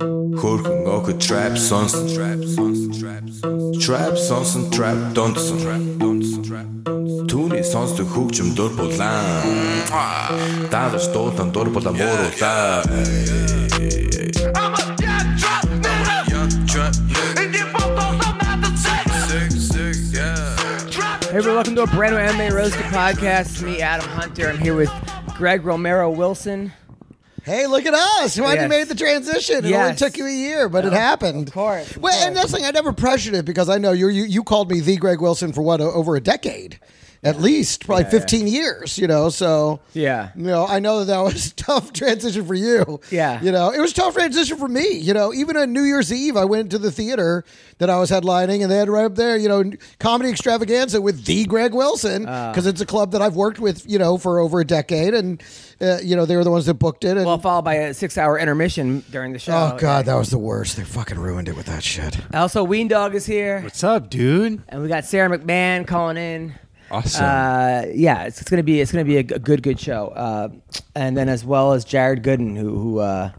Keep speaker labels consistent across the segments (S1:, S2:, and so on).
S1: Хөрхөн охид trap sons trap sons trap sons trap sons trap donson trap donson trap Түүний сонсдог хөгжим дур булаа Даалж дуулан дур булаа мууруулаа
S2: I'm a young trap nigga, and you both don't know not to say. Trap
S3: Hey, everyone, welcome to a brand new Anime Roasted podcast. It's me, Adam Hunter. I'm here with Greg Romero Wilson.
S4: Hey, look at us! Why
S3: Yes.
S4: you made the transition? It only
S3: Yes.
S4: took you a year, but it happened. Of
S3: course, of
S4: Well, and that's the thing. I never pressured it because I know you. You, you called me the Greg Wilson for what o- over a decade, at least probably fifteen years. You know, so
S3: Yeah.
S4: You know, I know that was a tough transition for you.
S3: Yeah.
S4: You know, it was a tough transition for me. You know, even on New Year's Eve, I went to the theater that I was headlining, and they had right up there, you know, comedy extravaganza with the Greg Wilson
S3: Ah.
S4: because it's a club that I've worked with, you know, for over a decade, and uh, you know they were the ones that booked it. And
S3: Well, followed by a six hour intermission during the show.
S4: Oh god, that was the worst. They fucking ruined it with that shit.
S3: Also, Ween Dog is here.
S5: What's up, dude?
S3: And we got Sarah McMahon calling in.
S5: Awesome.
S3: Uh, yeah, it's, it's gonna be it's gonna be a, g- a good good show, uh, and then as well as Jared Gooden, who who uh,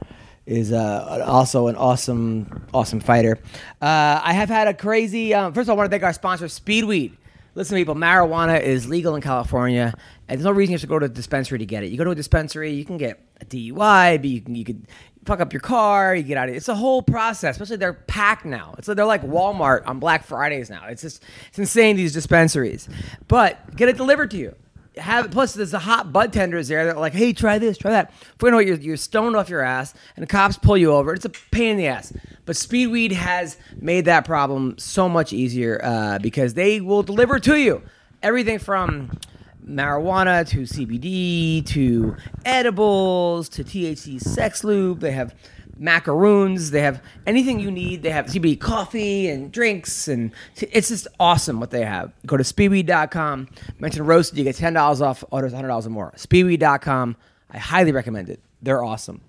S3: is uh, also an awesome awesome fighter. Uh, I have had a crazy. Um, first of all, I want to thank our sponsor, Speedweed. Listen, people, marijuana is legal in California, and there's no reason you have to go to a dispensary to get it. You go to a dispensary, you can get a DUI, but you can you could fuck up your car, you get out of it. It's a whole process, especially they're packed now. It's like they're like Walmart on Black Fridays now. It's just it's insane these dispensaries. But get it delivered to you. Have plus there's the hot bud tenders there that are like, hey, try this, try that. For you know what, you're, you're stoned off your ass, and the cops pull you over. It's a pain in the ass. But Speedweed has made that problem so much easier uh, because they will deliver to you everything from marijuana to CBD to edibles to THC sex lube. They have macaroons. They have anything you need. They have CBD coffee and drinks, and t- it's just awesome what they have. Go to speedweed.com. Mention roasted, you get ten dollars off orders, hundred dollars or more. Speedweed.com. I highly recommend it. They're awesome.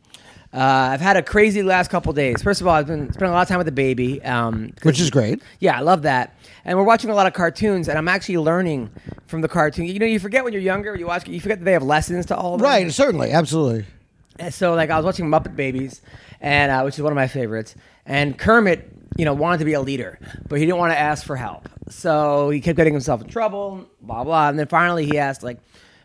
S3: Uh, I've had a crazy last couple days. First of all, I've been spending a lot of time with the baby, um, 'cause-
S4: Which is great.
S3: yeah, I love that. And we're watching a lot of cartoons, and I'm actually learning from the cartoon. You know, you forget when you're younger, you watch, you forget that they have lessons to all of them.
S4: Right, certainly, absolutely.
S3: And so, like, I was watching Muppet Babies, and uh, which is one of my favorites. And Kermit, you know, wanted to be a leader, but he didn't want to ask for help. So he kept getting himself in trouble, blah blah. And then finally, he asked like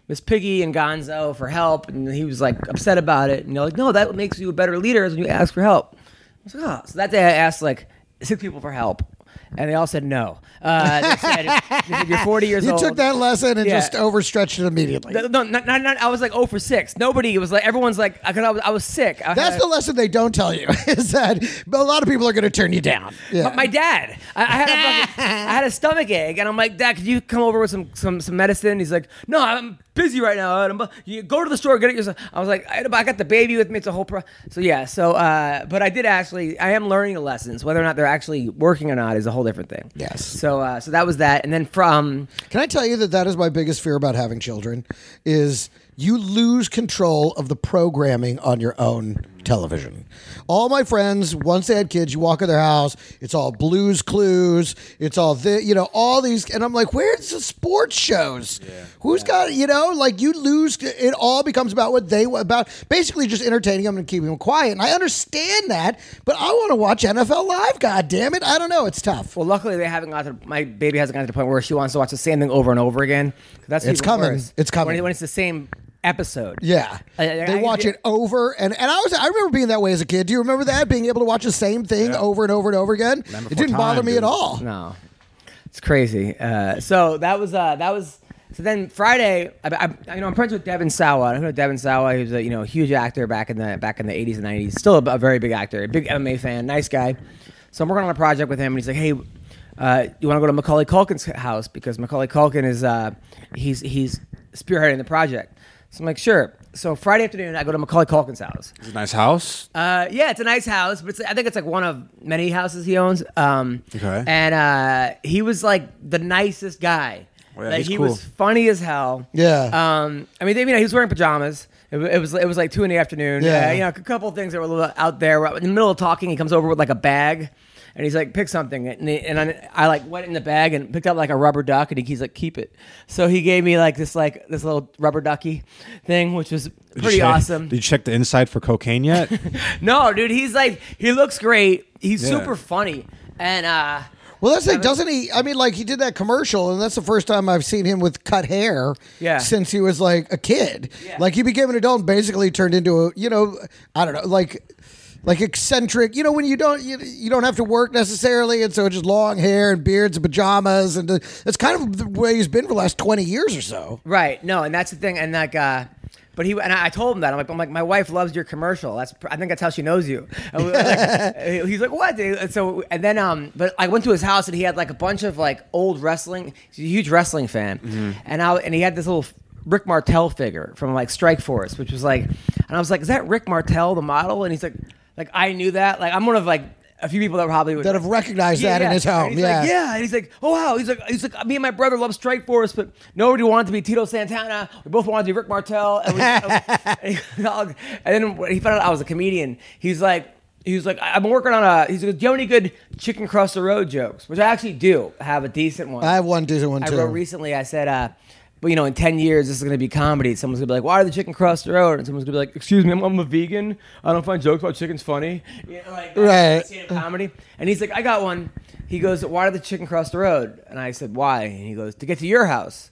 S3: Miss Piggy and Gonzo for help, and he was like upset about it. And they're like, "No, that makes you a better leader is when you ask for help." I was like, "Oh." So that day, I asked like six people for help. And they all said no. Uh, they, said, they said, "You're 40 years
S4: You
S3: old."
S4: took that lesson and
S3: Yeah.
S4: just overstretched it immediately.
S3: No, no, not, not, not- I was like 0 for 6. Nobody was like, everyone's like, I, 'cause I, was, I was sick. I
S4: That's
S3: had-
S4: the lesson they don't tell you is that a lot of people are going to turn you down. Yeah.
S3: But my dad, I, I had a fucking, I had a stomach ache, and I'm like, Dad, could you come over with some some some medicine? He's like, No, I'm busy right now. Adam, but you go to the store, get it yourself. I was like, I, I got the baby with me. It's a whole pro. So yeah, so uh, but I did actually, I am learning the lessons. Whether or not they're actually working or not is a whole different thing.
S4: Yes.
S3: So uh, so that was that, and then from
S4: Can I tell you that that is my biggest fear about having children is you lose control of the programming on your own television. All my friends, once they had kids, you walk in their house, it's all blues clues, it's all the you know, all these and I'm like, where's the sports shows? Who's got you know, like you lose it all becomes about what they about basically just entertaining them and keeping them quiet. And I understand that, but I want to watch NFL live, god damn it. I don't know, it's tough.
S3: well, luckily they haven't got to my baby hasn't got to the point where she wants to watch the same thing over and over again. 'Cause That's
S4: It's
S3: even
S4: coming.
S3: worse.
S4: It's coming.
S3: when, when it's the same episode.
S4: Yeah,
S3: I- I-
S4: they
S3: I-
S4: watch it over and and I was I remember being that way as a kid. Do you remember that being able to watch the same thing over and over and over again?
S5: Remember
S4: it
S5: for
S4: didn't bother
S5: time,
S4: me at
S5: dude.
S4: all.
S3: No, it's crazy. Uh, so that was uh, that was. So then Friday, I, I, you know, I'm friends with Devin Sawa. I don't know Devin Sawa. He was a you know huge actor back in the back in the 80s and 90s. Still a, a very big actor, a big MMA fan, nice guy. So I'm working on a project with him, and he's like, "Hey, uh, you want to go to Macaulay Culkin's house because Macaulay Culkin is uh, he's he's spearheading the project." So I'm like, "Sure." so Friday afternoon, I go to Macaulay Culkin's house.
S5: It's a nice house.
S3: Uh, yeah, it's a nice house, but it's, I think it's like one of many houses he owns. Um,
S5: Okay.
S3: And uh, he was like the nicest guy.
S5: Oh, yeah,
S3: like
S5: he's
S3: he
S5: cool.
S3: was funny as hell.
S4: Yeah.
S3: Um, I mean, you know, he was wearing pajamas. It, wa- it was it was like two in the afternoon.
S4: Yeah.
S3: Uh, you know, a couple of things that were a little out there. In the middle of talking, he comes over with like a bag. And he's like, pick something, and, he- and I, I like went in the bag and picked up like a rubber duck, and he, he's like, keep it. So he gave me like this like this little rubber ducky thing, which was
S5: Did you
S3: pretty
S5: check-
S3: awesome.
S5: Did you check the inside for cocaine yet?
S3: No, dude, he's like he looks great. He's
S5: Yeah.
S3: super funny. And uh
S4: Well, that's like, doesn't he? I mean, like he did that commercial, and that's the first time I've seen him with cut hair.
S3: Yeah.
S4: Since he was like a kid, like he became an adult, and basically turned into a, you know, I don't know, like, like eccentric. You know, when you don't, you, you don't have to work necessarily, and so it's just long hair and beards and pajamas, and that's kind of the way he's been for the last twenty years or so.
S3: right, no, and that's the thing and like uh but he and I I told him that I'm like I'm like my wife loves your commercial. That's pr- I think that's how she knows you. And we- like, he's like what? dude?" And so and then um but I went to his house and he had like a bunch of like old wrestling. He's a huge wrestling fan,
S4: Mm-hmm.
S3: and I and he had this little Rick Martel figure from like Strike Force, which was like, and I was like, is that Rick Martel the model? And he's like, like I knew that. Like I'm one of like a few people that probably would
S4: That have recognized that in his
S3: And
S4: home.
S3: he's
S4: yeah.
S3: like, yeah. And he's like, oh wow. He's like, he's like, me and my brother love Strike Force, but nobody wanted to be Tito Santana. We both wanted to be Rick Martel. And, we, and, he- and then when he found out I was a comedian, he's like, he was like, I've been working on a. He's like, do you have any good chicken cross the road jokes? Which I actually do have a decent one.
S4: I have one decent one
S3: I
S4: too.
S3: wrote recently. I said, uh, but you know, in ten years, this is going to be comedy. Someone's going to be like, "Why are the chicken crossed the road?" And someone's going to be like, "Excuse me, I'm, I'm a vegan. I don't find jokes about chickens funny." You know, like,
S5: Uh.
S4: Right.
S3: stand-up Comedy. And he's like, "I got one." He goes, "Why did the chicken cross the road?" And I said, "Why?" And he goes, "To get to your house."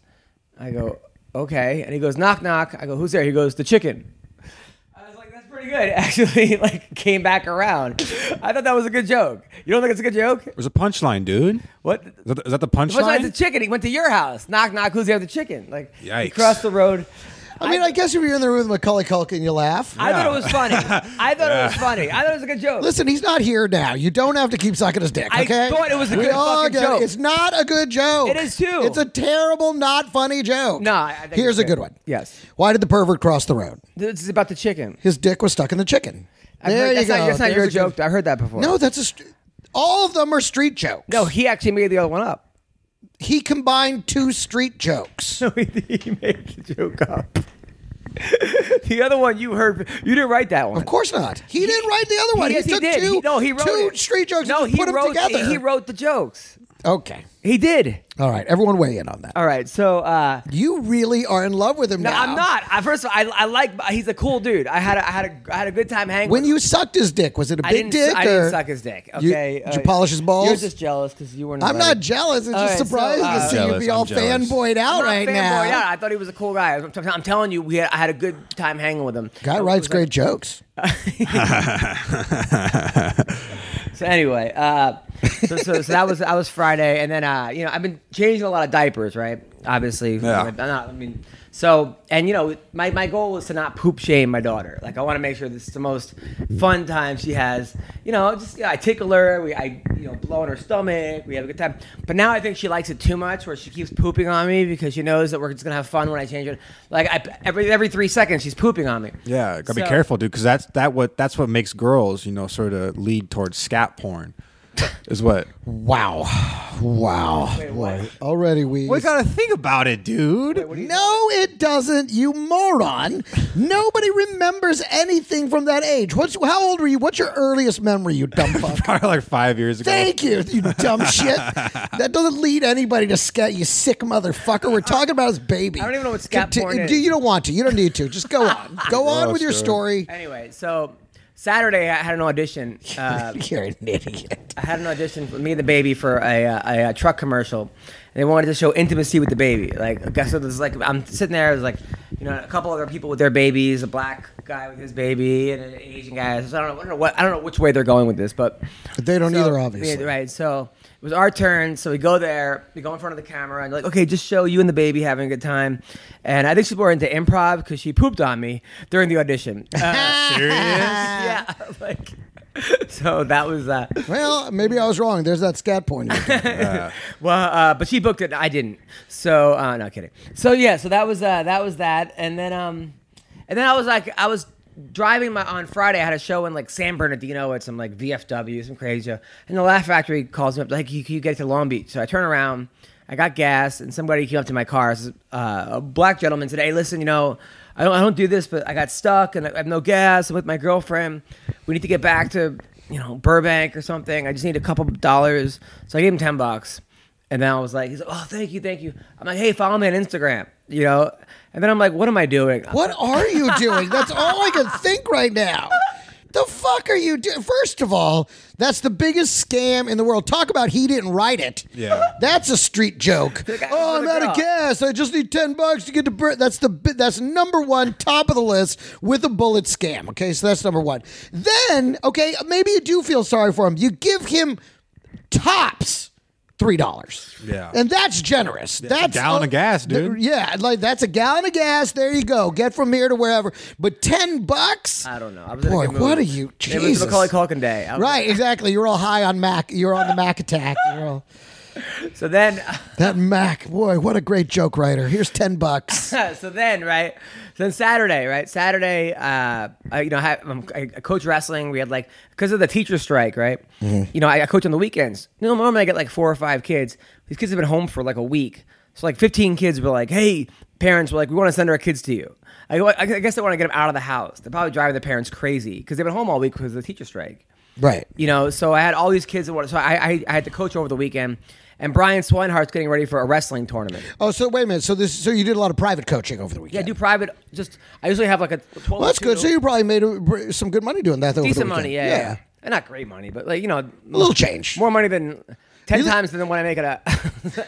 S3: I go, "Okay." And he goes, "Knock knock." I go, "Who's there?" He goes, "The chicken." I was like, "That's pretty good." Actually, like came back around. I thought that was a good joke. You don't think it's a good joke?
S5: There's a punchline, dude.
S3: What?
S5: Is that the, is that the punchline?
S3: What's the chicken? He went to your house. Knock, knock. Who's there? The chicken. Like he
S5: Yikes.
S3: crossed the road.
S4: I mean, I guess if you're in the room with Macaulay Culkin, you laugh.
S3: I thought it was funny. I thought it was funny. I thought it was a good joke.
S4: Listen, he's not here now. You don't have to keep sucking his dick.
S3: I
S4: Okay?
S3: thought it was a
S4: we
S3: good
S4: all
S3: fucking
S4: get it.
S3: joke.
S4: It's not a good joke.
S3: It is too.
S4: It's a terrible, not funny joke.
S3: No, I- I think
S4: here's
S3: it's
S4: a
S3: good.
S4: good one.
S3: Yes.
S4: Why did the pervert cross the road?
S3: This is about the chicken.
S4: His dick was stuck in the chicken.
S3: I've
S4: there
S3: heard-
S4: you
S3: that's
S4: go.
S3: Not, that's not
S4: There's
S3: your
S4: a good-
S3: joke. I heard that before.
S4: No, that's a. St- all of them are street jokes.
S3: no. He actually made the other one up.
S4: he combined two street jokes.
S3: he made the joke up. the other one you heard. You didn't write that one.
S4: Of course not. He, didn't write the other one.
S3: Yes,
S4: he took
S3: did.
S4: two.
S3: He- no, he wrote
S4: two
S3: it.
S4: street jokes.
S3: No,
S4: and
S3: he
S4: put
S3: wrote.
S4: them together.
S3: He wrote the jokes.
S4: Okay.
S3: He did.
S4: All right. Everyone weigh in on that.
S3: All right. So. uh
S4: You really are in love with him
S3: No,
S4: now.
S3: I'm not. I, first of all, I, I like. He's a cool dude. I had a, I had a, I had a good time hanging.
S4: When
S3: with
S4: you sucked his dick, was it a
S3: I didn't,
S4: big dick?
S3: I
S4: or-
S3: didn't suck his dick.
S4: You-
S3: Okay. Uh,
S4: did you polish his balls?
S3: You're just jealous because you weren't.
S4: I'm
S3: invited.
S4: not jealous. It's
S3: All
S4: just
S3: right, so,
S4: surprising
S3: uh,
S4: to see you
S5: Jealous,
S4: be
S5: I'm
S4: all
S5: jealous.
S4: fanboyed out
S3: I'm not
S4: right
S3: fanboyed
S4: now.
S3: out. I thought he was a cool guy. I'm, I'm telling you, we had, I had a good time hanging with him.
S4: Guy
S3: It
S4: writes
S3: was
S4: great
S3: like-
S4: jokes.
S3: so anyway, uh, so, so, so that was that was Friday, and then uh, you know I've been changing a lot of diapers, right? Obviously,
S5: Yeah.
S3: I'm not- I mean, so and you know my, my goal was to not poop shame my daughter. Like I want to make sure this is the most fun time she has. You know, just you know, I tickle her, we I you know blow on her stomach, we have a good time. But now I think she likes it too much, where she keeps pooping on me because she knows that we're just gonna have fun when I change it. Like I, every every three seconds she's pooping on me.
S5: Yeah, gotta
S3: So-
S5: be careful, dude, because that's that what that's what makes girls, you know, sort of lead towards scat porn, is what.
S4: Wow. Wow.
S3: what?
S4: Boy, Already we.
S5: We gotta think about it, dude.
S4: no, it doesn't, you moron. Nobody remembers anything from that age. What's how old were you? What's your earliest memory, you dumb fuck?
S5: Probably like five years ago.
S4: Thank you, you dumb shit. That doesn't lead anybody to scat, you sick motherfucker. We're talking about his baby.
S3: I don't even know what scat
S4: Conti-
S3: porn is.
S4: You don't want to. You don't need to. Just go on. Go on
S5: Oh,
S4: with your
S5: sure.
S4: story.
S3: Anyway, so Saturday I had an audition. Uh,
S4: You're an idiot.
S3: I had an audition for me and the baby for a, uh, a, uh truck commercial, and they wanted to show intimacy with the baby. Like, okay, so there's like I'm sitting there, there's like you know a couple other people with their babies, a black guy with his baby, and an Asian guy. So I don't know, I don't know what I don't know which way they're going with this, but
S4: They don't
S3: so-
S4: either, obviously.
S3: yeah, right. So it was our turn. So we go there, we go in front of the camera, and like, okay, just show you and the baby having a good time. And I think she's more into improv because she pooped on me during the audition. Uh, yeah, like. So that was uh,
S4: Well, maybe I was wrong. There's that scat porn. you were talking about.
S3: well, uh, but she booked it. I didn't. So uh, no kidding. So yeah. So that was uh, that was that. And then um, And then I was like, I was driving my on Friday. I had a show in like San Bernardino at some like VFW, some crazy show. And the Laugh Factory calls me up like, "Can you- can you get to Long Beach?" So I turn around. I got gas, and somebody came up to my car. Says, uh, a black gentleman said, "Hey, listen, you know, I don't, I don't do this, but I got stuck, and I have no gas. I'm with my girlfriend. We need to get back to, you know, Burbank or something. I just need a couple dollars." So I gave him ten bucks. And then I was like, he's like, oh, thank you, thank you. I'm like, hey, follow me on Instagram, you know? And then I'm like, what am I doing?
S4: What are you doing? That's all I can think right now. The fuck are you doing? First of all, that's the biggest scam in the world. Talk about he didn't write it.
S5: Yeah.
S4: That's a street joke.
S3: guy
S4: oh, I'm
S3: with a
S4: out of
S3: girl.
S4: gas. I just need 10 bucks to get to Brit. That's the bi- that's number 1 top of the list with a bullet scam. Okay, so that's number 1. Then, okay, maybe you do feel sorry for him. You give him tops $3.
S5: Yeah.
S4: And that's generous. that's
S5: gallon of gas,
S4: th-
S5: dude.
S4: yeah, like that's a gallon of gas. There you go. Get from here to wherever. But ten bucks?
S3: I don't know. I was in a
S4: Boy,
S3: good mood.
S4: what are you?
S3: It
S4: Jesus.
S3: was Macaulay Culkin day. I was-
S4: Right, exactly. You're all high on Mac. You're on the Mac attack. You're all,
S3: So then,
S4: that Mac, boy, what a great joke writer. Here's ten bucks.
S3: so then, right? So then Saturday, right? Saturday, uh, I, you know, I, have- um, I I coach wrestling. We had like because of the teacher strike, right? You know, I, I coach on the weekends. You know, normally I get like four or five kids. These kids have been home for like a week, so like fifteen kids were like, "Hey, parents were like, we want to send our kids to you." I, I I guess they want to get them out of the house. They're probably driving the parents crazy because they've been home all week because of the teacher strike.
S4: Right.
S3: you know so i had all these kids that wanted so I, I i had to coach over the weekend and brian swinehart's getting ready for a wrestling tournament
S4: Oh, so wait a minute. So this, so you did a lot of private coaching over the
S3: yeah,
S4: weekend.
S3: do private just i usually have like a 12
S4: Well, that's good. So you probably made a, some good money doing that. Over the
S3: decent
S4: weekend.
S3: money yeah, yeah. And not great money but like you know
S4: A little change.
S3: more money than 10
S4: You look-
S3: times than when i make it a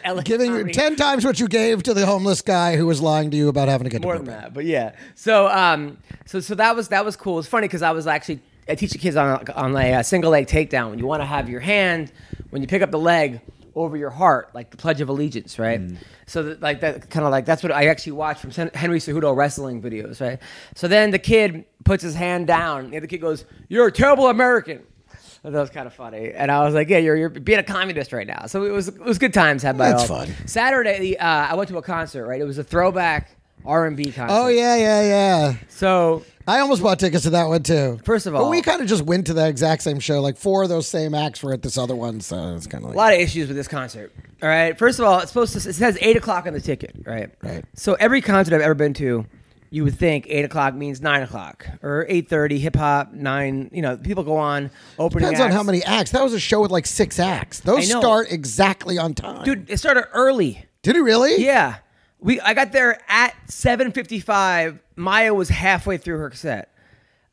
S3: LA
S4: Giving
S3: Army.
S4: ten times what you gave to the homeless guy who was lying to you about having to get
S3: more
S4: to
S3: than
S4: Burbank.
S3: that but yeah so um so so that was that was cool it's funny because i was actually i teach the kids on a, on a, uh, single leg takedown you want to have your hand when you pick up the leg over your heart like the pledge of allegiance right
S4: Mm.
S3: so that, like that kind of like that's what i actually watched from Sen- henry cejudo wrestling videos right so then the kid puts his hand down and the other kid goes you're a terrible american that was kind of funny, and I was like, "Yeah, you're, you're being a communist right now." So it was it was good times had by
S4: That's
S3: all.
S4: fun.
S3: Saturday, uh, I went to a concert. Right, it was a throwback R and B concert.
S4: Oh yeah, yeah, yeah.
S3: So
S4: I almost bought tickets to that one too.
S3: First of
S4: but
S3: all-
S4: we kind of just went to that exact same show. Like four of those same acts were at this other one, so it's kind of
S3: a
S4: like
S3: lot of issues with this concert. All right. First of all, it's supposed to. It says eight o'clock on the ticket. Right.
S4: Right.
S3: So every concert I've ever been to, you would think eight o'clock means nine o'clock or eight thirty hip hop nine. You know, people go on opening.
S4: depends on
S3: acts.
S4: how many acts. That was a show with like six acts. Those
S3: I know.
S4: start exactly on time.
S3: Dude, it started early.
S4: did it really?
S3: Yeah. We I got there at 7:55. Maya was halfway through her set.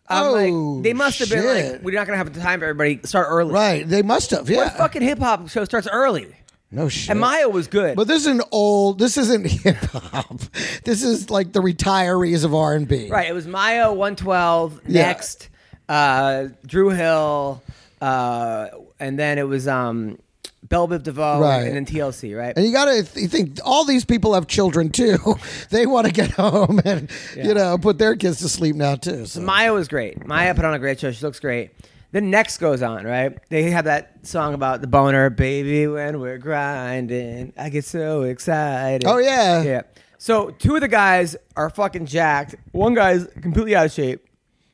S3: I'm
S4: Oh,
S3: like they must have been
S4: shit.
S3: like we're not going to have the time for everybody start early.
S4: Right. They must have. Yeah.
S3: What fucking hip hop show starts early?
S4: No shit.
S3: And Maya was good.
S4: But this is an old. This isn't hip hop. This is like the retirees of R and B.
S3: right, it was Maya 112
S4: Yeah.
S3: next uh Drew Hill uh and then it was um Bell Biv DeVoe
S4: Right.
S3: and then TLC, right?
S4: And you gotta th- you think all these people have children too. they want to get home and you know put their kids to sleep now too. So.
S3: Maya was great. Maya put on a great show. She looks great. Then next goes on, right? They have that song about the boner, baby, when we're grinding. I get so excited.
S4: Oh, yeah.
S3: Yeah. So two of the guys are fucking jacked. One guy's completely out of shape.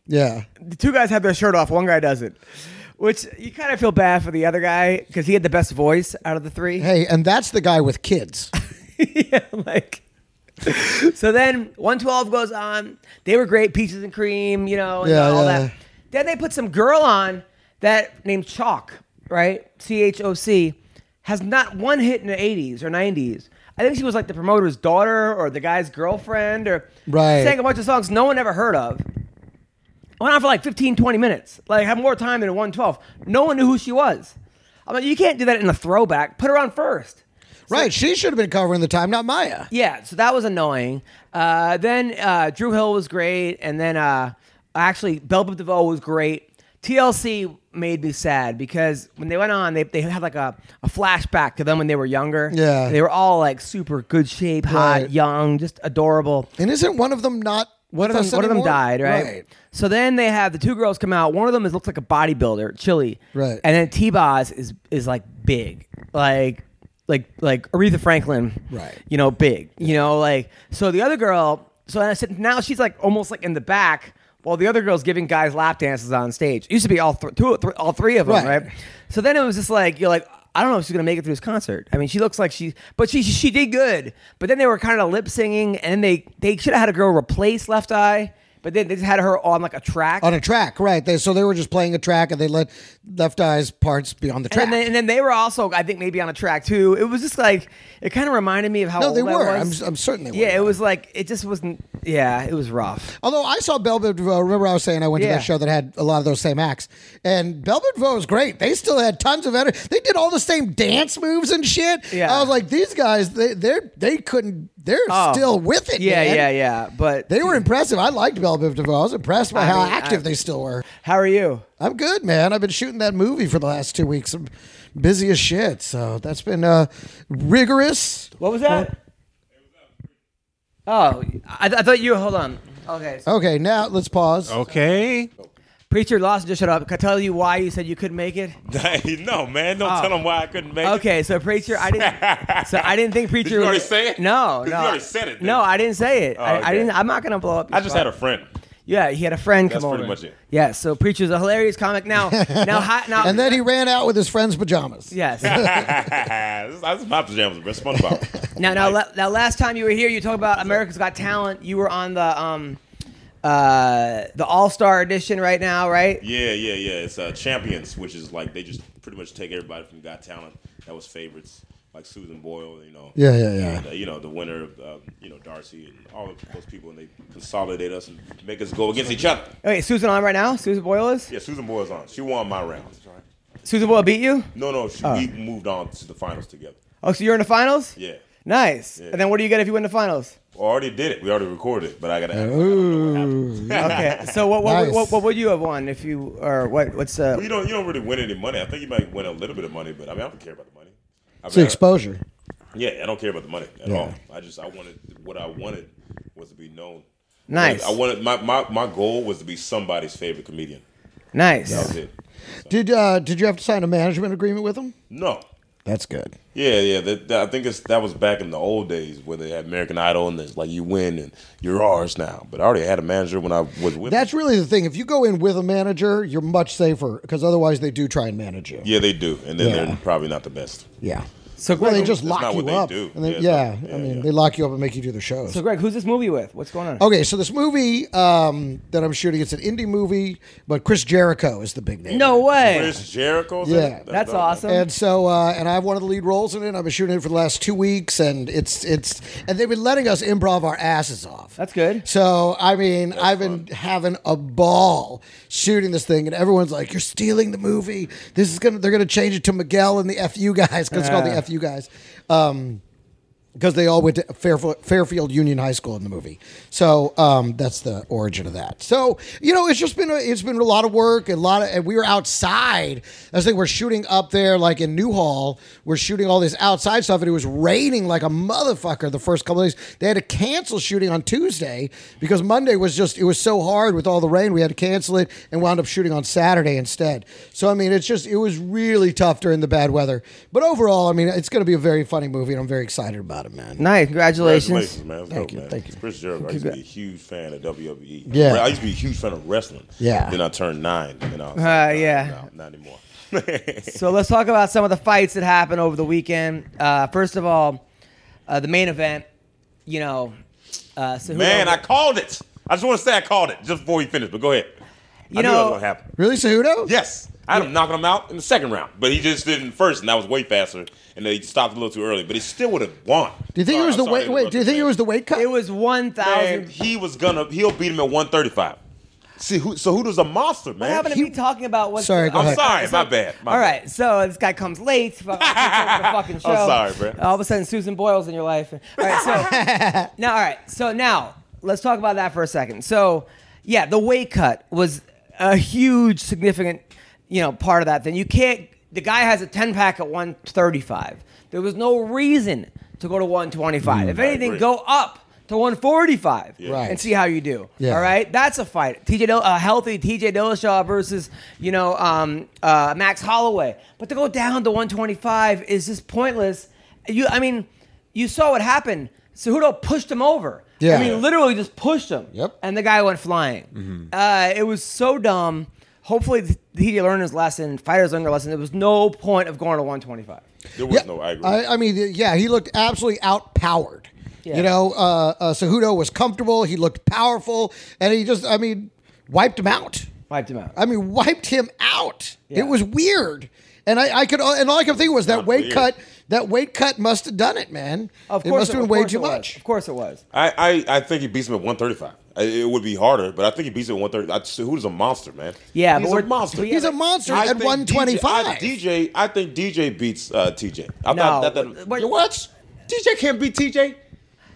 S4: yeah.
S3: The two guys have their shirt off, one guy doesn't. Which you kind of feel bad for the other guy because he had the best voice out of the three.
S4: Hey, and that's the guy with kids.
S3: yeah, like. so then 112 goes on. They were great, peaches and cream, you know, and
S4: Yeah,
S3: all
S4: yeah.
S3: that. Then they put some girl on that named Chalk, right? C H O C, has not one hit in the 80s or 90s. I think she was like the promoter's daughter or the guy's girlfriend or
S4: Right.
S3: sang a bunch of songs no one ever heard of. Went on for like 15, 20 minutes. Like, have more time than 112. No one knew who she was. I'm like, you can't do that in a throwback. Put her on first.
S4: Right, she should have been covering the time, not Maya.
S3: Yeah, so that was annoying. Uh, then uh, Drew Hill was great, and then uh, actually Bell Biv DeVoe was great. TLC made me sad because when they went on, they, they had like a, a flashback to them when they were younger.
S4: Yeah.
S3: they were all like super good shape, hot,
S4: Right.
S3: young, just adorable.
S4: And isn't one of them not
S3: One of them, one of them died, right?
S4: right?
S3: So then they have the two girls come out. One of them is looks like a bodybuilder, Chili,
S4: Right.
S3: And then T. Boz is is like big, like like like Aretha Franklin,
S4: Right.
S3: You know, big. You know, like so the other girl So and I said, now she's like almost like in the back while the other girl's giving guys lap dances on stage. It used to be all th- two, th- all three of them,
S4: Right.
S3: right? So then it was just like you're like. I don't know if she's gonna make it through this concert. I mean, she looks like she, but she she did good. But then they were kind of lip singing, and they they should have had a girl replace Left Eye, but then they just had her on like a track.
S4: on a track, right? They so they were just playing a track and they let Left Eye's parts be on the track.
S3: And then, and then they were also, I think, maybe on a track too. It was just like it kind of reminded me of how
S4: No,
S3: old
S4: they
S3: I
S4: were. I'm
S3: was.
S4: s- I'm certain they were.
S3: Yeah, it was like it just wasn't. Yeah, it was rough.
S4: Although I saw Velvet Vogue, remember I was saying I went to
S3: Yeah.
S4: that show that had a lot of those same acts, and Velvet Vogue was great. They still had tons of energy. They did all the same dance moves and shit.
S3: Yeah.
S4: I was like, these guys, they they they couldn't. They're
S3: Oh.
S4: still with it.
S3: Yeah,
S4: man.
S3: yeah, yeah. But
S4: They were impressive. I liked Velvet Vogue. I was impressed by
S3: I
S4: how
S3: mean,
S4: active
S3: I-
S4: they still were.
S3: how are you?
S4: I'm good, man. I've been shooting that movie for the last two weeks. I'm busy as shit, so that's been uh, rigorous.
S3: What was that? Oh, I, I thought you. Hold on. Okay. so
S4: Okay, now let's
S3: Oh.
S4: pause.
S5: Okay.
S3: Preacher Lawson just shut up. Can I tell you why you said you couldn't make it? Oh.
S6: no, man, don't tell him why I couldn't make it.
S3: Okay, so preacher, I didn't. So I didn't think preacher.
S6: you
S3: would-
S6: already say it?
S3: No,
S6: 'Cause you
S3: no.
S6: already said it, didn't
S3: No,
S6: you? Oh,
S3: I didn't say it. I, I
S6: okay.
S3: didn't. I'm not gonna blow up.
S6: I just had a
S3: friend.
S6: friend.
S3: Yeah, he had a friend
S6: That's
S3: come
S6: pretty
S3: over.
S6: much it.
S3: Yeah, so Preacher's a hilarious comic. Now, now, hi, now,
S4: And then he ran out with his friend's pajamas.
S3: yes.
S6: That's that's my pajamas, bro. It's SpongeBob.
S3: now, now, la- now, last time you were here, you talked about America's Got Talent. You were on the um, uh, the All Star edition right now, right?
S6: Yeah, yeah, yeah. It's uh, Champions, which is like they just pretty much take everybody from Got Talent that was favorites, like Susan Boyle, you know.
S4: Yeah, yeah, yeah.
S6: And, uh, you know the winner, of, um, you know Darcy, and all of those people, and they consolidate us and make us go against each other.
S3: Wait, Susan on right now? Susan Boyle is?
S6: Yeah, Susan Boyle's on. She won my round.
S3: Susan Boyle beat you?
S6: No, no, she,
S4: Ah.
S6: we moved on to the finals together.
S3: Oh, so you're in the finals?
S6: Yeah,
S3: Nice.
S6: Yeah.
S3: And then what do you get if you win the finals?
S6: already did it. We already recorded it, but I gotta.
S3: Okay. So what what,
S4: Nice.
S3: what, what would you have won if you or what what's
S6: You
S3: uh
S6: don't you don't really win any money. I think you might win a little bit of money, but I mean I don't care about the money. I
S4: It's the
S6: mean, I-
S4: exposure.
S6: yeah, I don't care about the money at
S4: Yeah.
S6: all. I just I wanted what I wanted was to be known.
S3: nice
S6: I wanted my, my, my goal was to be somebody's favorite comedian.
S3: nice
S6: That was it.
S4: Did uh, did you have to sign a management agreement with him?
S6: No.
S4: That's good.
S6: Yeah, yeah. That, that- I think it's that was back in the old days where they had American Idol and it's like you win and you're ours now. But I already had a manager when I was with.
S4: That's
S6: them.
S4: really the thing. If you go in with a manager, you're much safer because otherwise they do try and manage you.
S6: Yeah, they do, and then
S4: Yeah.
S6: they're probably not the best.
S4: Yeah.
S3: so
S4: Well,
S3: Greg,
S4: they just
S6: That's
S4: lock
S6: not
S4: you
S6: what they
S4: up.
S6: do.
S4: And they, yeah,
S6: Yeah, it's not-
S4: I
S6: yeah,
S4: mean,
S6: yeah.
S4: they lock you up and make you do the shows.
S3: so Greg who's this movie with what's going on
S4: okay, so this movie um, that I'm shooting, it's an indie movie, but Chris Jericho is the big name.
S3: no way
S6: Chris Jericho's in
S4: Yeah.
S6: it?
S3: That's
S6: dope, man.
S3: awesome.
S4: And so, uh, and I have one of the lead roles in it. I've been shooting it for the last two weeks, and it's it's and they've been letting us improv our asses off.
S3: That's good.
S4: So I mean, I've been having a ball shooting this thing, and everyone's like, "You're stealing the movie. This is gonna they're gonna change it to Miguel and the FU guys because it's called the FU guys." Um, because they all went to Fairfield, Fairfield Union High School in the movie, so um, that's the origin of that. So you know, it's just been a, it's been a lot of work, and a lot of, and we were outside. That's the thing, we're shooting up there, like in Newhall, we're shooting all this outside stuff, and it was raining like a motherfucker the first couple of days. They had to cancel shooting on Tuesday because Monday was just it was so hard with all the rain, we had to cancel it and wound up shooting on Saturday instead. So I mean, it's just it was really tough during the bad weather, but overall, I mean, it's going to be a very funny movie, and I'm very excited about it, man.
S3: nice congratulations,
S6: Congratulations, man. That's
S4: Thank
S6: dope,
S4: you,
S6: man.
S4: thank you.
S6: Chris Jericho. I used to be a huge fan of WWE.
S4: Yeah.
S6: I used to be a huge fan of wrestling.
S4: Yeah.
S6: Then I turned nine, and I was like,
S3: Uh,
S6: nah,
S3: yeah.
S6: nah, not anymore. yeah,
S3: So let's talk about some of the fights that happened over the weekend. Uh, first of all, uh, the main event. You know, uh, so who
S6: man,
S3: knows-
S6: I called it. I just want to say I called it just before we finished, but go ahead.
S3: You
S6: I knew that was
S3: know-
S6: gonna happen.
S4: Really, Cejudo?
S6: Yes, I had him knocking him out in the second round, but he just did in the first, and that was way faster, and they stopped a little too early. But he still would have won.
S4: Do you think
S6: Sorry,
S4: it was
S6: I'm
S4: the
S6: sorry
S4: weight?
S6: to
S4: Wait,
S6: interrupt
S4: do you think it
S6: man.
S4: was the weight cut?
S3: it was one
S6: Man,
S3: thousand.
S6: he was gonna. He'll beat him at 135. See who? So who was a monster,
S3: What
S6: man?
S3: happened to me talking about what?
S4: Sorry, go
S6: I'm
S4: ahead.
S6: sorry, my bad. my
S3: All
S6: bad.
S3: right, so this guy comes late. fuck, takes over the fucking show.
S6: I'm sorry, bro.
S3: All of a sudden, Susan Boyle's in your life. All right, so now, all right, so now let's talk about that for a second. So, yeah, the weight cut was a huge, significant, you know, part of that. Then you can't. The guy has a 10 pack at 135. There was no reason to go to 125. if anything,
S6: Mm, agree.
S3: go up to 145
S4: Right.
S3: and see how you do.
S4: Yeah.
S3: All right, that's a fight. TJ Dill- a uh, healthy TJ Dillashaw versus you know um, uh, Max Holloway. But to go down to 125 is just pointless. You, I mean, you saw what happened. Cejudo pushed him over.
S4: Yeah.
S3: I mean, literally just pushed him.
S4: Yep. Mm-hmm.
S3: And the guy went flying. Uh, it was so dumb. Hopefully, th- he learned his lesson. Fighters learned their lesson. There was no point of going to 125.
S6: There was
S4: Yeah,
S6: no. I agree.
S4: I, I mean, yeah, he looked absolutely outpowered.
S3: Yeah.
S4: You know, uh, uh, Cejudo was comfortable. He looked powerful, and he just, I mean, wiped him out.
S3: Wiped him out.
S4: I mean, wiped him out.
S3: Yeah.
S4: It was weird, and I, I could, uh, and all I could think was that
S6: Not
S4: weight
S6: weird.
S4: cut. That weight cut must have done it, man.
S3: of
S4: it
S3: course,
S4: must have
S3: of
S4: been way
S3: course
S4: too
S3: it was.
S4: much.
S3: Of course it was.
S6: I, I, I think he beats him at 135. I- It would be harder, but I think he beats him at 130. Who's a monster, man?
S3: Yeah,
S6: he's
S3: but
S6: a
S3: we're-
S6: monster.
S3: but yeah,
S4: He's a
S3: but-
S4: monster
S6: I
S4: at
S6: think
S4: 125.
S6: DJ, I, DJ, I think DJ beats uh, TJ. I'm
S3: No,
S6: not, not that,
S3: but-
S6: you what? TJ can't beat TJ.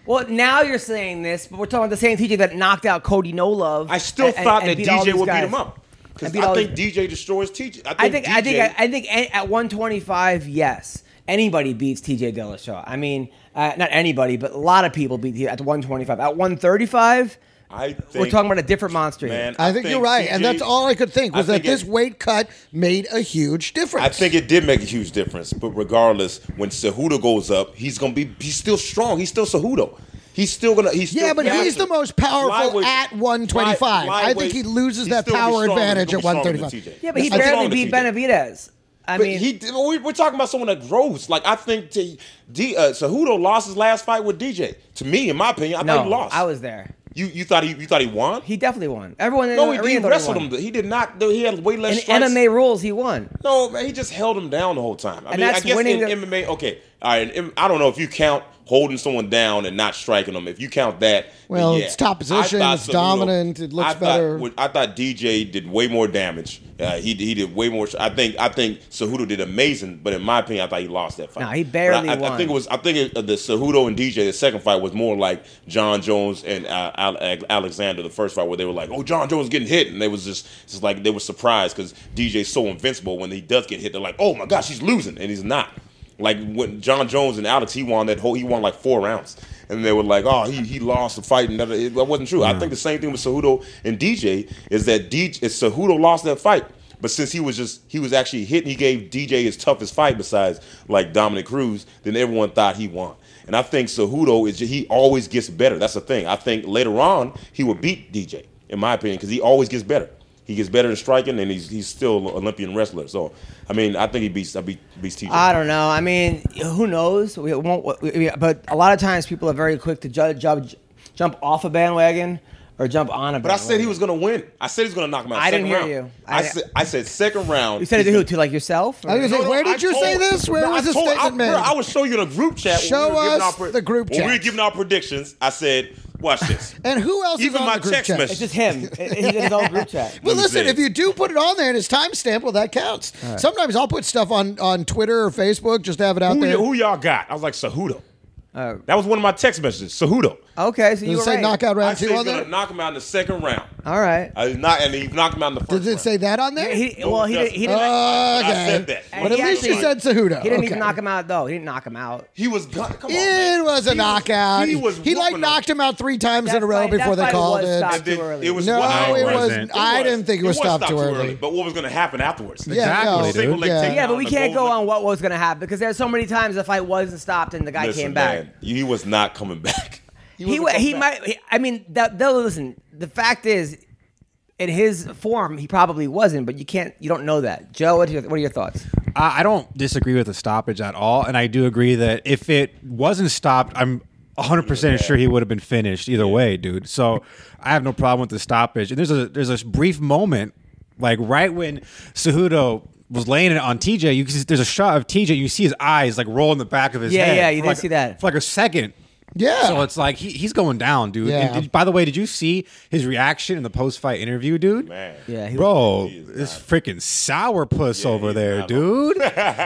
S3: Well, now you're saying this, but we're talking about the same teacher that knocked out Cody No Love.
S6: I still
S3: and- and-
S6: thought
S3: and
S6: that
S3: beat all
S6: DJ
S3: these
S6: would
S3: guys.
S6: beat him up. Because
S3: And beat
S6: I
S3: all
S6: think
S3: these-
S6: DJ destroys TJ.
S3: I
S6: I think
S3: think, I think,
S6: DJ
S3: I think, a- at 125, yes, anybody beats TJ Dillashaw. I mean, uh, not anybody, but a lot of people beat the- at 125. At 135,
S6: I think,
S3: we're talking about a different monster. here. Uh,
S6: man.
S4: I think, you're right, and
S6: TJ
S4: that's all I could think was
S6: I
S4: that
S6: think
S4: this
S6: it-
S4: weight cut made a huge difference.
S6: I think it did make a huge difference. But regardless, when Cejudo goes up, he's gonna be he's still strong. He's still Cejudo. He's still gonna. He's still
S4: Yeah, but he's
S6: faster.
S4: the most powerful
S6: Flyweight-
S4: at 125. I think
S6: flyweight,
S4: he loses
S6: he's
S4: that
S6: still gonna be
S4: power
S6: stronger. He's
S4: advantage
S6: gonna
S4: at
S6: be stronger than
S4: 135.
S6: TJ.
S3: yeah, but he
S4: I think-
S3: barely
S6: Stronger
S3: beat
S6: than TJ.
S3: Benavidez. I
S6: But
S3: mean,
S6: he, we- we're talking about someone that grows. Like I think T, D, uh, Cejudo lost his last fight with DJ. To me, in my opinion, I
S3: no,
S6: thought he lost.
S3: I was there.
S6: You you thought he you thought he won?
S3: He definitely won. Everyone in
S6: no,
S3: the
S6: he, he
S3: arena thought
S6: wrestled
S3: he won.
S6: him. He did not. He had way less
S3: In
S6: strikes.
S3: MMA rules, he won.
S6: No, man, he just held him down the whole time. I
S3: And
S6: mean,
S3: that's
S6: I guess
S3: winning
S6: in
S3: the-
S6: MMA, okay, all right. in- I don't know if you count holding someone down and not striking them. If you count that, then
S4: Well,
S6: yeah.
S4: it's top position,
S6: I thought
S4: it's dominant, it looks
S6: I thought-
S4: better.
S6: with- I thought DJ did way more damage. Uh, he he did way more. I think I think Cejudo did amazing, but in my opinion, I thought he lost that fight.
S3: No, he
S6: But
S3: barely
S6: I, I,
S3: won.
S6: I think it was. I think it, uh, the Cejudo and DJ the second fight was more like John Jones and uh, Al- Al- Alexander the first fight where they were like, "Oh, John Jones getting hit," and they was just just like they were surprised because DJ's so invincible when he does get hit. They're like, "Oh my gosh, he's losing," and he's not. Like when John Jones and Alex, he won that whole. He won like four rounds, and they were like, "Oh, he, he lost the fight." And that, it, that wasn't true. I think the same thing with Cejudo and DJ is that DJ is Cejudo lost that fight, but since he was just he was actually hitting, he gave DJ his toughest fight besides like Dominic Cruz. Then everyone thought he won, and I think Cejudo is ju- he always gets better. That's the thing. I think later on he would beat DJ in my opinion because he always gets better. He gets better in striking, and he's he's still an Olympian wrestler. So I mean, I think he beats I beat, beats TJ.
S3: I don't know. I mean, who knows? We won't. we- we- but a lot of times, people are very quick to judge, jump, jump off a bandwagon or jump on a.
S6: But I said he was gonna win. I said he was gonna knock him out.
S3: I
S6: second
S3: didn't hear you.
S6: round. I,
S3: I-
S6: said I said second round.
S3: You said it to
S6: he's
S3: who?
S6: gonna-
S3: To like yourself?
S4: I was gonna say, where did you
S6: I
S4: say
S6: told-
S4: this? Where
S6: No,
S4: was
S6: I
S4: this
S6: told-
S4: statement
S6: I,
S4: made?
S6: Bro, I will show you in a group chat. when
S4: Show
S6: we were giving
S4: us
S6: our pre-
S4: the group
S6: When we were
S4: chats.
S6: giving our predictions, I said, "Watch this."
S4: and who else is
S6: Even
S4: on
S6: my
S4: the group
S6: text
S4: chat?
S6: message.
S3: It's just him. It- it- He's in his own group chat.
S4: Well,
S6: Let me
S4: listen,
S6: see.
S4: if you do put it on there and it's timestamped, well, that counts. Sometimes I'll put stuff on, on Twitter or Facebook just to have it out
S6: who, y-
S4: there. Oh.
S6: who y'all got? I was like, "Cejudo." that was one of my text messages. Cejudo.
S3: Okay, so you
S4: Does
S3: were
S4: it say
S3: right.
S4: knockout
S6: I
S4: round
S6: said
S4: two
S6: he's
S4: on
S6: gonna
S4: there?
S6: knock him out in the second round.
S3: All right.
S6: I did not, and he knocked him out in the first.
S4: Does it say that on there?
S3: He,
S6: No,
S3: well,
S6: it
S3: he didn't.
S6: doesn't.
S3: He didn't,
S4: okay.
S6: I said that.
S4: But at
S3: And he
S4: least he said
S3: actually-
S4: Cejudo.
S3: he didn't
S4: Okay.
S3: even knock him out though. He didn't knock him out.
S6: He was. gun- Come on, man.
S4: It was a
S6: He
S4: knockout.
S6: He was.
S4: he like
S6: whooping him.
S4: knocked him out three times
S3: That
S4: in a row
S3: fight- that
S4: before they
S3: fight
S4: called
S3: was
S4: it.
S3: stopped.
S6: And then
S3: too early.
S6: It was
S4: No,
S6: well,
S5: it
S6: I
S5: wasn't.
S6: agree.
S4: I didn't think it was stopped
S6: stopped
S4: too early.
S6: But what was going to happen afterwards?
S4: Yeah,
S5: Exactly,
S4: no,
S6: Single leg
S4: yeah.
S6: takedown,
S3: Yeah, but we
S6: the
S3: can't go
S6: golden-
S3: on what was going to happen because there's so many times the fight wasn't stopped and the guy
S6: Listen,
S3: came back.
S6: man, he was not coming back.
S3: he wa-
S6: wasn't
S3: he
S6: coming back.
S3: might. He, I mean, that, though. Listen, the fact is, in his form, he probably wasn't. But you can't. You don't know that. Joe, what are your, what are your thoughts?
S5: I, I don't disagree with the stoppage at all, and I do agree that if it wasn't stopped, I'm 100 percent sure he would have been finished either way, dude. So I have no problem with the stoppage. And there's a there's a brief moment, like right when Cejudo was laying it on TJ. You can see, there's a shot of TJ. You see his eyes like roll in the back of his
S3: Yeah,
S5: head.
S3: yeah, you
S5: for
S3: did
S5: like-
S3: see that.
S5: for like a second.
S4: Yeah.
S5: So it's like he, he's going down, dude. And
S4: Yeah.
S5: did- by the way, did you see his reaction in the post fight interview, dude?
S6: Man.
S3: Yeah, he-
S5: Bro, this freaking sour puss over
S6: he's
S5: there,
S6: not
S5: dude.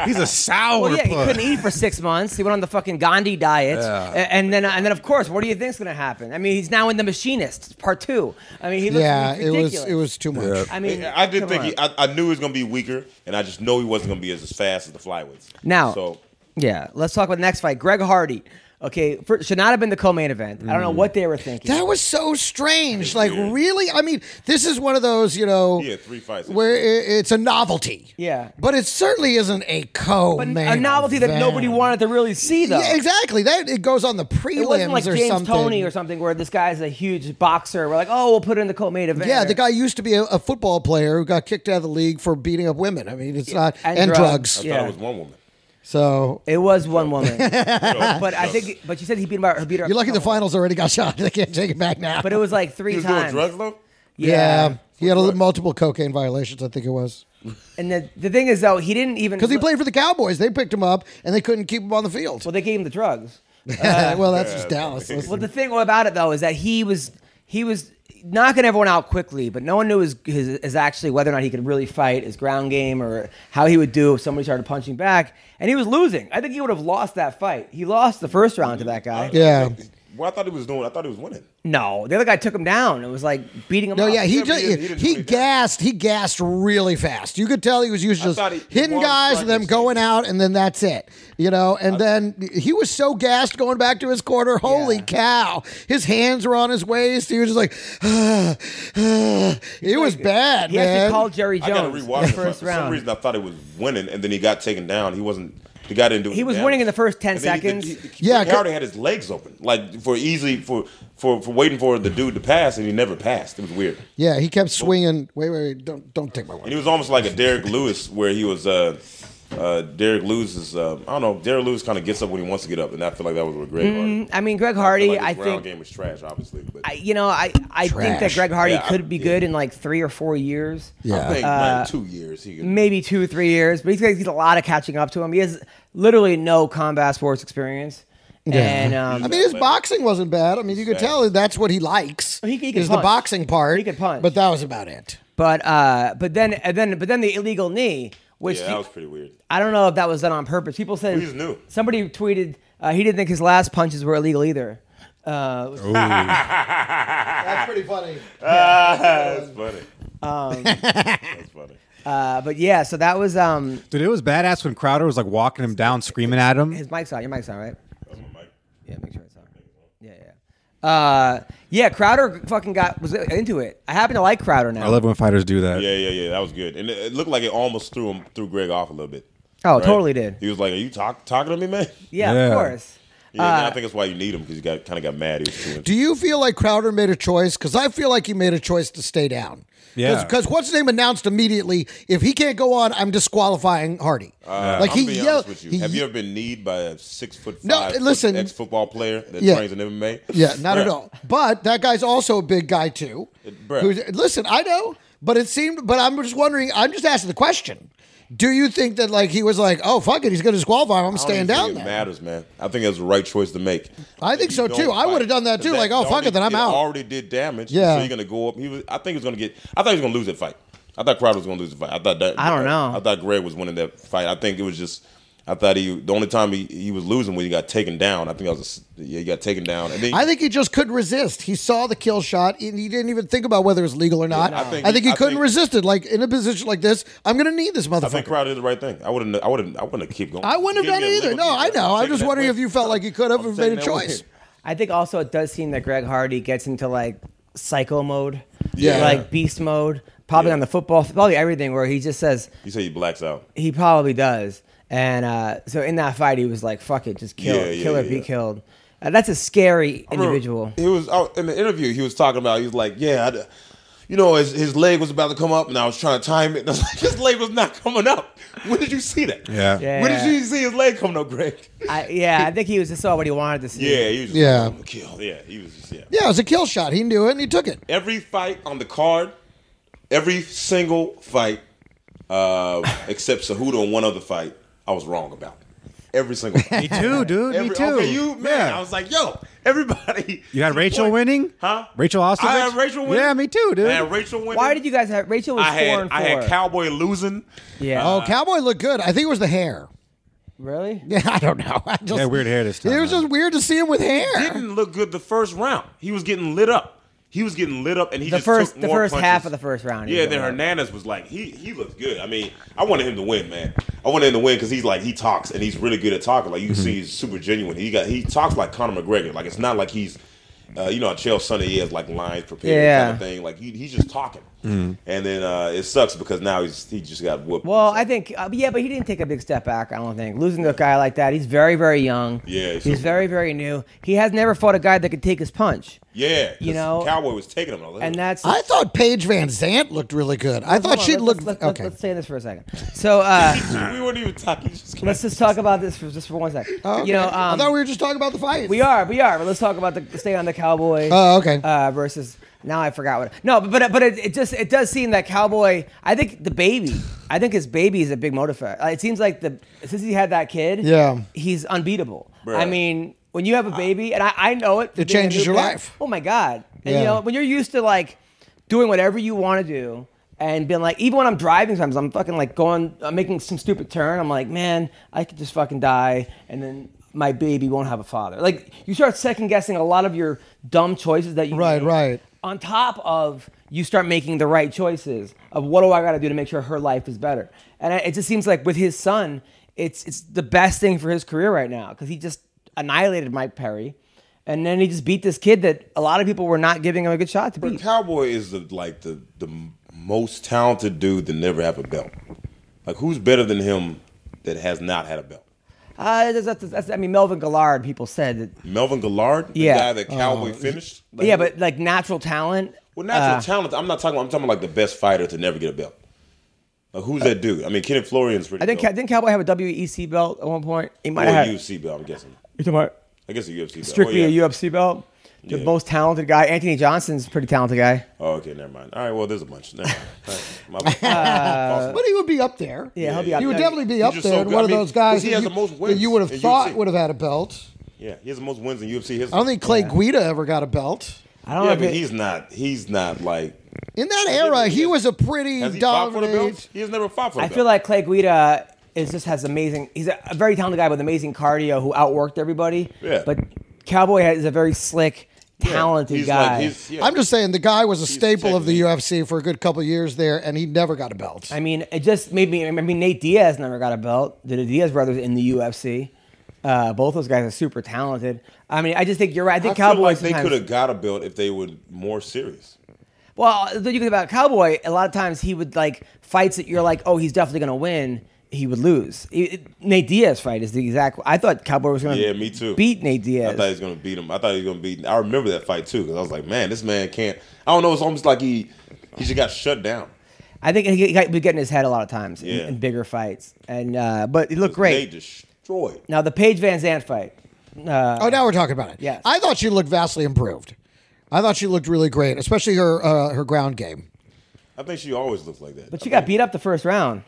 S5: he's a sour
S3: Well, yeah, he
S5: puss.
S3: couldn't eat for six months. He went on the fucking Gandhi diet, A- and then and then of course, what do you think's going to happen? I mean, he's now in the Machinist Part Two. I mean, he looks
S4: yeah, it
S3: ridiculous.
S4: was it was too much.
S3: I mean,
S6: I did
S3: come
S6: think
S3: on.
S6: he, I, I knew he was going to be weaker, and I just know he wasn't going to be as, as fast as the flyweights.
S3: Now-
S6: so
S3: Yeah, let's talk about the next fight. Greg Hardy Okay, for, should not have been the co-main event. I don't know what they were thinking.
S4: Mm. That was so strange. Like, really? I mean, this is one of those, you know,
S6: Yeah, three fights.
S4: where i it's a novelty.
S3: Yeah.
S4: But it certainly isn't a co
S3: But a novelty that nobody wanted to really see, though.
S4: Yeah, exactly. That it goes on the prelims
S3: It wasn't like
S4: or
S3: James
S4: something.
S3: Tony or something where this guy's a huge boxer. We're like, oh, we'll put it in the co-main event.
S4: Yeah, the guy used to be a, a football player who got kicked out of the league for beating up women. I mean, it's not
S3: and
S4: and,
S3: drugs.
S4: drugs.
S6: I
S3: Yeah.
S6: thought it was one woman.
S4: So
S3: It was one woman,
S6: No,
S3: but I
S6: no.
S3: think. But she said he beat him out. He beat her.
S4: you're lucky the
S3: couple-
S4: finals already got shot. They can't take it back now.
S3: But it was like three
S6: he was doing
S3: times.
S6: drugs though.
S4: yeah. he had a, multiple cocaine violations. I think it was
S3: And the, the thing is though, he didn't even
S4: because he played for the Cowboys. They picked him up and they couldn't keep him on the field.
S3: Well, they gave him the drugs.
S4: well, that's just Dallas. listen.
S3: uh, Well, the thing about it though is that he was he was knocking everyone out quickly, but no one knew his, his, his actually whether or not he could really fight his ground game or how he would do if somebody started punching back. And he was losing. I think he would have lost that fight. He lost the first round to that guy.
S4: yeah.
S6: Well, I thought he was doing. I thought he was winning.
S3: No, the other guy took him down. It was like beating him.
S4: No,
S3: up.
S4: yeah, he
S6: Yeah, but
S4: just,
S6: he
S4: he,
S6: didn't- he didn't do it.
S4: gassed. He gassed really fast. You could tell he was usually
S6: thought
S4: just
S6: he- he
S4: hitting
S6: won
S4: guys and then
S6: strikers.
S4: going out, and then that's it. You know, and then he was so gassed going back to his corner. Holy
S3: Yeah.
S4: cow! His hands were on his waist. He was just like, it was bad,
S3: he
S4: man.
S3: actually called Jerry
S6: I gotta
S3: Jones in
S6: rewatch
S3: the
S6: it.
S3: first
S6: For some
S3: round.
S6: reason, I thought he was winning, and then he got taken down. He wasn't. The guy didn't do.
S3: He
S6: any
S3: was
S6: damage.
S3: winning in the first 10
S6: And then
S3: seconds.
S6: He, he,
S4: Yeah,
S6: yeah, he already had his legs open, like for easy for for for waiting for the dude to pass, and he never passed. It was weird,
S4: yeah, he kept swinging. Wait, wait, wait, don't don't take my
S6: and
S4: word.
S6: he was almost like a Derek Lewis, where he was. uh uh, Derek Lewis is, uh, I don't know, Derek Lewis kind of gets up when he wants to get up, and I feel like that was a great mm
S3: I mean, Greg Mm-hmm. Hardy. I,
S6: I feel
S3: think.
S6: like his ground game was trash, obviously. But
S3: I, you know, I, I think that
S4: Trash.
S3: Greg Hardy
S6: Yeah, I-
S3: could be
S6: yeah.
S3: good in like three or four years.
S6: I
S4: Yeah,
S6: think like two years. He could,
S3: uh, maybe two, three years, but he's got he's got a lot of catching up to him. He has literally no combat sports experience, and um,
S4: I mean, his boxing wasn't bad. I mean, you could
S6: Exactly.
S4: tell that's what he likes.
S3: He- he can
S4: is the
S3: punch.
S4: boxing part.
S3: He can punch.
S4: but that was about it.
S3: but uh, but then and then but then the illegal knee, which
S6: yeah,
S3: the-
S6: that was pretty weird.
S3: I don't know if that was done on purpose. People said
S6: He's new.
S3: Somebody tweeted uh, he didn't think his last punches were illegal either. Uh,
S4: That's pretty funny.
S6: That's funny.
S3: Um,
S6: That's funny.
S3: uh, but yeah, so that was um,
S5: Dude, it was badass when Crowder was like walking him down, screaming at him.
S3: his mic's on. Your mic's on, right?
S6: That's my mic.
S3: Yeah, make sure it's on. Yeah, yeah. Uh, yeah, Crowder fucking got was into it. I happen to like Crowder now.
S5: I love when fighters do that.
S6: Yeah, yeah, yeah. That was good, and it, it looked like it almost threw him threw Greg off a little bit.
S3: Oh, totally did.
S6: He was like, "Are you talk, talking to me, man?"
S3: yeah, of
S5: Yeah.
S3: course.
S6: Yeah,
S3: Uh,
S6: and I think that's why you need him because he got kind of got mad. He was too.
S4: Do you feel like Crowder made a choice? Because I feel like he made a choice to stay down.
S5: Yeah.
S4: Because what's his name announced immediately? If he can't go on, I'm disqualifying Hardy. like
S6: Uh, I'm
S4: he
S6: being
S4: yelled.
S6: honest with you.
S4: he-
S6: Have you ever been kneed by a six foot
S4: No,
S6: five
S4: listen.
S6: ex football player that
S4: Yeah.
S6: trains in MMA?
S4: yeah, not at
S6: Bruh, Uh,
S4: all. But that guy's also a big guy too.
S6: Bruh.
S4: Who's- listen, I know, but it seemed. But I'm just wondering. I'm just asking the question. Do you think that like he was like, oh fuck it, he's going to disqualify him. I'm
S6: I don't
S4: staying
S6: even
S4: down
S6: think
S4: there.
S6: It matters, man. I think that's the right choice to make.
S4: I think so, too. I would've done that, too. Like, oh, fuck it, then I'm out.
S6: Already did damage.
S4: Yeah.
S6: Yeah. So you're gonna go up. He was. I think he was gonna get. I thought he was gonna lose that fight. I thought Crowder was gonna lose the fight. I thought that.
S3: I don't know.
S6: I thought Greg was winning that fight. I think it was just. I thought he. The only time he, he was losing when he got taken down. I think I was. a s yeah, he got taken down. And then
S4: I think he just couldn't resist. He saw the kill shot and he didn't even think about whether it was legal or not. I, think,
S6: think-
S4: he
S6: I
S4: couldn't
S6: think-
S4: resist it. Like in a position like this, I'm going to need this
S6: I think
S4: motherfucker.
S6: Crowder did the right thing. I wouldn't. I wouldn't. I wouldn't have kept going.
S4: I wouldn't have
S6: Give
S4: done
S6: me
S4: it
S6: a
S4: either.
S6: legal
S4: No,
S6: kick.
S4: I know.
S6: I'm
S4: I'm
S6: taking
S4: just
S6: that
S4: wondering
S6: win.
S4: if you felt like you could have
S6: I'm
S4: and made
S6: taking
S4: a
S6: that win.
S4: choice.
S3: I think also it does seem that Greg Hardy gets into like psycho mode,
S4: Yeah.
S3: like beast mode, probably
S6: Yeah.
S3: on the football, probably everything. Where he just says
S6: You say he blacks out.
S3: he probably does, and uh, so in that fight he was like, "Fuck it, just kill,
S6: Yeah,
S3: it,
S6: yeah,
S3: kill or
S6: yeah.
S3: be killed." Uh, that's a scary individual.
S6: He was out in the interview. He was talking about. He was like, "Yeah, I d you know, his, his leg was about to come up, and I was trying to time it. And I was like, his leg was not coming up. When did you see that?
S5: Yeah.
S3: Yeah.
S6: When did you see his leg coming up, Greg?
S3: I, yeah, I think he was just saw what he wanted to see.
S6: Yeah, he was. Just
S4: Yeah.
S6: Like, "I'm gonna kill. Yeah, he was. Just, yeah.
S4: Yeah, it was a kill shot. He knew it and he took it.
S6: Every fight on the card, every single fight, uh, except Cejudo and one other fight, I was wrong about. Every single. Fight.
S5: Me too, dude.
S6: Every,
S5: Me too.
S6: Okay, you man.
S5: Yeah.
S6: I was like, yo, everybody.
S5: You had Rachel winning?
S6: Huh?
S5: Rachel Austin?
S6: I had Rachel winning.
S5: Yeah, me too, dude.
S6: I had Rachel winning.
S3: Why did you guys have Rachel was
S6: I
S3: four
S6: had
S3: and four?
S6: I had Cowboy losing.
S3: yeah.
S4: Oh, Cowboy looked good. I think it was the hair.
S3: really?
S4: Yeah, I don't know. I just,
S5: Yeah, weird hair this time.
S4: It was
S5: huh?
S4: just weird to see him with hair.
S6: Didn't look good the first round. He was getting lit up. He was getting lit up, and he
S3: The
S6: just
S3: first-
S6: took
S3: the
S6: more
S3: first
S6: punches.
S3: half of the first round, he
S6: Yeah,
S3: was
S6: then
S3: going
S6: Hernandez was like, he he looked good. I mean, I wanted him to win, man. I wanted him to win because he's like he talks and he's really good at talking. Like you can see, he's super genuine. He got he talks like Conor McGregor. Like it's not like he's, uh, you know, how Chael Sonnen he has like lines prepared kind
S3: Yeah.
S6: of thing. Like he, he's just talking. And then uh, it sucks because now he's he just got whooped.
S3: Well, I think uh, yeah, but he didn't take a big step back. I don't think losing to a guy like that. He's very, very young.
S6: Yeah,
S3: he's,
S6: so-
S3: very, very new. He has never fought a guy that could take his punch,
S6: yeah, 'cause
S3: you know,
S6: Cowboy was taking him. I was like,
S3: and that's.
S4: I thought Paige Van Zant looked really good. I thought
S3: Hold on,
S4: she
S3: let's-
S4: looked
S3: Let's, let's,
S4: okay.
S3: let's stay in this for a second. So uh,
S6: we weren't even talking. Just
S3: let's just talk about this for just for one second.
S4: Oh,
S3: You know,
S4: okay. I
S3: um,
S4: thought we were just talking about the fight.
S3: we are, we are. But let's talk about the stay on the cowboy.
S4: Oh, okay.
S3: uh, versus now I forgot what. No, but but, but it, it just it does seem that Cowboy. I think the baby. I think his baby is a big motivator. Uh, It seems like the since he had that kid,
S4: Yeah.
S3: he's unbeatable. I
S6: Bruh.
S3: mean, when you have a baby, and I, I know it. from
S4: It
S3: being a
S4: changes
S3: new
S4: your
S3: parent,
S4: life.
S3: Oh my god! And
S4: Yeah.
S3: you know when you're used to like doing whatever you want to do. And being like, even when I'm driving, sometimes I'm fucking like going, I'm making some stupid turn. I'm like, man, I could just fucking die, and then my baby won't have a father. Like, you start second guessing a lot of your dumb choices that you
S4: Right,
S3: make
S4: right.
S3: on top of you start making the right choices of what do I got to do to make sure her life is better. And I- it just seems like with his son, it's it's the best thing for his career right now because he just annihilated Mike Perry, and then he just beat this kid that a lot of people were not giving him a good shot to
S6: But
S3: beat.
S6: Cowboy is the like the the m- most talented dude to never have a belt. Like who's better than him that has not had a belt?
S3: Uh, that's, that's, that's, I mean, Melvin Gillard. People said that.
S6: Melvin Gillard, the
S3: Yeah. Uh,
S6: guy that Cowboy finished. Like,
S3: yeah, but uh, like natural talent.
S6: well, natural talent. I'm not talking. I'm talking like the best fighter to never get a belt. Like who's that dude? I mean, Kenneth Florian's pretty.
S3: I think
S6: dope.
S3: didn't Cowboy have a WEC belt at one point? He might
S6: or a
S3: have.
S6: UFC belt. I'm guessing.
S3: You're talking about
S6: I guess a UFC belt.
S3: strictly
S6: oh, yeah.
S3: a UFC belt. The
S6: Yeah.
S3: most talented guy, Anthony Johnson's a pretty talented guy.
S6: Oh, okay, never mind. All right, well, there's a bunch. Never mind. All right, my
S3: Uh,
S6: bad.
S4: but he would be up there.
S3: Yeah, he'll be
S6: Yeah,
S3: up
S4: He would
S3: there.
S4: definitely be
S6: He's
S4: up
S6: just so
S4: there.
S6: good.
S4: one
S6: I
S4: of
S6: mean,
S4: those guys
S6: 'cause he
S4: that
S6: has
S4: you,
S6: the most
S4: that
S6: wins
S4: you would
S6: in
S4: have thought
S6: UFC.
S4: would have had a belt.
S6: yeah, he has the most wins in UFC history.
S4: I don't think Clay Guida ever got a belt.
S3: I don't
S6: Yeah,
S3: know.
S6: but
S3: if it-
S6: he's not. He's not like
S4: In that era, he was a pretty
S6: Has he fought for the
S4: dominant.
S6: Bills? He has never fought for the
S3: I feel like Clay Guida is just has amazing. He's a, a very talented guy with amazing cardio who outworked everybody.
S6: Yeah.
S3: But Cowboy is a very slick, talented
S6: he's
S3: guy.
S6: Like, he's, yeah.
S4: I'm just saying the guy was a staple of the
S6: technique.
S4: UFC for a good couple years there, and he never got a belt.
S3: I mean, it just made me. I mean, Nate Diaz never got a belt. The Diaz brothers in the UFC. Uh, both those guys are super talented. I mean, I just think you're right. I
S6: I
S3: think
S6: feel
S3: Cowboy.
S6: like they
S3: sometimes-
S6: could have got a belt if they were more serious.
S3: Well, the thing about Cowboy, a lot of times he would like fights that you're like, oh, he's definitely gonna win. He would lose. It- it- Nate Diaz fight is the exact. I thought Cowboy was gonna
S6: Yeah, me too.
S3: beat Nate Diaz.
S6: I thought he was gonna beat him. I thought he was gonna beat. I remember that fight too because I was like, man, this man can't. I don't know. It's almost like he he just got shut down.
S3: I think he got, would get in his head a lot of times
S6: Yeah.
S3: in, in bigger fights, and uh, but he looked great.
S6: They destroyed.
S3: Now the Paige Van Zandt fight,
S4: oh, now we're talking about it.
S3: Yes.
S4: I thought she looked vastly improved. I thought she looked really great, especially her uh, her ground game.
S6: I think she always looked like that.
S3: but she got beat up the first round.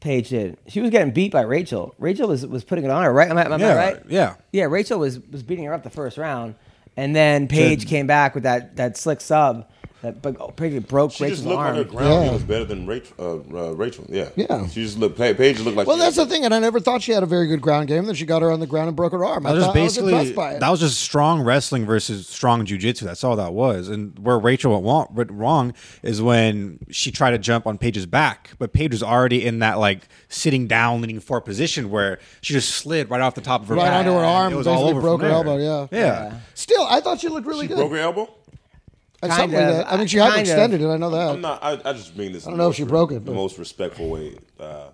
S3: Paige did. She was getting beat by Rachel. Rachel was, was putting it on her, right? Am I, am
S5: Yeah,
S3: I right?
S5: yeah.
S3: Yeah, Rachel was, was beating her up the first round, and then Paige
S5: Good.
S3: came back with that, that slick sub that but pretty broke
S6: She
S3: Rachel's
S6: just looked
S3: arm.
S6: on her ground.
S4: Yeah.
S6: It was better than Rachel. Uh, uh, Rachel. Yeah.
S4: Yeah.
S6: She just looked. Pa- Paige looked like.
S4: Well,
S6: she
S4: that's
S6: had-
S4: the thing, and I never thought she had a very good ground game. Then she got her on the ground and broke her arm. I,
S5: That was just
S4: thought,
S5: basically
S4: I was impressed by it.
S5: that was just strong wrestling versus strong jujitsu. That's all that was. And where Rachel went wrong, went wrong is when she tried to jump on Paige's back, but Paige was already in that like sitting down, leaning forward position where she just slid right off the top of her
S4: Right
S5: back.
S4: onto her
S5: And
S4: arm,
S5: It was
S4: basically
S5: all over
S4: broke
S5: from
S4: her
S5: there.
S4: elbow, yeah.
S5: yeah,
S4: Still, I thought she looked really
S6: She
S4: good.
S6: broke her elbow.
S4: Or
S3: Kind
S4: something like
S3: of.
S4: that. I mean, she
S3: Kind of.
S4: hyperextended it. I know that.
S6: I'm not. I, I just mean this.
S4: Uh,
S6: I
S4: don't know if she broke it,
S6: The
S4: but-
S6: most respectful way. Uh,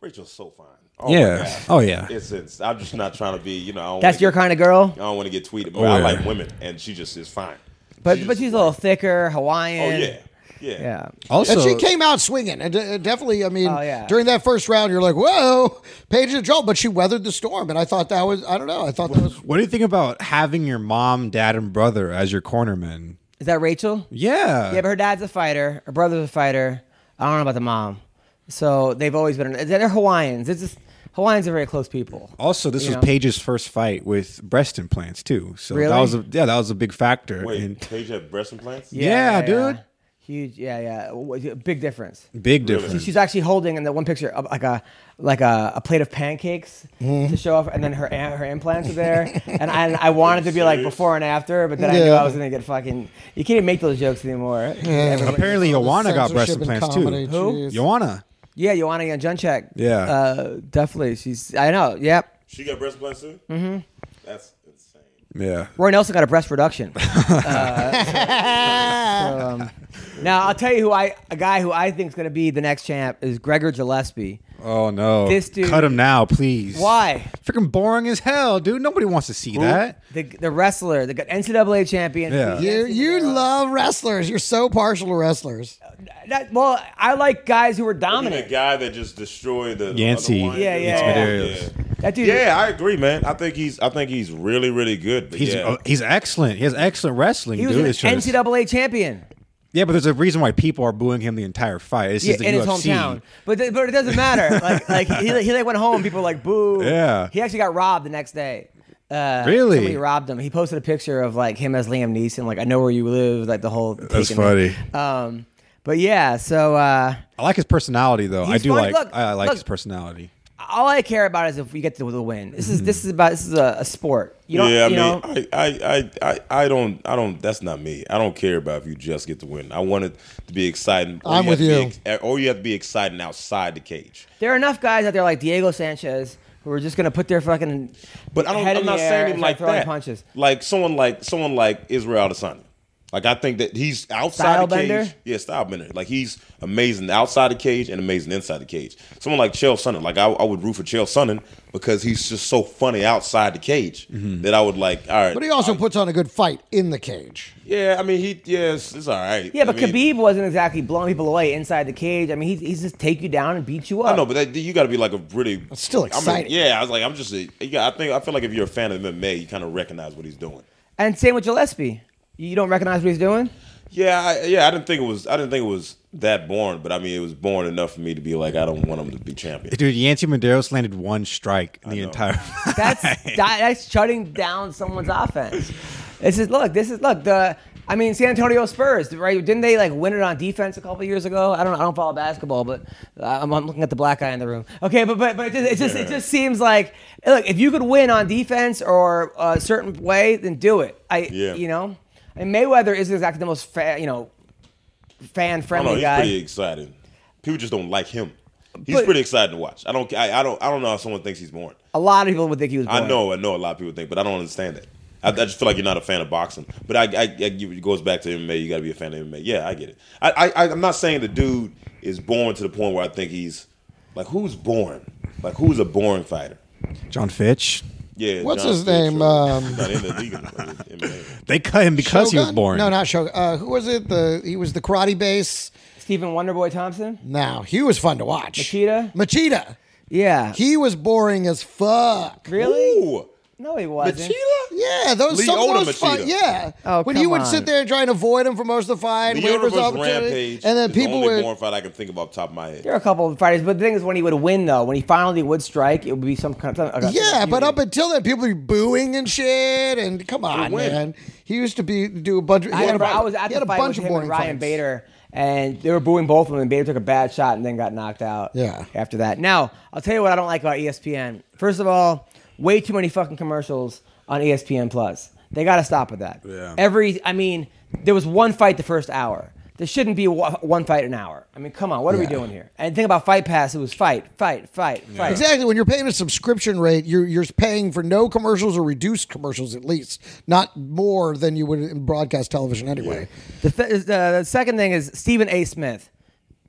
S6: Rachel's so fine. Oh
S5: Yeah.
S6: My God.
S5: Oh, yeah.
S6: It's, it's. I'm just not trying to be. You know. I don't
S3: That's
S6: wanna
S3: your
S6: get-
S3: kind of girl,
S6: I don't want to get tweeted, but
S5: Oh,
S6: I
S5: yeah.
S6: like women, and she just is fine.
S3: but
S6: She
S3: but
S6: just-
S3: she's a little thicker,
S6: Oh
S3: Hawaiian.
S6: yeah. Yeah.
S3: yeah.
S5: Also,
S4: and she came out swinging, and uh, definitely, I mean,
S3: Oh, yeah.
S4: during that first round, you're like, "Whoa, Paige and Joel," but she weathered the storm, and I thought that was, I don't know, I thought that was
S5: what do you think about having your mom, dad, and brother as your cornerman?
S3: Is that Rachel?
S5: Yeah,
S3: Yeah, but her dad's a fighter. Her brother's a fighter. I don't know about the mom. So they've always been. They're Hawaiians. It's just Hawaiians are very close people.
S5: Also, this
S3: You
S5: was
S3: know?
S5: Paige's first fight with breast implants too. So
S3: Really?
S5: that was a, yeah, that was a big factor.
S6: Wait,
S5: And-
S6: Paige had breast implants.
S5: yeah, dude.
S3: Huge, yeah, yeah, W- big difference.
S5: Big
S6: Really?
S5: difference.
S3: She's actually holding in the one picture uh, like a like a, a plate of pancakes
S4: Mm-hmm.
S3: to show off, and then her am- her implants are there, and I, and I wanted to be like before and after, but then I knew
S4: Yeah.
S3: I was gonna get fucking. You can't even make those jokes anymore.
S5: Apparently, Joanna got breast
S4: Censorship and
S5: implants too.
S4: comedy,
S3: Who?
S4: jeez.
S5: Joanna.
S3: Yeah, Joanna Janchak.
S5: Yeah.
S3: uh, definitely. She's. I know. Yep.
S6: She got breast implants too. Mm-hmm. That's insane.
S5: Yeah.
S3: Roy Nelson got a breast reduction. Uh, so, um, now I'll tell you who I a guy who I think is going to be the next champ is Gregor Gillespie.
S5: Oh no.
S3: This dude-
S5: Cut him now, please.
S3: Why?
S5: Freaking boring as hell, dude. Nobody wants to see that.
S3: The, the wrestler, the NCAA champion.
S5: Yeah.
S4: You, you love wrestlers. You're so partial to wrestlers.
S3: That- well, I like guys who are
S6: I mean,
S3: dominant.
S6: the guy that just destroyed the
S5: Yancey.
S6: other one.
S3: Yeah, yeah, yeah.
S5: Materials.
S3: That dude.
S6: Yeah, I agree, man. I think he's I think he's really really good. But
S5: He's
S6: yeah.
S5: uh, he's excellent. He has excellent wrestling,
S3: He was
S5: dude.
S3: an
S5: It's just-
S3: NCAA champion.
S5: Yeah, but there's a reason why people are booing him the entire fight. It's
S3: Yeah,
S5: just the
S3: in his
S5: UFC.
S3: hometown, but th- but it doesn't matter. Like like he, he like went home. People were like boo.
S5: Yeah.
S3: He actually got robbed the next day. Uh,
S5: Really?
S3: Somebody robbed him. He posted a picture of like him as Liam Neeson. Like I know where you live. Like the whole.
S5: That's
S3: taking-
S5: funny.
S3: Um, but yeah. So uh,
S5: Uh, I like his personality though. I
S3: He's
S5: do
S3: funny.
S5: like
S3: Look,
S5: I, I like
S3: look.
S5: his personality.
S3: all I care about is if we get to the win. This is this is about this is a, a sport. You don't.
S6: yeah, I
S3: you
S6: mean,
S3: know,
S6: I, I, I, I, I don't, I don't. That's not me. I don't care about if you just get to win. I want it to be exciting. Or
S4: I'm
S6: have
S4: with
S6: to be
S4: you.
S6: ex- or you have to be exciting outside the cage.
S3: There are enough guys out there like Diego Sanchez who are just gonna put their fucking
S6: But I don't.
S3: head
S6: I'm
S3: in the
S6: not
S3: air
S6: saying
S3: and
S6: him
S3: start
S6: like
S3: throwing
S6: that.
S3: punches.
S6: Like someone like someone like Israel Adesanya. Like I think that he's outside
S3: Style
S6: the cage.
S3: bender?
S6: Yeah, style bender. Like he's amazing outside the cage and amazing inside the cage. Someone like Chael Sonnen. Like I, I would root for Chael Sonnen because he's just so funny outside the cage that I would like. All right,
S4: Mm-hmm. But he
S3: Uh,
S4: also puts on a good fight in the cage.
S6: yeah. I mean, he yeah, it's, it's all right.
S3: Yeah, but
S6: I mean,
S3: Khabib wasn't exactly blowing people away inside the cage. I mean, he's, he's just take you down and beat you up.
S6: I know, but that, you got to be like a really.
S4: It's still
S6: I mean,
S4: exciting.
S6: yeah, I was like, I'm just. A, yeah, I think I feel like if you're a fan of MMA, you kind of recognize what he's doing.
S3: and same with Gillespie. You don't recognize what he's doing?
S6: Yeah, I, yeah. I didn't think it was. I didn't think it was that boring, but I mean, it was boring enough for me to be like, I don't want him to be champion.
S5: Dude, Yancy Medeiros landed one strike in the entire
S3: That's that, that's shutting down someone's offense. This is look. This is look. The I mean, San Antonio Spurs, right? Didn't they like win it on defense a couple years ago? I don't. I don't follow basketball, but uh, I'm, I'm looking at the black guy in the room. Okay, but but but it just it just, it just seems like look. If you could win on defense or a certain way, then do it. I
S6: Yeah.
S3: you know, and Mayweather isn't exactly the most fa- you know fan
S6: I don't know.
S3: friendly
S6: Oh, He's
S3: guy.
S6: pretty exciting. People just don't like him. He's
S3: But-
S6: pretty exciting to watch. I don't. I, I don't. I don't know how someone thinks he's boring.
S3: a lot of people would think he was. Boring.
S6: I know. I know. A lot of people think, but I don't understand that. I, I just feel like you're not a fan of boxing. But I, I, I it goes back to MMA. You got to be a fan of MMA. Yeah, I get it. I, I, I- I'm not saying the dude is boring to the point where I think he's like, who's boring? Like, who's a boring fighter?
S5: John Fitch.
S6: Yeah.
S4: What's
S6: John
S4: his
S6: Cena,
S4: name?
S6: sure.
S4: Um,
S6: not in the league. of MMA.
S5: They cut him because he was
S4: Shogun?
S5: boring.
S4: No, not Shogun. Uh, who was it? The he was the karate base.
S3: Stephen Wonderboy Thompson.
S4: Now he was fun to watch.
S3: Machida?
S4: Machida.
S3: Yeah.
S4: He was boring as fuck.
S3: really?
S6: Ooh,
S3: No, he wasn't.
S6: Machida?
S4: Yeah, those some
S6: Leota
S4: of those fight,
S6: Machida.
S4: yeah.
S3: Oh,
S4: when
S3: come
S4: you would
S3: on.
S4: sit there and try and avoid him for most of the fight,
S6: The
S4: wait for his
S6: Universe
S4: opportunity,
S6: Rampage.
S4: and then
S6: is the
S4: people
S6: only
S4: would
S6: boring fight I can think of off the top of my head.
S3: There are a couple of fighters, but the thing is, when he would win, though, when he finally would strike, it would be some kind of
S4: Yeah, but up until then, people be booing and shit. And come on,
S6: win.
S4: man. He used to be do a bunch. Of,
S3: I,
S4: he had
S3: remember,
S4: a-
S3: I was at
S4: he
S3: the
S4: had a
S3: fight
S4: bunch
S3: with
S4: of
S3: him and
S4: boring
S3: Ryan
S4: fights.
S3: Bader, and they were booing both of them, and Bader took a bad shot and then got knocked out.
S4: Yeah.
S3: After that, now I'll tell you what I don't like about E ESPN. First of all, way too many fucking commercials on E ESPN Plus. They got to stop with that.
S5: Yeah.
S3: Every, I mean, there was one fight the first hour. There shouldn't be wa- one fight an hour. I mean, come on, what are we
S4: Yeah.
S3: doing here? And think about Fight Pass. It was fight, fight, fight, fight.
S4: Exactly. When you're paying a subscription rate, you're you're paying for no commercials or reduced commercials at least, not more than you would in broadcast television anyway.
S3: The, th- is, uh, the second thing is Stephen A. Smith.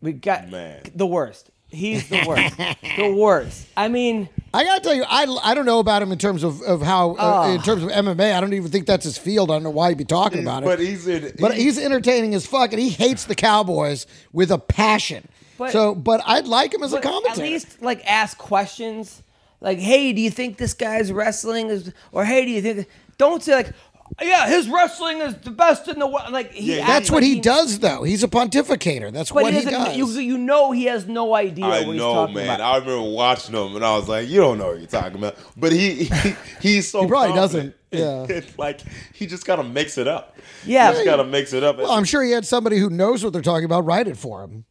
S3: We got
S6: Man.
S3: the worst. He's the worst. the worst. I mean,
S4: I gotta tell you, I, I don't know about him in terms of, of how uh, in terms of MMA. I don't even think that's his field. I don't know why he'd be talking about it.
S6: But Ah. he's in.
S4: But he's entertaining as fuck, and he hates the Cowboys with a passion.
S3: But-
S4: so, but I'd like him as a
S3: but at
S4: commentator.
S3: least like ask questions. Like, hey, do you think this guy's wrestling is? Or hey, do you think? Don't say like, yeah, his wrestling is the best in the world. Like he
S6: Yeah,
S3: acts
S4: That's what
S3: like
S4: he does, though. He's a pontificator. That's
S3: But
S4: what
S3: he
S4: he
S3: doesn't.
S4: does.
S3: You, you know he has no idea
S6: I
S3: what he's
S6: know,
S3: talking
S6: man.
S3: about.
S6: I remember watching him, and I was like, "You don't know what you're talking about." But he, he he's so
S4: He probably
S6: confident.
S4: doesn't, yeah.
S6: It's like he just gotta mix it up.
S3: Yeah.
S6: he just gotta mix it up.
S4: Well, I'm sure he had somebody who knows what they're talking about write it for him.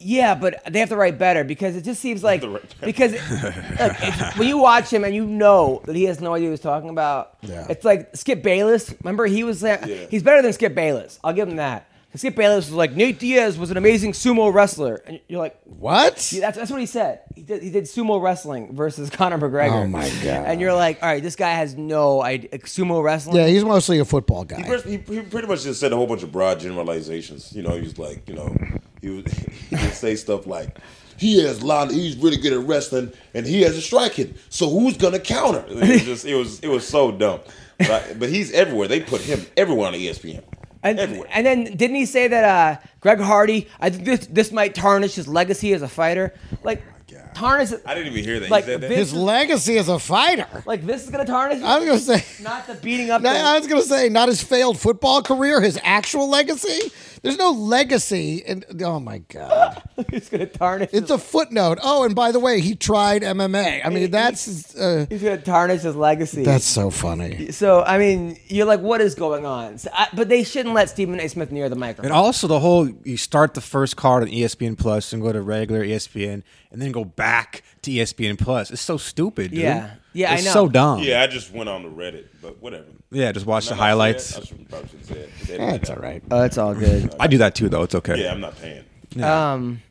S3: Yeah, but they have to write better because it just seems like
S6: to write better.
S3: because look, it's- when you watch him and you know that he has no idea what he's talking about.
S4: Yeah.
S3: It's like Skip Bayless. Remember he was there. He's better than Skip Bayless. I'll give him that. 'Cause Skip Bayless was like Nate Diaz was an amazing sumo wrestler, and you're like,
S4: What?
S3: Yeah, that's, that's what he said. He did, he did sumo wrestling versus Conor McGregor.
S4: Oh, my God.
S3: And you're like, all right, this guy has no idea. like, Sumo wrestling.
S4: Yeah, he's mostly a football guy.
S6: He, he pretty much just said a whole bunch of broad generalizations. You know, he was like, you know, he would, he would say stuff like, "He has a lot. He's really good at wrestling, and he has a strike hit. So who's gonna counter?" It was just, it was, it was so dumb. But, but he's everywhere. They put him everywhere on E ESPN.
S3: and,
S6: everywhere.
S3: and then didn't he say that uh, Greg Hardy? I think this this might tarnish his legacy as a fighter. Like
S6: Oh
S3: tarnish.
S6: I didn't even hear that. He
S3: Like,
S6: said that?
S3: this
S4: His
S3: is-
S4: legacy as a fighter.
S3: like this is gonna tarnish.
S4: I was gonna say.
S3: not the beating up.
S4: No,
S3: thing.
S4: I was gonna say not his failed football career, his actual legacy. There's no legacy, and oh my god,
S3: He's gonna tarnish. his,
S4: it's a footnote. Oh, and by the way, he tried MMA. I mean, that's uh,
S3: he's gonna tarnish his legacy.
S4: that's so funny.
S3: so I mean, you're like, what is going on? So I, but they shouldn't let Stephen A. Smith near the microphone.
S5: And also the whole you start the first card on E ESPN Plus and go to regular E ESPN and then go back to E ESPN Plus. It's so stupid, dude.
S3: Yeah. Yeah, I
S5: it's
S3: know.
S5: so dumb.
S6: Yeah, I just went on to Reddit, but whatever.
S5: Oh. Yeah, just watch the
S6: Not- not
S5: highlights.
S6: saying that. I should- probably shouldn't say it. They didn't
S4: That's
S6: do
S4: all
S6: that.
S4: right.
S3: oh, it's all good.
S5: I do that too though. It's okay.
S6: Yeah, I'm not paying.
S3: Um,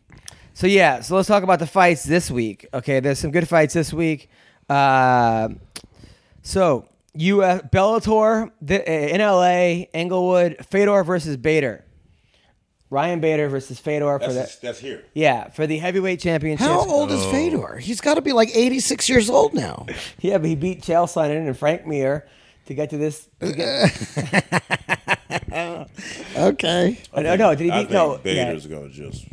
S3: so yeah, so let's talk about the fights this week. Okay, there's some good fights this week. Uh, so you uh, Bellator the, uh, in LA, Englewood, Fedor versus Bader, Ryan Bader versus Fedor for
S6: That's
S3: that.
S6: that's here.
S3: Yeah, for the heavyweight championship.
S4: How old is Fedor? He's got to be like 86 years old now.
S3: Yeah, but he beat Chael Sonnen and Frank Mir to get to this. to get-
S4: Okay,
S3: oh, no, no, did he beat
S6: I think
S3: no? yeah.
S6: Bader's gonna just.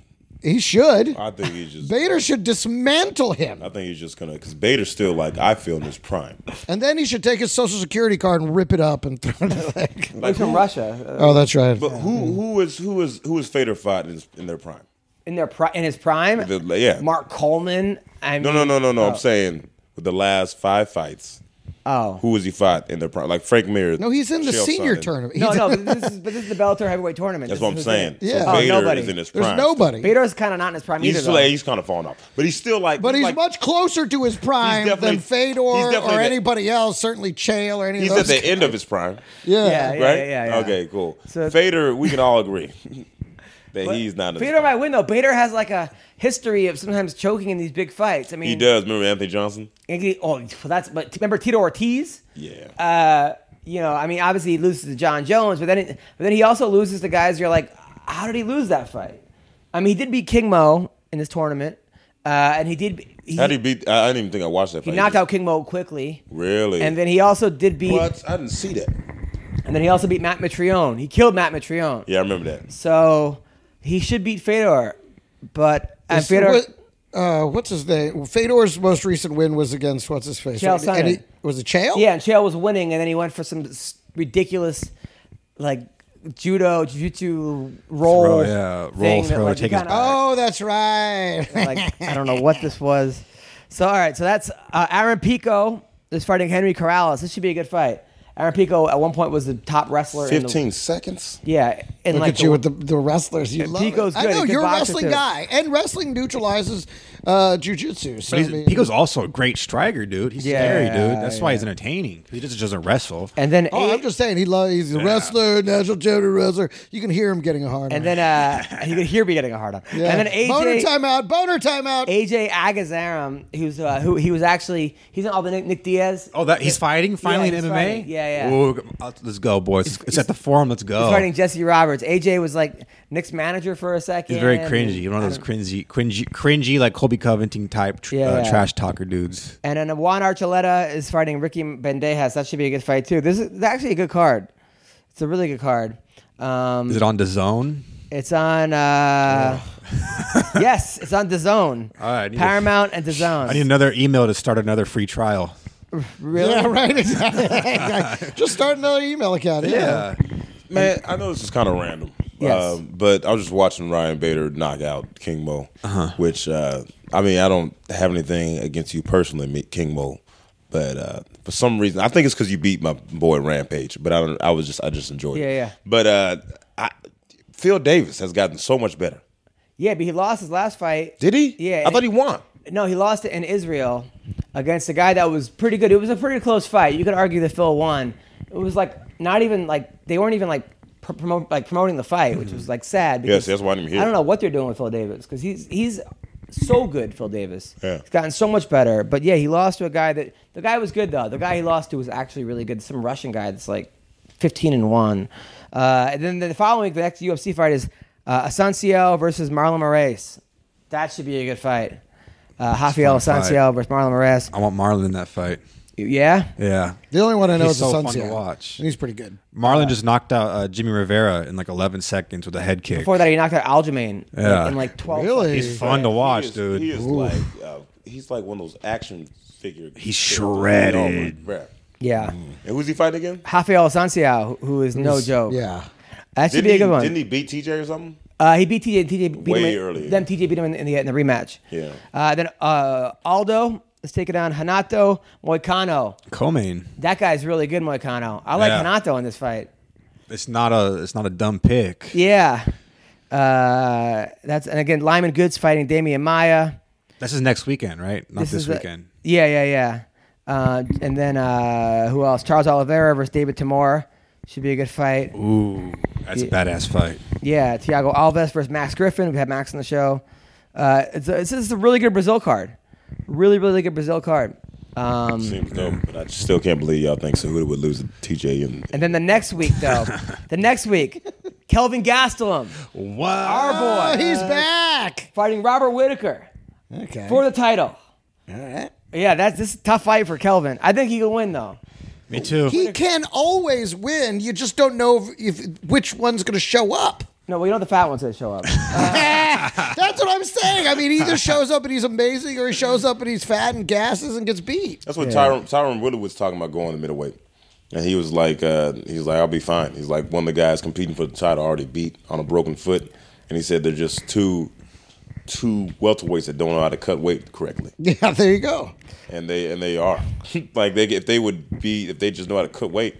S4: he should.
S6: I think he's just.
S4: Bader should dismantle him,
S6: I think he's just gonna because Bader's still like I feel in his prime.
S4: and then he should take his social security card and rip it up and throw it. Like,
S3: He's from Russia uh,
S4: oh, that's right.
S6: But who who is who is who is Fader fought in, his, in their prime?
S3: in their pri- in his prime.
S6: The- yeah.
S3: Mark Coleman. I mean,
S6: No no no no
S4: Oh.
S6: no. I'm saying with the last five fights,
S3: Oh.
S6: who has he fought in their prime? Like Frank Mir.
S4: No, he's in the
S6: Chael
S4: senior
S6: Sonnen.
S4: tournament.
S3: No,
S4: He's-
S3: no, but this is but this is the Bellator heavyweight tournament.
S6: That's
S3: This
S6: what
S3: is
S6: I'm
S3: who's
S6: saying.
S3: in it.
S4: Yeah.
S6: So
S4: Oh,
S6: Bader
S3: nobody.
S6: is in his
S4: There's
S6: prime.
S4: nobody.
S3: Bader's kind of not in his prime
S6: He's
S3: either.
S6: still
S3: though.
S6: he's kind of falling off, but he's still like.
S4: But he's
S6: like-
S4: much closer to his prime
S6: definitely-
S4: than Fedor
S6: he's definitely
S4: or
S6: the-
S4: anybody else. Certainly Chael or any
S6: He's
S4: of
S6: at
S4: those.
S6: the end of his prime.
S4: yeah.
S3: yeah, yeah,
S6: right?
S3: yeah, yeah, yeah.
S6: Okay, cool.
S3: So-
S6: Fader, we can all agree that he's not. in
S3: Bader
S6: the-
S3: might win though. Bader has like a history of sometimes choking in these big fights. I mean,
S6: he does. Remember Anthony Johnson?
S3: and he- oh, well, that's but remember Tito Ortiz?
S6: Yeah.
S3: Uh, you know, I mean, obviously he loses to John Jones, but then it, but then he also loses to guys. You're like, how did he lose that fight? I mean, he did beat King Mo in this tournament, uh, and he did. He,
S6: How did he beat? I, I didn't even think I watched that.
S3: he knocked out King Mo quickly.
S6: Really?
S3: And then he also did beat,
S6: What? I didn't see that.
S3: and then he also beat Matt Mitrione. He killed Matt Mitrione.
S6: Yeah, I remember that.
S3: So he should beat Fedor, but and
S4: Is-
S3: Fedor
S4: what- uh, what's his name? Fedor's most recent win was against what's his face?
S3: Chael Sonnen.
S4: And he- was it Chael?
S3: yeah, and Chael was winning, and then he went for some s- ridiculous like judo jiu-jitsu roll,
S5: Throw, yeah, roll,
S3: thing that,
S5: throw,
S3: like,
S5: take
S3: you
S5: his
S3: kinda-
S4: Oh, that's right.
S3: like I don't know what this was. So all right, so that's uh, Aaron Pico is fighting Henry Corrales. This should be a good fight. Aaron Pico at one point was the top wrestler. In
S6: Fifteen seconds.
S3: the, yeah, and
S4: Look
S3: like
S4: at you with the, the wrestlers. You love
S3: Pico's
S4: it.
S3: good.
S4: I know
S3: He can
S4: you're a
S3: box it,
S4: wrestling
S3: too.
S4: guy, and wrestling neutralizes uh, jujitsu. So
S5: But he's,
S4: I mean-
S5: Pico's also a great striker, dude. He's scary,
S3: Yeah,
S5: dude. That's why he's entertaining. He just doesn't wrestle.
S3: and then
S4: Oh,
S3: eight-
S4: I'm just saying he loves. He's a wrestler, national champion wrestler. You can hear him getting a hard.
S3: and
S4: on.
S3: then uh, you could hear me getting a hard on.
S4: Yeah.
S3: And then AJ
S4: boner timeout. Boner timeout.
S3: AJ Agazaram, who's uh, who he was actually he's in all the Nick, Nick Diaz.
S5: Oh, that he's fighting finally
S3: he's
S5: in MMA.
S3: fighting. Yeah, yeah.
S5: Ooh, I'll- let's go, boys. It's, at the forum. Let's go.
S3: He's fighting Jesse Roberts. AJ was like Nick's manager for a second.
S5: He's very
S3: and-
S5: cringy. One of those cringy, cringy, cringy like Colby Covington type tr-
S3: Yeah,
S5: uh,
S3: yeah.
S5: trash talker dudes.
S3: And then Juan Archuleta is fighting Ricky Bendejas. That should be a good fight too. This is it's actually a good card. It's a really good card. Um,
S5: Is it on the zone?
S3: it's on. Uh, yes, it's on DAZN.
S5: right, I need to-
S3: Paramount and DAZN.
S5: I need another email to start another free trial.
S3: Really?
S4: Yeah, right. Exactly. Exactly. Just start another email account. Yeah.
S6: Man, I know this is kind of random.
S3: Yes.
S6: Um, but I was just watching Ryan Bader knock out King Mo,
S3: Uh-huh.
S6: which uh, I mean I don't have anything against you personally, me- King Mo, but uh, for some reason I think it's because you beat my boy Rampage. But I don't. I was just I just enjoyed.
S3: Yeah,
S6: it.
S3: yeah.
S6: But uh, I, Phil Davis has gotten so much better.
S3: Yeah, but he lost his last fight.
S6: Did he?
S3: Yeah.
S6: I thought he won.
S3: No, he lost it in Israel against a guy that was pretty good. It was a pretty close fight. You could argue that Phil won. It was like not even like they weren't even like pr- promote, like promoting the fight, which was like sad. Because
S6: that's why I didn't hear
S3: I don't
S6: it.
S3: know what they're doing with Phil Davis because he's he's so good, Phil Davis.
S6: Yeah.
S3: he's gotten so much better. But yeah, he lost to a guy that the guy was good though. The guy he lost to was actually really good. Some Russian guy that's like fifteen and one. Uh, and then the following week, the next UFC fight is uh, Asensio versus Marlon Moraes. That should be a good fight. Uh, Rafael
S5: It's a fun
S3: Asensio versus Marlon Moraes.
S5: I want Marlon in that fight.
S3: Yeah,
S5: Yeah.
S4: The only one I know
S5: He's
S4: is
S5: so
S4: the
S5: fun
S4: Sunset.
S5: to watch.
S4: And he's pretty good.
S5: Marlon just knocked out uh, Jimmy Rivera in like 11 seconds with a head kick.
S3: before that he knocked out Aljamain
S5: Yeah.
S3: in like twelve.
S4: Really?
S5: He's fun to watch,
S6: He is-
S5: dude.
S6: He is like uh, he's like one of those action figure.
S5: He's
S6: characters.
S5: shredded.
S6: Oh, my bruh.
S3: Yeah,
S6: And who's he fighting again?
S3: Rafael Asensio, who- who is no joke.
S4: Yeah.
S3: that should
S6: Didn't
S3: be a
S6: he,
S3: good one.
S6: didn't he beat TJ or something?
S3: Uh, he beat TJ. TJ beat
S6: Way
S3: him in-
S6: earlier.
S3: Then TJ beat him in, in the in the rematch.
S6: Yeah.
S3: Uh, then uh, Aldo is taking on Hanato Moicano.
S5: Comain.
S3: That guy's really good, Moicano. I like
S5: Yeah.
S3: Hanato in this fight.
S5: It's not a it's not a dumb pick.
S3: Yeah. Uh, that's and again Lyman Goods fighting Damian Maya.
S5: This is next weekend, right? Not this,
S3: is the-
S5: weekend.
S3: yeah, yeah, yeah. Uh, and then uh, who else? Charles Oliveira versus David Tamora. Should be a good fight.
S5: Ooh, that's a badass fight.
S3: Yeah, Thiago Alves versus Max Griffin. We had Max on the show. Uh, it's a, it's, it's a really good Brazil card. Really, really good Brazil card. Um,
S6: Seems dope, but I still can't believe y'all think Cejudo would lose to TJ. And,
S3: and then the next week, though, the next week, Kelvin Gastelum,
S5: What?
S3: our
S4: Oh,
S3: boy,
S4: he's back.
S3: fighting Robert Whitaker
S4: Okay.
S3: for the title.
S4: All right.
S3: Yeah, that's this is a tough fight for Kelvin. I think he can win though.
S5: Me too.
S4: He can always win. You just don't know if, if which one's going to show up.
S3: No, well, you know the fat ones that show up.
S4: That's what I'm saying. I mean, he either shows up and he's amazing, or he shows up and he's fat and gasses and gets beat.
S6: that's what Tyron Tyron Woodley was talking about going to middleweight, and he was like, uh, he's like, I'll be fine. He's like, one of the guys competing for the title already beat on a broken foot, and he said they're just two two welterweights that don't know how to cut weight correctly,
S4: Yeah, there you go.
S6: and they and they are like they if they would be if they just know how to cut weight,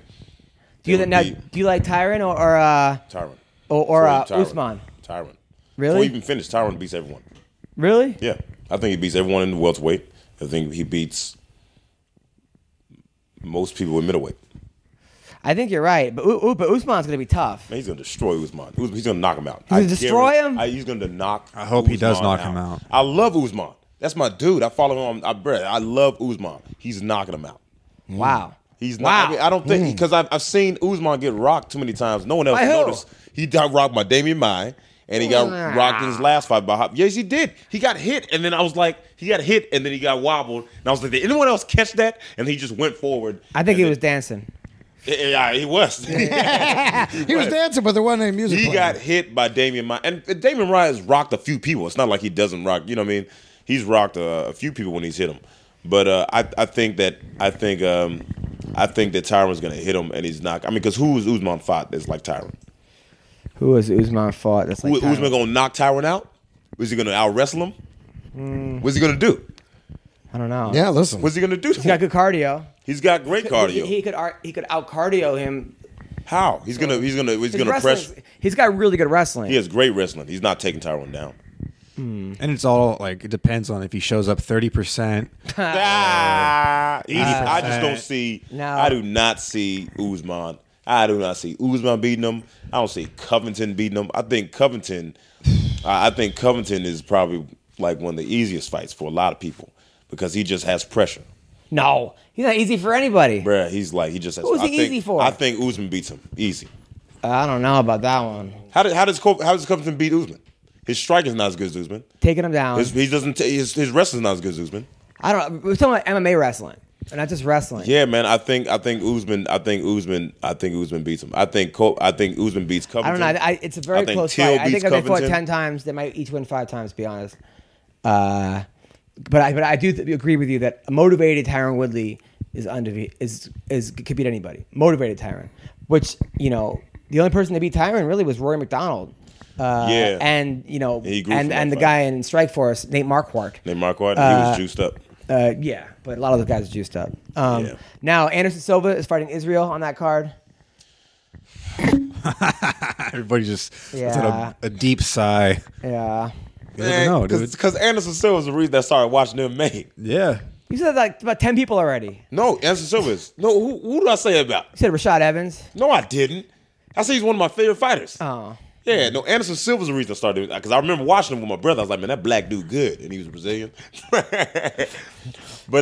S3: do you now? Do you like Tyron or, or uh,
S6: Tyron
S3: or, or uh,
S6: Tyron.
S3: Usman?
S6: Tyron
S3: Really?
S6: before he even finished, Tyron beats everyone.
S3: Really?
S6: Yeah, I think he beats everyone in the welterweight. I think he beats most people in middleweight.
S3: I think you're right, but, ooh, but Usman's gonna be tough.
S6: Man, he's gonna destroy Usman. Us- He's gonna knock him out. He's
S3: gonna destroy him?
S6: I, he's gonna knock. I
S5: hope he does knock him out.
S6: I love Usman. That's my dude. I follow him. On, I, bruh, I love Usman. He's knocking him out.
S3: Wow.
S6: Mm. He's not.
S3: Wow.
S6: I, mean, I don't think because I've, I've seen Usman get rocked too many times. No one else
S3: By who?
S6: noticed. He got rocked by Damian Mai, and he got
S3: Ah.
S6: rocked in his last fight by. Hop- Yes, he did. He got hit, and then I was like, he got hit, and then he got wobbled, and I was like, did anyone else catch that? And he just went forward.
S3: I think
S6: and
S3: he
S6: then-
S3: was dancing.
S6: Yeah, yeah, he was.
S4: He was dancing, but there wasn't any music.
S6: he
S4: playing.
S6: got hit by Damian Maya. And Damian Maya has rocked a few people. It's not like he doesn't rock. You know what I mean? He's rocked uh, a few people when he's hit him. But uh, I, I think that I think um, I think that Tyron's gonna hit him, and he's not. I mean, because who is Usman fought that's like Tyron?
S3: Who was Usman fought? That's
S6: Who,
S3: like Tyron?
S6: Usman gonna knock Tyron out? Is he gonna out wrestle him?
S3: Hmm.
S6: What's he gonna do?
S3: I don't know.
S4: Yeah, listen.
S6: What's he gonna do? to
S3: He's got
S6: him?
S3: good cardio.
S6: He's got great cardio.
S3: He, he could ar- he could out cardio him.
S6: How? He's gonna he's gonna he's
S3: His
S6: gonna
S3: wrestling's-
S6: press.
S3: He's got really good wrestling.
S6: He has great wrestling. He's not taking Tyron down.
S5: And it's all like it depends on if he shows up 30%.
S6: Ah, he's- I just don't see.
S3: No.
S6: I do not see Uzman. I do not see Uzman beating him. I don't see Covington beating him. I think Covington. I I think Covington is probably like one of the easiest fights for a lot of people because he just has pressure.
S3: No, he's not easy for anybody.
S6: Bruh, he's like he just has.
S3: Who's
S6: I
S3: he
S6: think,
S3: easy for?
S6: I think Uzman beats him easy.
S3: I don't know about that one.
S6: How did, how does Cov- how does Covington beat Uzman? His strike is not as good as Uzman.
S3: Taking him down.
S6: His, he doesn't. T- his his wrestling is not as good as Uzman.
S3: I don't. We're talking about MMA wrestling, and not just wrestling.
S6: Yeah, man. I think I think Usman. I think Usman. I think Usman beats him. I think Col- I think Usman beats
S3: I don't
S6: Covington.
S3: know. I, I- it's a very
S6: I think
S3: close
S6: Till
S3: fight. I
S6: beats
S3: think if they fought
S6: Covington.
S3: ten times, they might each win five times. To be honest, uh, but I but I do th- agree with you that a motivated Tyron Woodley is undefeated. Is is could beat anybody. Motivated Tyron, which you know the only person to beat Tyron really was Rory McDonald. Uh,
S6: Yeah.
S3: and you know,
S6: he
S3: and
S6: grew
S3: and
S6: from that
S3: the
S6: fight.
S3: guy in Strike Force, Nate Marquardt.
S6: Then Mark White, he was juiced up.
S3: Uh, yeah, but a lot of those guys are juiced up. Um,
S6: Yeah.
S3: Now Anderson Silva is fighting Israel on that card.
S5: Everybody just lets
S3: Yeah.
S5: out a, a deep sigh.
S3: Yeah,
S5: You never know, dude.
S6: Because Anderson Silva was the reason I started watching them make.
S5: Yeah.
S3: you said like about ten people already.
S6: No, Anderson Silva is. No, who, who did I say about?
S3: You said Rashad Evans.
S6: No, I didn't. I said he's one of my favorite fighters.
S3: Oh,
S6: Yeah, no, Anderson Silva's the reason I started because I remember watching him with my brother. I was like, man, that black dude good, and he was Brazilian. but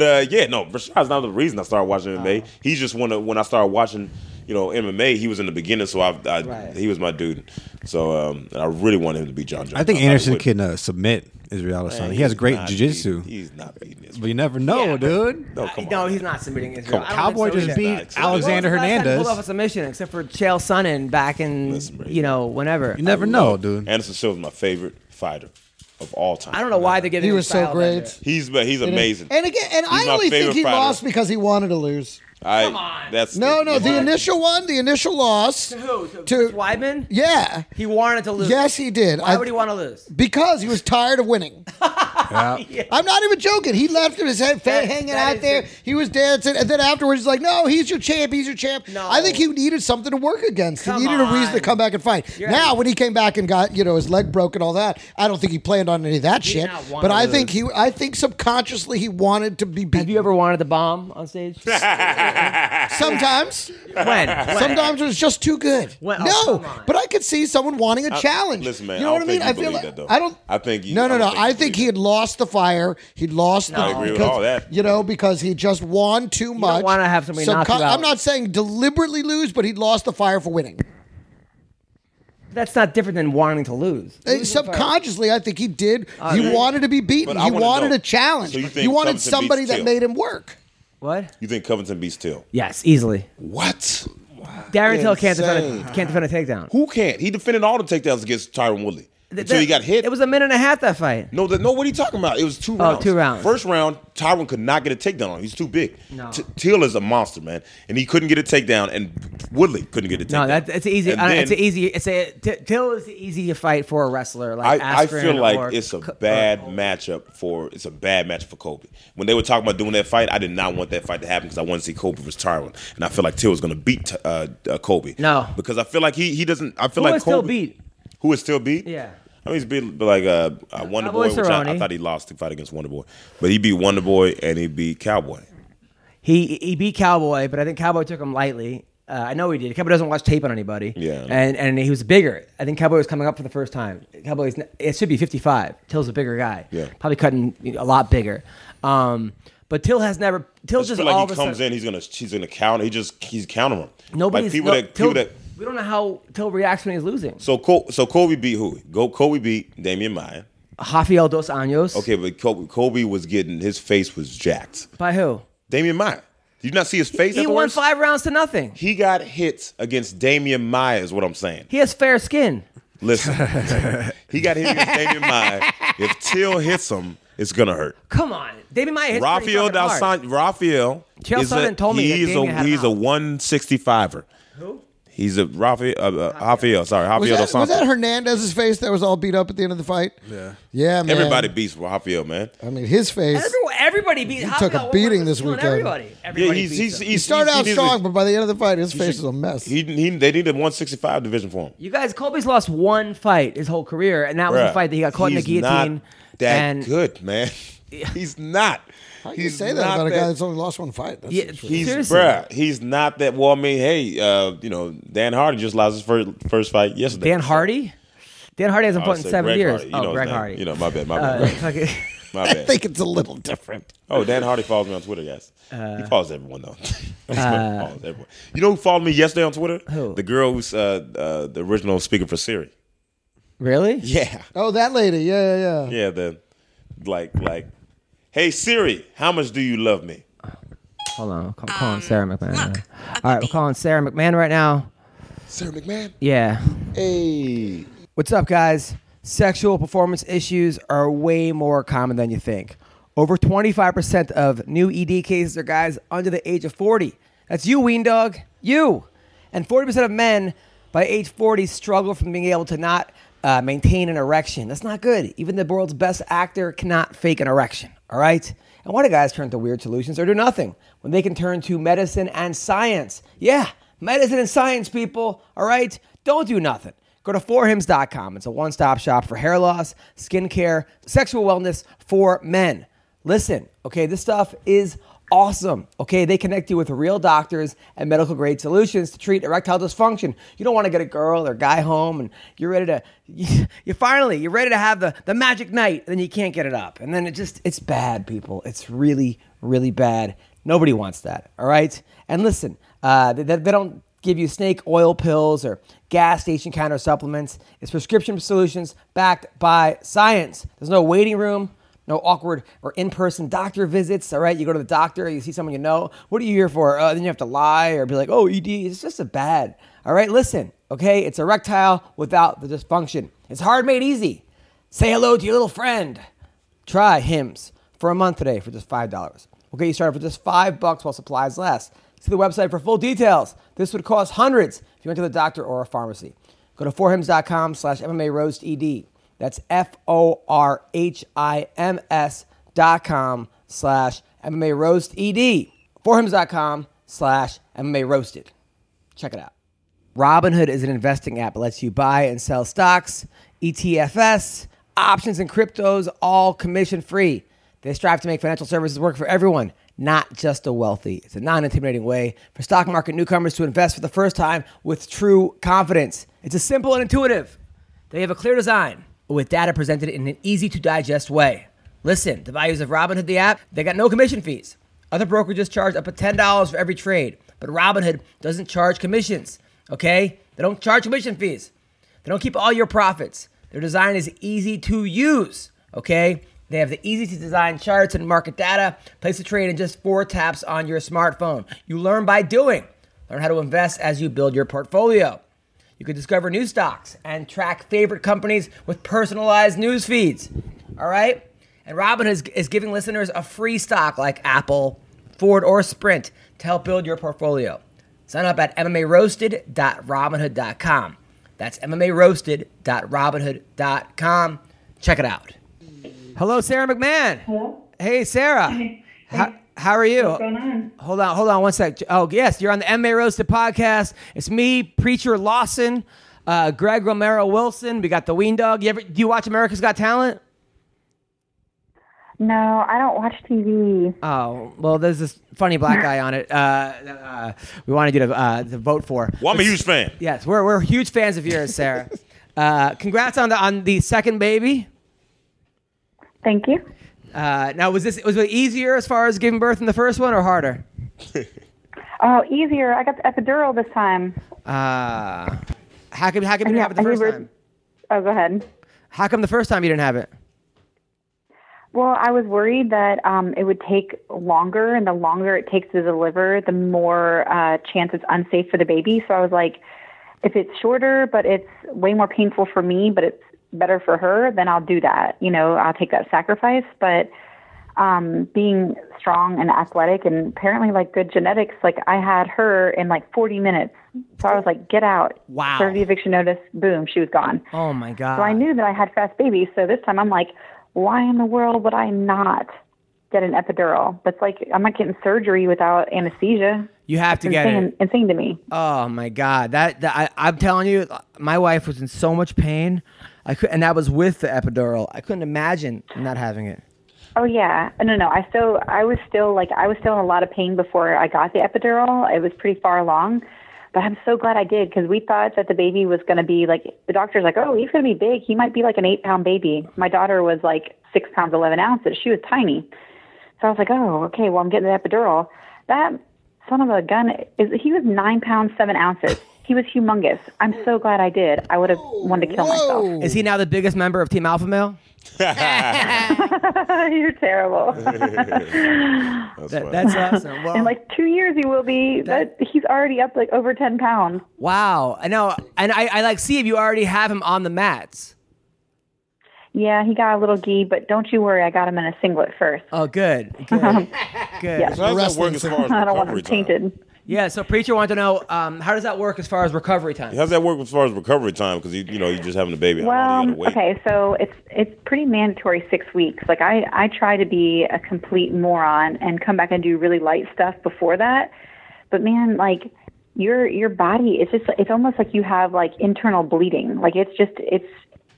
S6: uh, yeah, no, Rashad's not the reason I started watching
S3: Oh.
S6: MMA. He's just one of when I started watching, you know, MMA. He was in the beginning, so I, I
S3: Right.
S6: he was my dude. So um, and I really wanted him to beat John Jones.
S5: I think
S6: thought he
S5: Anderson
S6: would.
S5: can uh, submit Israel
S6: Man,
S5: Adesanya. He
S6: he's
S5: has great
S6: not
S5: jiu-jitsu.
S6: beating- He's not beating this.
S5: But you never know,
S3: Yeah.
S5: dude.
S6: No, come on.
S3: no, he's not submitting Israel.
S6: Come on.
S3: I don't think
S5: Cowboy
S3: so
S5: just
S3: either.
S5: beat
S6: Nah, it's not.
S5: Alexander
S3: When was the last time he
S5: Hernandez.
S3: Pulled off a submission, except for Chael Sonnen back in
S6: Listen, bro.
S3: you know whenever.
S5: You never know, dude.
S6: Anderson Silva's my favorite fighter of all time.
S3: I don't know why they're giving.
S4: He
S3: him
S4: was so
S3: style
S4: great.
S3: bender.
S6: He's he's amazing.
S4: And again, and
S6: He's
S4: I
S6: my
S4: only think
S6: favorite
S4: he
S6: fighter.
S4: lost because he wanted to lose.
S6: I,
S3: Come on.
S6: That's
S4: No, no, the
S6: that's-
S4: initial one, the initial loss
S3: To who? To,
S4: to-
S3: Chris Weidman?
S4: Yeah,
S3: He wanted to lose.
S4: yes, he did.
S3: Why
S4: I-
S3: would he want to lose?
S4: because he was tired of winning. I'm not even joking. He left his head
S3: That-
S4: hanging
S3: that
S4: out
S3: is
S4: there.
S3: it.
S4: He was dancing, and then afterwards, he's like, "No, he's your champ. He's your champ."
S3: No.
S4: I think he needed something to work against.
S3: Come
S4: he needed a reason to
S3: on.
S4: come back and fight. now, when he came back and got you know his leg broke and all that, I don't think he planned on any of that shit.
S3: not want
S4: But
S3: to
S4: I
S3: lose.
S4: think he, I think subconsciously he wanted to be beaten.
S3: Have you ever wanted to bomb on stage? when?
S4: Sometimes.
S3: when?
S4: Sometimes it was just too good.
S3: Well, oh, come
S4: no,
S3: on.
S4: but I could see someone wanting a challenge.
S6: listen, man,
S4: you know
S6: I
S4: what I
S6: don't
S4: mean?
S6: think you
S4: I feel
S6: believe
S4: like
S6: that, though.
S4: I don't.
S6: I think you-
S4: no,
S6: I
S4: no,
S6: don't
S4: no.
S6: think you
S4: I think
S6: believe
S4: he had lost the fire. He lost. The,
S3: I agree with
S4: because,
S6: all that.
S4: You know, because he just won too much.
S3: wanna have somebody knock you out.
S4: I'm not saying deliberately lose, but he lost the fire for winning.
S3: That's not different than wanting to lose.
S4: Uh, subconsciously, I think he did. he
S3: Oh, yeah.
S4: wanted to be beaten.
S6: But I
S4: He
S6: wanna
S4: wanted
S6: know.
S4: a challenge.
S6: So you
S4: You
S6: think
S4: he wanted
S6: Covington beats
S4: somebody that
S6: Till?
S4: made him work.
S3: What?
S6: You think Covington beats Till?
S3: Yes, easily.
S6: What?
S3: Darren Till can't defend, a,
S6: Insane.
S3: can't defend a takedown.
S6: Who can't? He defended all the takedowns against Tyron Woodley until he got hit.
S3: It was a minute and a half that fight.
S6: no, the, no. What are you talking about? It was two rounds.
S3: two rounds.
S6: First round, Tyron could not get a takedown on. him. He's too big.
S3: No.
S6: Till is a monster, man, and he couldn't get a takedown, and Woodley couldn't get a takedown.
S3: No, that, it's easy.
S6: And
S3: I,
S6: then
S3: it's an easy. It's a t- Till is the easier fight for a wrestler. Like
S6: I, I
S3: Askren
S6: feel
S3: or-
S6: like it's a
S3: or-
S6: bad matchup for it's a bad matchup for Kobe. When they were talking about doing that fight, I did not want that fight to happen because I wanted to see Kobe versus Tyron, and I feel like Till was going to beat uh, uh, Kobe.
S3: No.
S6: because I feel like he he doesn't. I feel
S3: Who
S6: like
S3: is Till
S6: Kobe-
S3: beat?
S6: Who is still beat?
S3: Yeah.
S6: I mean, he's beat like uh, uh, Wonder
S3: Cowboy
S6: Boy, which I, I
S3: Cerrone.
S6: thought he lost the fight against Wonder Boy, but he beat Wonder Boy and he beat Cowboy.
S3: He he beat Cowboy, but I think Cowboy took him lightly. Uh, I know he did. Cowboy doesn't watch tape on anybody.
S6: Yeah.
S3: and and he was bigger. I think Cowboy was coming up for the first time. Cowboy's n- it should be fifty five. Till's a bigger guy.
S6: Yeah.
S3: probably cutting a lot bigger. Um, but Till has never.
S6: I
S3: Till
S6: just,
S3: just
S6: feel like
S3: all of
S6: he
S3: a
S6: comes
S3: sudden-
S6: in, he's gonna he's gonna counter. He just he's counter him.
S3: Nobody's
S6: like people
S3: no-
S6: that
S3: Till,
S6: people that
S3: we don't know how Till reacts when he's losing.
S6: so Col- so Kobe beat who? Go Kobe beat Damian Maya.
S3: Rafael dos Anjos.
S6: Okay, but Kobe, Kobe was getting his face was jacked.
S3: By who?
S6: Damian Maya. Did you not see his face?
S3: He won
S6: afterwards?
S3: five rounds to nothing.
S6: He got hits against Damian Maya. Is what I'm saying.
S3: He has fair skin.
S6: Listen, he got hit against Damian Maya. If Till hits him, it's gonna hurt.
S3: Come on, David Maya hits pretty
S6: Rafael
S3: fucking hard.
S6: Dalsan Rafael
S3: Chael
S6: is a,
S3: Sonnen told me that
S6: he's
S3: Damian
S6: a
S3: had him
S6: he's a
S3: out.
S6: 165er. Who? He's a Rafael uh, uh, Rafael, sorry,
S4: Was
S6: Rafael
S4: that, was that
S6: Dalsan.
S4: Hernandez's face that was all beat up at the end of the fight? Yeah, yeah, man.
S6: Everybody beats Rafael, man.
S4: I mean, his face.
S3: Everyone, everybody beat. Rafael
S4: took a
S3: was
S4: beating
S3: just
S4: this
S3: killing
S4: weekend.
S3: Everybody.
S6: Yeah,
S3: everybody
S6: he's
S3: beats
S6: he's,
S3: him.
S4: He
S6: he's
S4: started
S6: he
S4: out
S6: needs
S4: strong,
S6: to-
S4: but by the end of the fight, his face was
S6: should-
S4: a mess.
S6: He, he they needed a 165 division for him.
S3: You guys, Colby's lost one fight his whole career, and that was the
S6: Bruh,
S3: fight that he got caught in the
S6: he's
S3: guillotine.
S6: Not that
S3: and
S6: good, man. He's not.
S4: How can you
S6: he's
S4: say that
S6: not
S4: about a guy that's only lost one fight? That's
S3: Yeah,
S6: He's
S3: seriously.
S6: bruh. He's not that. Well, I mean, hey, uh, you know, Dan Hardy just lost his first first fight yesterday.
S3: Dan Hardy. Dan Hardy hasn't
S6: I would
S3: fought in
S6: say
S3: seven
S6: Greg
S3: years.
S6: Hardy. You know
S3: oh,
S6: his
S3: Greg
S6: name.
S3: Hardy.
S6: You know, my bad, my
S3: Uh,
S6: bad,
S3: fucking-
S6: my
S4: I
S6: bad.
S4: think it's a little different.
S6: Oh, Dan Hardy follows me on Twitter, guys.
S3: Uh,
S6: he follows everyone though. He follows everyone. You know who followed me yesterday on Twitter?
S3: Who?
S6: The girl who's uh, uh, the original speaker for Siri.
S3: really?
S6: Yeah,
S4: Oh, that lady. Yeah, yeah, yeah.
S6: yeah. The like, like, hey Siri, how much do you love me?
S3: Hold on. I'm call- calling Sarah McMahon. All right, we're calling Sarah McMahon right now.
S4: Sarah McMahon.
S3: Yeah.
S4: Hey.
S3: What's up, guys? Sexual performance issues are way more common than you think. Over 25% of new ED cases are guys under the age of 40. That's you, wean dog. You. And 40% of men by age 40 struggle from being able to not uh, maintain an erection. That's not good. Even the world's best actor cannot fake an erection. All right? And why do guys turn to weird solutions or do nothing when they can turn to medicine and science? Yeah, medicine and science, people. All right? Don't do nothing. Go to forhims.com. It's a one stop shop for hair loss, skincare, sexual wellness for men. Listen, okay, this stuff is awesome. Okay, they connect you with real doctors and medical grade solutions to treat erectile dysfunction. You don't want to get a girl or guy home and you're ready to you, you finally you're ready to have the the magic night and then you can't get it up. And then it just it's bad people. It's really really bad. Nobody wants that. All right? And listen, uh they, they don't give you snake oil pills or gas station counter supplements. It's prescription solutions backed by science. There's no waiting room. No awkward or in-person doctor visits. All right, you go to the doctor, you see someone you know. What are you here for? Uh, then you have to lie or be like, "Oh, ED." It's just a bad. All right, listen. Okay, it's erectile without the dysfunction. It's hard made easy. Say hello to your little friend. Try Hims for a month today for just five dollars. We'll get you started for just five bucks while supplies last. See the website for full details. This would cost hundreds if you went to the doctor or a pharmacy. Go to forhims.com slash MMA roast ED. That's F O R H I M S dot com slash MMA roast E ED. Forhims.com slash MMA roasted. Check it out. Robinhood is an investing app that lets you buy and sell stocks, E ETFs, options, and cryptos, all commission free. They strive to make financial services work for everyone, not just the wealthy. It's a non intimidating way for stock market newcomers to invest for the first time with true confidence. It's a simple and intuitive. They have a clear design with data presented in an easy to digest way. Listen, the values of Robinhood, the app, they got no commission fees. Other brokerages charge up to $10 for every trade, but Robinhood doesn't charge commissions, okay? They don't charge commission fees. They don't keep all your profits. Their design is easy to use, okay? They have the easy to design charts and market data. Place a trade in just four taps on your smartphone. You learn by doing. Learn how to invest as you build your portfolio. You can discover new stocks and track favorite companies with personalized news feeds. All right? And Robinhood is, is giving listeners a free stock like Apple, Ford, or Sprint to help build your portfolio. Sign up at MMARoasted.robinhood.com. That's MMARoasted.robinhood.com. Check it out. Hello, Sarah McMahon.
S7: Hello?
S3: Hey, Sarah.
S7: Hey.
S3: How, how are you?
S7: What's going on?
S3: Hold on, hold on one sec. Oh, yes, you're on the MMA Roasted podcast. It's me, Preacher Lawson, uh, Greg Romero Wilson. We got the Ween Dog. You ever, do you watch America's Got Talent?
S7: No, I don't watch TV.
S3: Oh, well, there's this funny black guy on it. Uh, uh, we wanted you to, uh, to vote for.
S6: Well, I'm a huge fan.
S3: Yes, we're, we're huge fans of yours, Sarah. uh, congrats on the, on the second baby.
S7: Thank you.
S3: Uh, now, was this was it easier as far as giving birth in the first one or harder?
S7: Oh, easier. I got the epidural this time.
S3: Uh, how come, how come you didn't
S7: Yeah,
S3: have it the
S7: I
S3: first
S7: remember-
S3: time?
S7: Oh, go ahead.
S3: How come the first time you didn't have it?
S7: Well, I was worried that um, it would take longer, and the longer it takes to deliver, the more uh, chance it's unsafe for the baby. So I was like, if it's shorter, but it's way more painful for me, but it's better for her, then I'll do that. You know, I'll take that sacrifice. But um, being strong and athletic, and apparently like good genetics, like I had her in like 40 minutes. So I was like, get out.
S3: Wow.
S7: Serve the eviction notice. Boom, she was gone.
S3: Oh my god!
S7: So I knew that I had fast babies. So this time I'm like, why in the world would I not get an epidural? That's like, I'm not getting surgery without anesthesia.
S3: you have to get
S7: insane,
S3: it.
S7: insane to me.
S3: Oh my god! That, that I, I'm telling you, my wife was in so much pain. I could, and that was with the epidural. I couldn't imagine not having it.
S7: Oh yeah, no, no. I still, I was still like, I was still in a lot of pain before I got the epidural. It was pretty far along, but I'm so glad I did because we thought that the baby was going to be like the doctor's like, oh, he's going to be big. He might be like an eight pound baby. My daughter was like six pounds eleven ounces. She was tiny, so I was like, oh, okay. Well, I'm getting the epidural. That son of a gun is. He was nine pounds seven ounces. He was humongous. I'm so glad I did. I would have wanted to kill myself.
S3: Is he now the biggest member of Team Alpha Male?
S7: You're terrible.
S3: That, that's awesome. Well,
S7: in like two years he will be that, he's already up like over 10 pounds
S3: wow! I know, and I, I like see if you already have him on the mats.
S7: Yeah, he got a little gee, but don't you worry, I got him in a singlet first.
S3: Oh, good, good, good.
S6: It's not that work as far as
S7: I don't want him
S6: recovery time.
S7: tainted.
S3: Yeah. So preacher wanted to know um, how does that work as far as recovery time?
S6: How's that work as far as recovery time? Because you, you know you're just having a baby. How long you
S7: Well,
S6: gotta wait?
S7: Um, okay, so it's it's pretty mandatory six weeks. Like I I try to be a complete moron and come back and do really light stuff before that, but man, like your your body it's just it's almost like you have like internal bleeding. Like it's just it's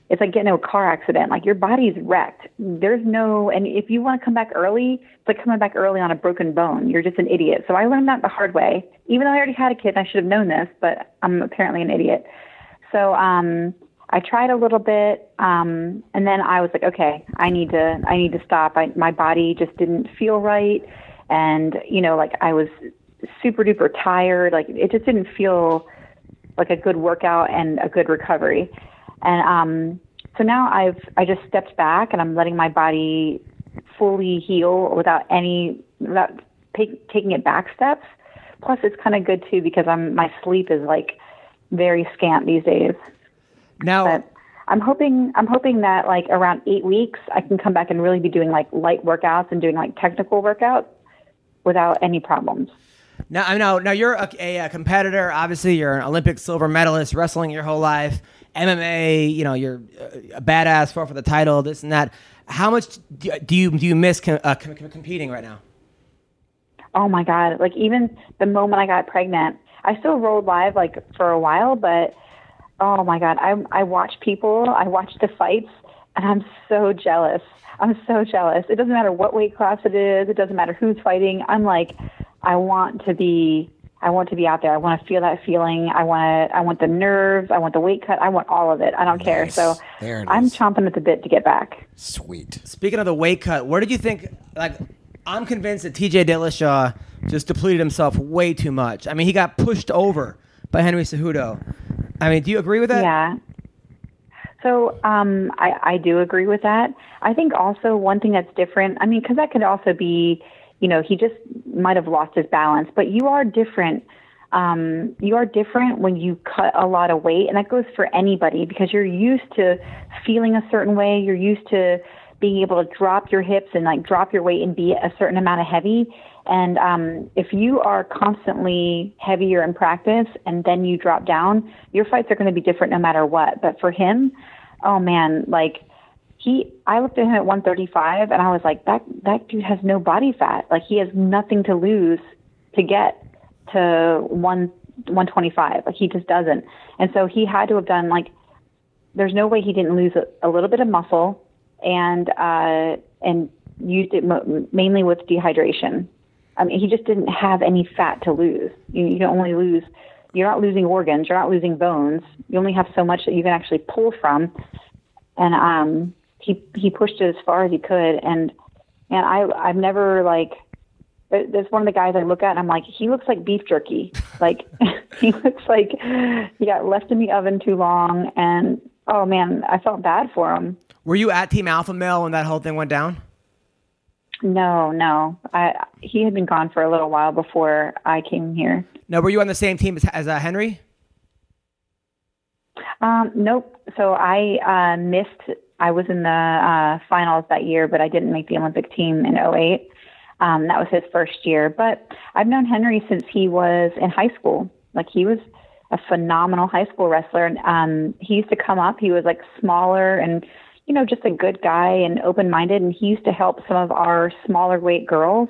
S7: it's like getting in a car accident. Like your body's wrecked. There's no and if you want to come back early, it's like coming back early on a broken bone. You're just an idiot. So I learned that the hard way. Even though I already had a kid, and I should have known this, but I'm apparently an idiot. So um, I tried a little bit, um, and then I was like, okay, I need to, I need to stop. I, my body just didn't feel right, and you know, like I was super duper tired. Like it just didn't feel like a good workout and a good recovery. And um, so now I've I just stepped back and I'm letting my body fully heal without any without ta- taking it back steps. Plus, it's kind of good too because I'm my sleep is like very scant these days.
S3: Now,
S7: But I'm hoping I'm hoping that like around eight weeks I can come back and really be doing like light workouts and doing like technical workouts without any problems.
S3: now, I know. Now you're a, a, uh, competitor. Obviously, you're an Olympic silver medalist, wrestling your whole life, MMA. You know, you're uh, a badass, fought for the title, this and that. How much do you do you, do you miss com- uh, com- com- competing right now?
S7: oh my god like even the moment i got pregnant i still rolled live like for a while but oh my god i i watch people i watch the fights and i'm so jealous i'm so jealous it doesn't matter what weight class it is it doesn't matter who's fighting i'm like i want to be i want to be out there i want to feel that feeling i want to i want the nerves i want the weight cut i want all of it i don't care so
S4: There it
S7: i'm
S4: is.
S7: chomping at the bit to get back
S4: Sweet.
S3: Speaking of the weight cut, where did you think? Like, I'm convinced that T.J. Dillashaw just depleted himself way too much. I mean, he got pushed over by Henry Cejudo. I mean, do you agree with that?
S7: Yeah. So um, I, I do agree with that. I think also one thing that's different, I mean, because that could also be, you know, he just might have lost his balance, but you are different. Um, you are different when you cut a lot of weight, and that goes for anybody because you're used to feeling a certain way. You're used to being able to drop your hips and like drop your weight and be a certain amount of heavy. And um, if you are constantly heavier in practice and then you drop down, your fights are going to be different no matter what. But for him, oh man, like he, I looked at him at 135 and I was like, that that dude has no body fat. Like he has nothing to lose to get to one 125. Like he just doesn't. And so he had to have done like there's no way he didn't lose a, a little bit of muscle and uh, and used it mo- mainly with dehydration. I mean, he just didn't have any fat to lose. You, you don't only lose. You're not losing organs. You're not losing bones. You only have so much that you can actually pull from. And um, he he pushed it as far as he could. And and I I've never like th- there's one of the guys I look at and I'm like, he looks like beef jerky. Like he looks like he got left in the oven too long and oh man, I felt bad for him.
S3: Were you at Team Alpha Male when that whole thing went down?
S7: No, no. I he had been gone for a little while before I came here.
S3: No, were you on the same team as, as uh, Henry?
S7: Um, nope. So I uh, missed. I was in the uh, finals that year, but I didn't make the Olympic team in 08. Um, that was his first year. But I've known Henry since he was in high school. Like he was a phenomenal high school wrestler, and um, he used to come up. He was like smaller and you know just a good guy and open minded, and he used to help some of our smaller weight girls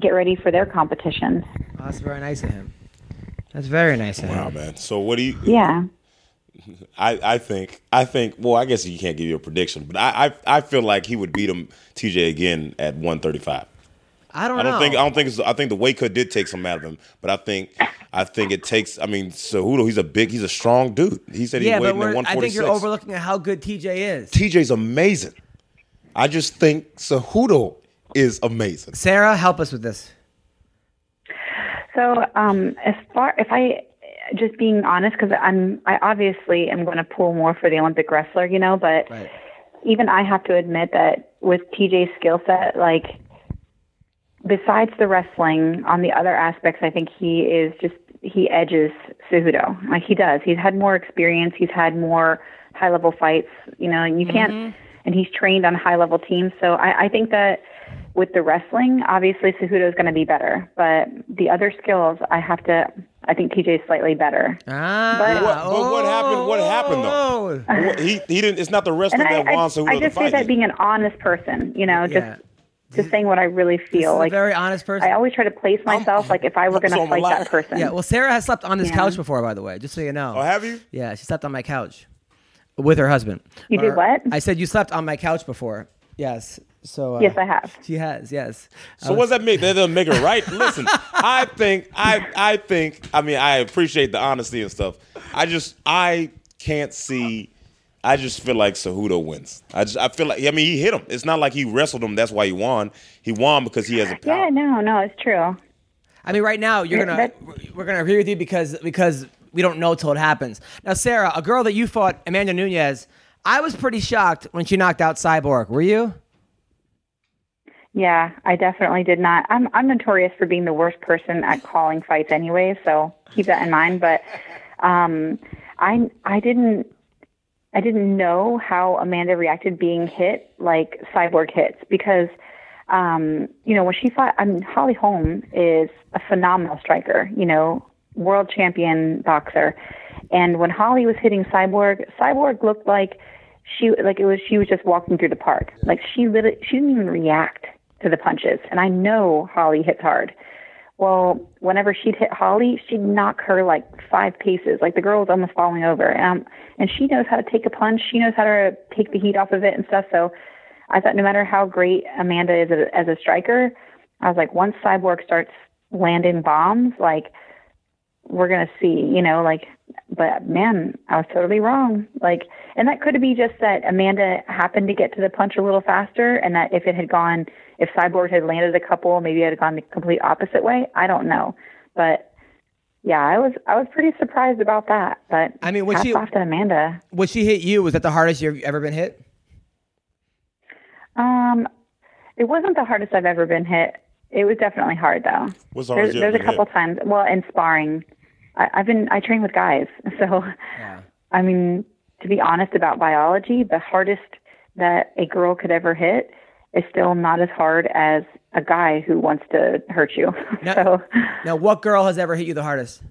S7: get ready for their competitions.
S3: Oh, that's very nice of him. That's very nice of
S6: Wow,
S3: him.
S6: man. So what do you?
S7: Yeah.
S6: I, I think I think well I guess you can't give you a prediction but I I, I feel like he would beat him TJ again at 135.
S3: I don't,
S6: I don't
S3: know.
S6: think I don't think it's, I think the weight cut did take some out of him but I think I think it takes I mean Cejudo he's a big he's a strong dude he said he
S3: yeah,
S6: weighed
S3: but
S6: in at
S3: we're, I think
S6: 146.
S3: you're overlooking at how good TJ is.
S6: TJ's amazing. I just think Cejudo is amazing.
S3: Sarah, help us with this.
S7: So, um, as far if I just being honest, because I'm I obviously am going to pull more for the Olympic wrestler, you know, but
S3: Right.
S7: even I have to admit that with TJ's skill set, like besides the wrestling, on the other aspects, I think he is just he edges Cejudo.
S3: Mm-hmm.
S7: Like he does. He's had more experience. He's had more high level fights. You know, and you can't. And and he's trained on high level teams. So I, I think that with the wrestling, obviously Cejudo is going to be better, but the other skills, I have to. I think TJ is slightly better.
S3: Ah,
S6: But what- but what happened- what happened, though?
S3: oh.
S6: What- He he didn't. It's not the wrestling
S7: and I,
S6: that
S7: I,
S6: Juan Cejudo
S7: I
S6: to
S7: just say
S6: fight.
S7: that being an honest person, you know,
S3: Yeah.
S7: just just saying what I really
S3: This is
S7: feel.
S3: a
S7: Like
S3: very honest person.
S7: I always try to place myself like if I were going
S6: So
S7: to
S6: I'm
S7: fight
S6: a liar.
S7: that person.
S3: Yeah, well, Sarah has slept on this
S7: Yeah.
S3: couch before, by the way, just so you know.
S6: oh, have you?
S3: Yeah, she slept on my couch with her husband.
S7: You did what?
S3: I said you slept on my couch before. Yes. So uh,
S7: Yes, I have.
S3: She has. Yes.
S6: So what's that make? That doesn't make it right. Listen, I think I I think I mean I appreciate the honesty and stuff. I just I can't see. I just feel like Cejudo wins. I just I feel like I mean he hit him. It's not like he wrestled him. That's why he won. He won because he has a power.
S7: Yeah, no, no, it's true.
S3: I mean, right now you're
S7: Yeah,
S3: gonna we're gonna agree with you because because we don't know till it happens. Now, Sarah, a girl that you fought, Amanda Nunez, I was pretty shocked when she knocked out Cyborg. Were you?
S7: Yeah, I definitely did not. I'm I'm notorious for being the worst person at calling fights anyway, so keep that in mind. But um, I I didn't I didn't know how Amanda reacted being hit like cyborg hits because um, you know when she fought. I mean, Holly Holm is a phenomenal striker. You know, world champion boxer, and when Holly was hitting cyborg, cyborg looked like she like it was she was just walking through the park. Like she literally she didn't even react to the punches. And I know Holly hits hard. Well, whenever she'd hit Holly, she'd knock her like five paces. Like the girl was almost falling over. Um, and she knows how to take a punch. She knows how to take the heat off of it and stuff. So I thought no matter how great Amanda is as a- as a striker, I was like, once Cyborg starts landing bombs, like we're gonna see, you know, like. But man, I was totally wrong. Like, and that could be just that Amanda happened to get to the punch a little faster, and that if it had gone, if Cyborg had landed a couple, maybe it had gone the complete opposite way. I don't know, but yeah, I was I was pretty surprised about that. But
S3: I mean, when
S7: hats
S3: she-
S7: off to Amanda.
S3: When she hit you, was that the hardest you've ever been hit?
S7: Um, it wasn't the hardest I've ever been hit. It was definitely hard though.
S6: What's the hardest
S7: There's,
S6: you
S7: there's
S6: ever
S7: a
S6: been
S7: couple
S6: hit?
S7: times. Well, in sparring, I, I've been I train with guys, so I mean, to be honest about biology, the hardest that a girl could ever hit is still not as hard as a guy who wants to hurt you.
S3: No.
S7: so.
S3: Now, what girl has ever hit you the hardest?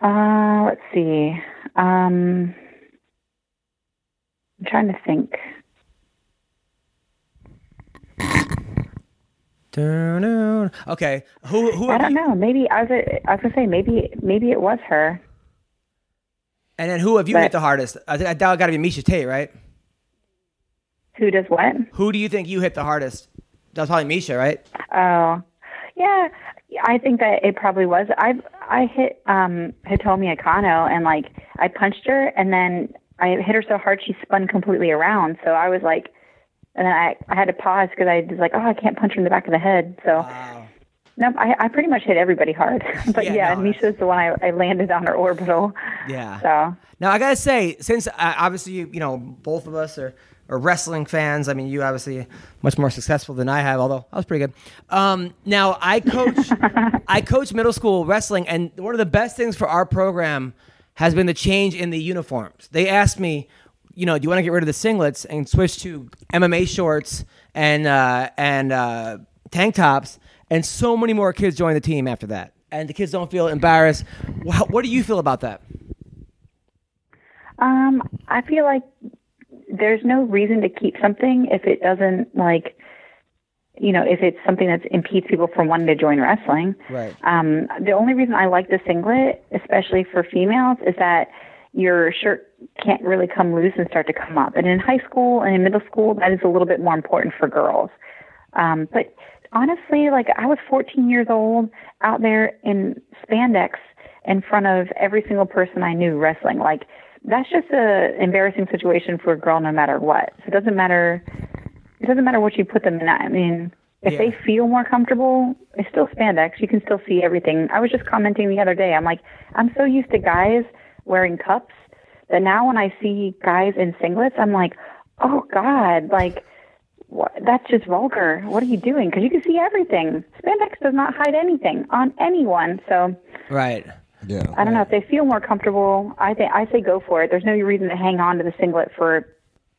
S7: Uh, let's see. Um, I'm trying to think.
S3: Dun-dun. Okay. Who? Who?
S7: I
S3: have
S7: don't
S3: you-
S7: know. Maybe I was. I was gonna say maybe maybe it was her.
S3: And then who have you
S7: But-
S3: hit the hardest? I think I doubt it got to be Misha Tate, right?
S7: Who does what?
S3: Who do you think you hit the hardest? That was probably Misha, right?
S7: Oh, yeah. I think that it probably was. I I hit um Hitomi Akano and like I punched her and then I hit her so hard she spun completely around. So I was like, and then I I had to pause because I was like, oh, I can't punch her in the back of the head. So. No, I, I pretty much hit everybody hard, but
S3: Yeah,
S7: yeah,
S3: no,
S7: Misha's the one I, I landed on her orbital.
S3: Yeah.
S7: So
S3: Now I gotta say, since uh, obviously you, you know both of us are, are wrestling fans. I mean, you obviously much more successful than I have, although I was pretty good. Um, now I coach, I coach middle school wrestling, and one of the best things for our program has been the change in the uniforms. They asked me, you know, do you want to get rid of the singlets and switch to MMA shorts and uh, and uh, tank tops? And so many more kids joined the team after that, and the kids don't feel embarrassed. Wha- What do you feel about that?
S7: Um, I feel like there's no reason to keep something if it doesn't like, you know, if it's something that impedes people from wanting to join wrestling.
S3: Right.
S7: Um, the only reason I like the singlet, especially for females, is that your shirt can't really come loose and start to come up. And in high school and in middle school, that is a little bit more important for girls. Um, but honestly, like I was 14 years old out there in spandex in front of every single person I knew wrestling. Like that's just a embarrassing situation for a girl, no matter what. So it doesn't matter. It doesn't matter what you put them in. I mean, if
S3: Yeah.
S7: they feel more comfortable, it's still spandex. You can still see everything. I was just commenting the other day. I'm like, I'm so used to guys wearing cups that now when I see guys in singlets, I'm like, oh God, like what, that's just vulgar. What are you doing? Because you can see everything. Spandex does not hide anything on anyone. So
S3: Right.
S4: Yeah.
S7: I don't know if they feel more comfortable. I think I say go for it. There's no reason to hang on to the singlet for,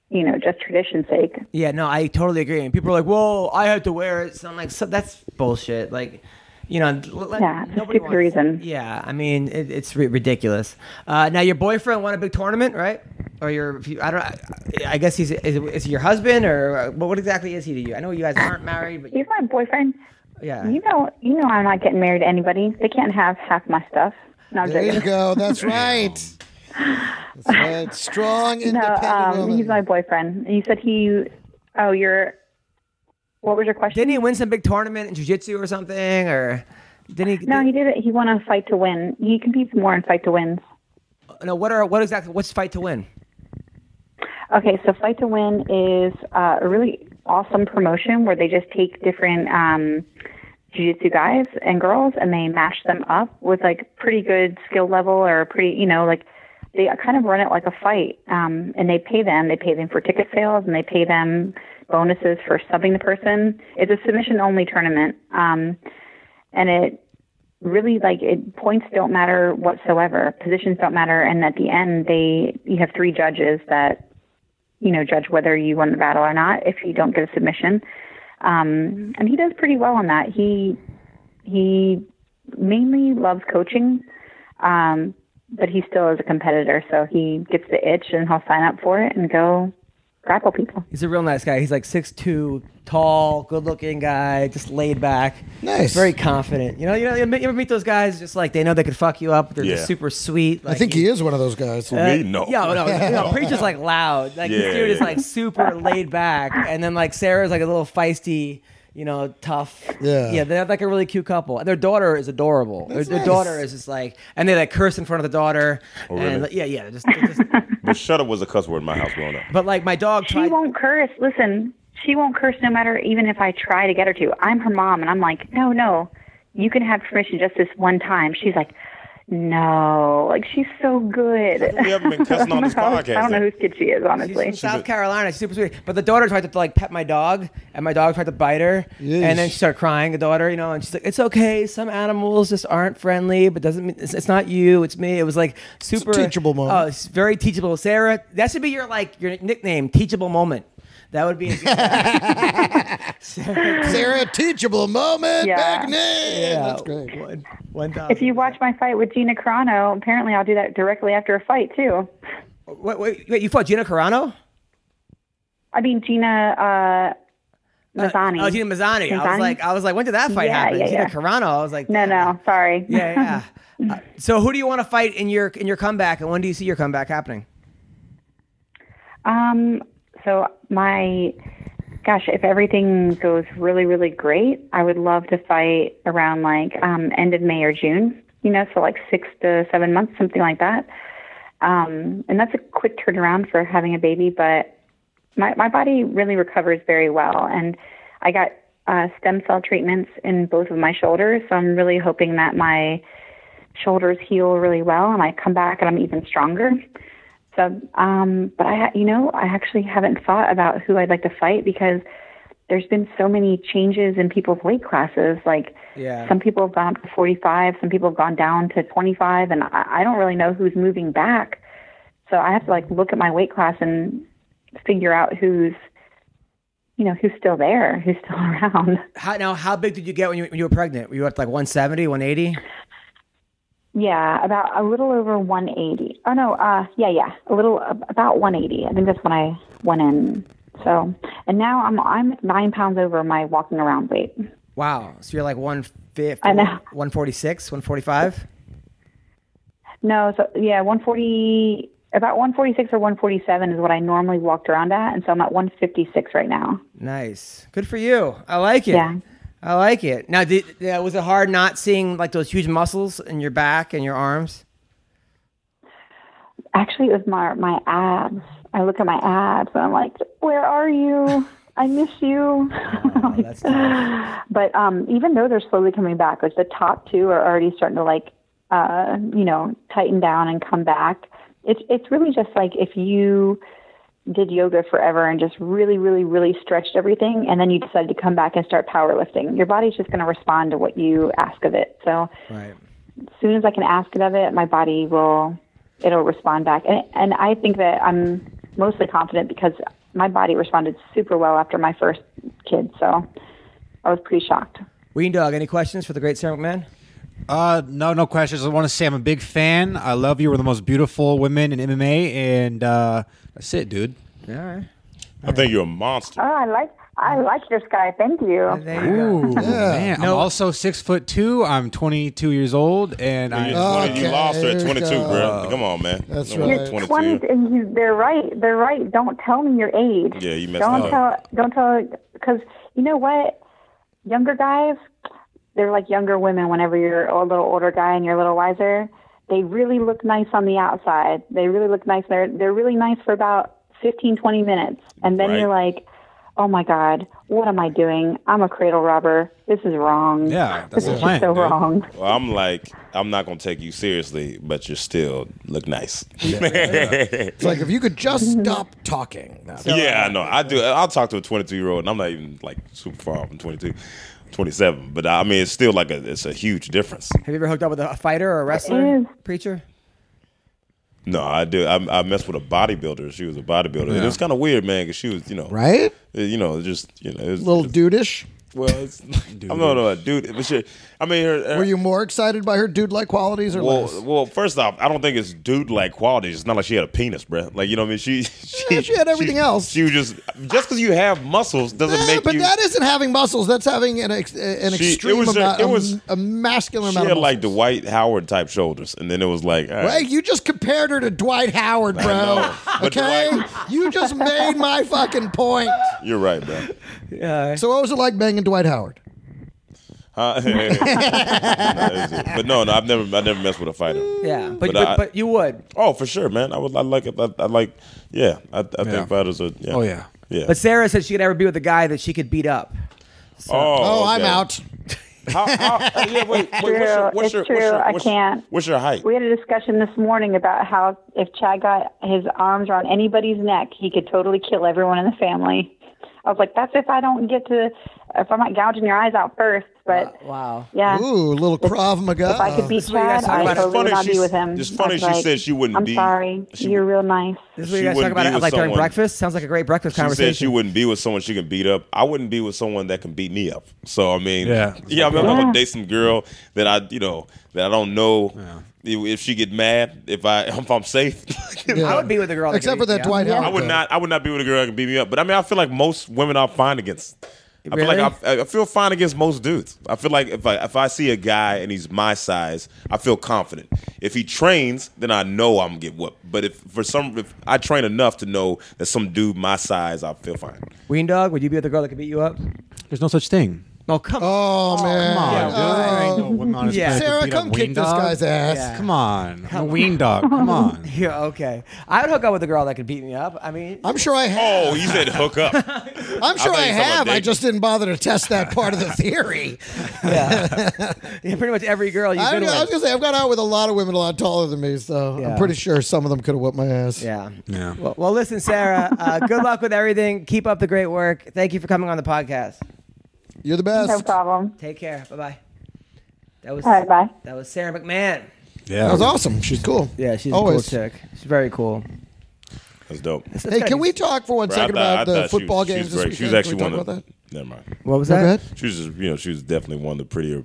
S7: you know, just tradition's sake.
S3: Yeah, no, I totally agree. And people are like, "Well, I had to wear it," so I'm like, "So that's bullshit." Like, you know, l- l-
S7: Yeah, it's a
S3: nobody
S7: stupid reason.
S3: Yeah, I mean, it, it's ri ridiculous. Uh, now, your boyfriend won a big tournament, right? Or your, if you, I don't, I, I guess he's is, is he your husband or uh, what? What exactly is he to you? I know you guys aren't married, but
S7: He's my boyfriend.
S3: yeah,
S7: You know, you know, I'm not getting married to anybody. They can't have half my stuff. No, I'm
S4: There you
S7: joking.
S4: go. That's right. That's right. Strong,
S7: No,
S4: independent
S7: um,
S4: woman.
S7: he's my boyfriend. You said he. Oh, you're. What was your question?
S3: didn't he win some big tournament in jiu-jitsu or something? Or didn't he?
S7: no, he did it. He won on Fight to Win. He competes more in Fight to Wins.
S3: no. What are what exactly? What's fight to win?
S7: Okay, so Fight to Win is uh, a really awesome promotion where they just take different um, jiu-jitsu guys and girls and they match them up with like pretty good skill level or pretty, you know, like they kind of run it like a fight. Um, and they pay them. They pay them for ticket sales and they pay them bonuses for subbing the person. It's a submission-only tournament, um, and it really like it points don't matter whatsoever positions don't matter and at the end they you have three judges that you know, judge whether you won the battle or not if you don't get a submission. Um, and he does pretty well on that. He he mainly loves coaching, um, but he still is a competitor, so he gets the itch and he'll sign up for it and go grapple people.
S3: He's a real nice guy. He's like six two, tall, good looking guy, just laid back.
S4: Nice.
S3: Very confident. You know, you know, you ever meet those guys just like they know they could fuck you up. They're
S6: Yeah.
S3: just super sweet.
S4: I think he is one of those guys.
S7: Uh,
S6: Me? No.
S3: Uh, Yeah, no, no, preacher's like loud. Like
S6: Yeah,
S3: this dude is
S6: yeah.
S3: like super laid back, and then like Sarah's like a little feisty, you know, tough.
S4: Yeah.
S3: yeah, they're like a really cute couple, and their daughter is adorable. Their, their daughter is just like, and they like curse in front of the daughter. and,
S6: Oh, really?
S3: like, yeah, yeah, they're just, they're just
S6: But shut up was a cuss word in my house growing up.
S3: but like my dog
S7: She
S3: tried.
S7: won't curse. Listen, she won't curse no matter even if I try to get her to. I'm her mom, and I'm like, no, no, you can have permission just this one time. She's like, no, like she's so good.
S6: We haven't been cussing on this podcast.
S7: I don't know
S6: then.
S7: whose kid she is, honestly.
S3: She's from South Carolina. She's super sweet. But the daughter tried to like pet my dog, and my dog tried to bite her, and then she started crying. The daughter, you know, and she's like, "It's okay. Some animals just aren't friendly, but doesn't mean it's, it's not you. It's me." It was like super
S4: teachable moment.
S3: Oh, it's very teachable, Sarah. That should be your like your nickname, teachable moment. That would be. A good
S4: Sarah, teachable moment.
S7: Yeah.
S4: Back name. That's great.
S3: One, one
S7: if
S3: thousand.
S7: you watch my fight with Gina Carano, apparently I'll do that directly after a fight too.
S3: Wait, wait, wait, you fought Gina Carano?
S7: I mean Gina uh, Mazzani.
S3: Oh, Gina Mazzani. I was
S7: Mazzani?
S3: like, I was like, when did that fight
S7: Yeah,
S3: happen?
S7: yeah,
S3: Gina
S7: yeah.
S3: Carano. I was like,
S7: no, no, sorry.
S3: yeah, yeah. Uh, so who do you want to fight in your in your comeback, and when do you see your comeback happening?
S7: Um, so my gosh, if everything goes really, really great, I would love to fight around like um, end of May or June. You know, so like six to seven months, something like that. Um, and that's a quick turnaround for having a baby, but my my body really recovers very well, and I got uh, stem cell treatments in both of my shoulders, so I'm really hoping that my shoulders heal really well, and I come back and I'm even stronger. So, um, but I, ha- you know, I actually haven't thought about who I'd like to fight because there's been so many changes in people's weight classes. Like,
S3: Yeah.
S7: some people have gone up to 45, some people have gone down to 25, and I, I don't really know who's moving back. So I have to like look at my weight class and figure out who's, you know, who's still there, who's still around.
S3: How, now, how big did you get when you, when you were pregnant? Were you at like 170, 180?
S7: Yeah, about a little over 180. Oh no, uh, yeah, yeah, a little ab- about 180. I think that's when I went in. So, and now I'm I'm nine pounds over my walking around weight.
S3: Wow. So you're like 150,
S7: I know.
S3: 146, 145?
S7: No, so yeah, 140, about 146 or 147 is what I normally walked around at, and so I'm at 156 right now.
S3: Nice. Good for you. I like it.
S7: Yeah.
S3: I like it. Now, did, yeah, was it hard not seeing like those huge muscles in your back and your arms?
S7: Actually, it was my my abs. I look at my abs and I'm like, where are you? I miss you.
S3: Oh, That's tough.
S7: But um, even though they're slowly coming back, like the top two are already starting to like, uh, you know, tighten down and come back. It's it's really just like if you did yoga forever and just really, really, really stretched everything, and then you decided to come back and start powerlifting, your body's just going to respond to what you ask of it. So
S3: right.
S7: soon as I can ask it of it, my body will it'll respond back. And and I think that I'm mostly confident because my body responded super well after my first kid, so I was pretty shocked.
S3: Ween Dog, any questions for the great Sarah McMahon?
S5: Uh, no, no questions. I want to say I'm a big fan. I love you. We're the most beautiful women in MMA, and uh, that's it, dude.
S3: All right.
S6: I think you're a monster.
S7: Oh, I like I like this guy. Thank you.
S3: There you go.
S5: Man, I'm also six foot two. I'm 22 years old, and
S6: You,
S5: I. Oh,
S6: just- you
S4: Okay,
S6: lost her
S4: there
S6: at
S4: we
S6: 22,
S4: go.
S6: bro. Come on, man.
S4: That's
S6: No wonder
S4: right.
S6: 22.
S7: You're 20, and you, they're right. They're right. Don't tell me your age.
S6: Yeah, you messed
S7: don't
S6: up.
S7: Tell, don't tell, because you know what? Younger guys, they're like younger women. Whenever you're a little older guy and you're a little wiser, they really look nice on the outside. They really look nice. They're they're really nice for about 15, 20 minutes, and then
S6: Right.
S7: you're like, oh my god, what am I doing? I'm a cradle robber. This is wrong.
S5: Yeah, that's
S7: this
S5: the
S7: is
S5: plan,
S7: just so
S5: dude.
S7: wrong.
S6: Well, I'm like, I'm not gonna take you seriously, but you still look nice.
S4: It's like if you could just stop talking. That's
S6: yeah, I know. I do. I'll talk to a 22 year old, and I'm not even like super far from 22, 27. But I mean, it's still like a, it's a huge difference.
S3: Have you ever hooked up with a fighter or a wrestler,
S7: is.
S3: preacher?
S6: No, I do. I, I messed with a bodybuilder. She was a bodybuilder. And it was kind of weird, man, because she was, you know,
S4: right.
S6: You know, just you know, it was,
S4: Little dudish.
S6: Well, it's, I'm not a dude. But she, I mean, her, her,
S4: Were you more excited by her dude-like qualities or
S6: Well,
S4: less?
S6: well, first off, I don't think it's dude like qualities. It's not like she had a penis, bruh. Like you know what I mean? She she,
S4: Yeah, she had everything else.
S6: She was just just because you have muscles doesn't
S4: Yeah,
S6: make
S4: but
S6: you.
S4: that isn't having muscles. That's having an ex, an
S6: She- it
S4: extreme
S6: was a-
S4: amount.
S6: it
S4: a-
S6: was-
S4: a, masculine
S6: she
S4: amount.
S6: had
S4: of
S6: like
S4: muscles.
S6: Dwight Howard type shoulders, and then it was like, all right.
S4: Hey, you just compared her to Dwight Howard, bro.
S6: know, but
S4: okay,
S6: Dwight-
S4: you just made my fucking point.
S6: you're right, bro.
S4: So what was it like banging Dwight Howard?
S6: Huh? No, that's it. but no, no, I've never, I never messed with a fighter.
S3: Yeah, but but,
S6: But
S3: but,
S6: I-
S3: you would.
S6: Oh, for sure, man. I would, I like it. I, I like, yeah. I, I
S5: Yeah.
S6: think fighters are. Yeah.
S5: Oh yeah.
S6: yeah.
S4: uh,
S3: But Sarah said she could never be with a guy that she could beat up.
S4: Oh, I'm
S6: okay.
S4: out.
S6: How, how, yeah, wait, wait, what's
S7: true.
S6: your, what's
S7: It's
S6: your,
S7: true.
S6: What's your,
S7: I
S6: what's-
S7: can't.
S6: What's your height?
S7: We had a discussion this morning about how if Chad got his arms around anybody's neck, he could totally kill everyone in the family. I was like, that's if I don't get to, if I'm not gouging your eyes out first.
S3: Uh,
S7: But
S3: Wow.
S7: yeah,
S4: Ooh, little Krav Maga.
S7: if I could beat
S3: is what you guys
S7: Chad,
S3: talk
S7: I
S3: about.
S7: totally would
S6: It's funny
S7: not be
S6: she-
S7: with him.
S6: it's funny
S7: I was
S6: she
S7: like,
S6: said she wouldn't
S7: I'm
S6: be-
S7: sorry,
S6: she-
S7: you're real nice.
S3: This is what
S6: She
S3: you guys talk
S6: wouldn't
S3: about.
S6: be
S3: it,
S6: with
S3: Like during
S6: someone-
S3: breakfast, sounds like a great breakfast
S6: She
S3: conversation.
S6: said she wouldn't be with someone she can beat up. I wouldn't be with someone that can beat me up. So I mean,
S5: Yeah.
S6: yeah. I mean, I'm
S7: Yeah.
S6: gonna date some girl that I, you know, that I don't know. If if she get mad, if I, if I'm safe,
S3: I would be with a girl. that
S4: Except
S3: could
S4: for that
S3: beat me up.
S4: Dwight Howard.
S6: I would
S4: guy.
S6: not. I would not be with a girl that can beat me up. But I mean, I feel like most women are fine against. I feel
S3: Really?
S6: like I, I feel fine against most dudes. I feel like if I if I see a guy and he's my size, I feel confident. If he trains, then I know I'm gonna get whooped. But if for some, if I train enough to know that some dude my size, I feel fine.
S3: Ween Dog, would you be with a girl that could beat you up?
S5: There's no such thing.
S3: No, come on.
S4: Oh, man.
S5: Come on,
S3: Yeah,
S5: dude. There ain't no women on this
S3: Yeah.
S5: planet that
S4: Sarah,
S5: beat up
S4: come kick
S5: Ween
S4: this
S5: Dog.
S4: guy's ass.
S3: Yeah.
S5: Come on, I'm a ween dog. Come on.
S3: Yeah, okay. I would hook up with a girl that could beat me up. I mean,
S4: I'm sure I have.
S6: Oh, you said hook up.
S4: I'm sure
S6: thought
S4: I,
S6: you were talking about
S4: have. I
S6: dating.
S4: just didn't bother to test that part of the theory.
S3: yeah. yeah pretty much every girl you've
S4: I,
S3: been
S4: don't know, I was
S3: with.
S4: gonna say I've gone out with a lot of women a lot taller than me, so
S3: Yeah.
S4: I'm pretty sure some of them could have whipped my ass.
S3: Yeah.
S5: Yeah.
S3: Well, well listen, Sarah, uh, good luck with everything. Keep up the great work. Thank you for coming on the podcast.
S4: You're the best.
S7: No problem.
S3: Take care. Bye bye. That was
S7: All right, bye.
S3: that was Sarah McMahon.
S5: Yeah.
S4: That was awesome. She's cool.
S3: Yeah, she's
S4: Always.
S3: a cool chick. She's very cool.
S6: That's dope. Bro,
S4: Hey, can we talk for one
S6: I
S4: second
S6: thought- I
S4: about the
S6: thought she-
S4: football
S6: she was
S4: games this
S6: great. She
S4: weekend?
S6: was
S4: Can
S6: actually
S4: we talk
S6: one of
S4: about that?
S6: Never mind.
S3: What was
S4: Go
S3: that?
S4: ahead.
S6: She was just, you know, she was definitely one of the prettier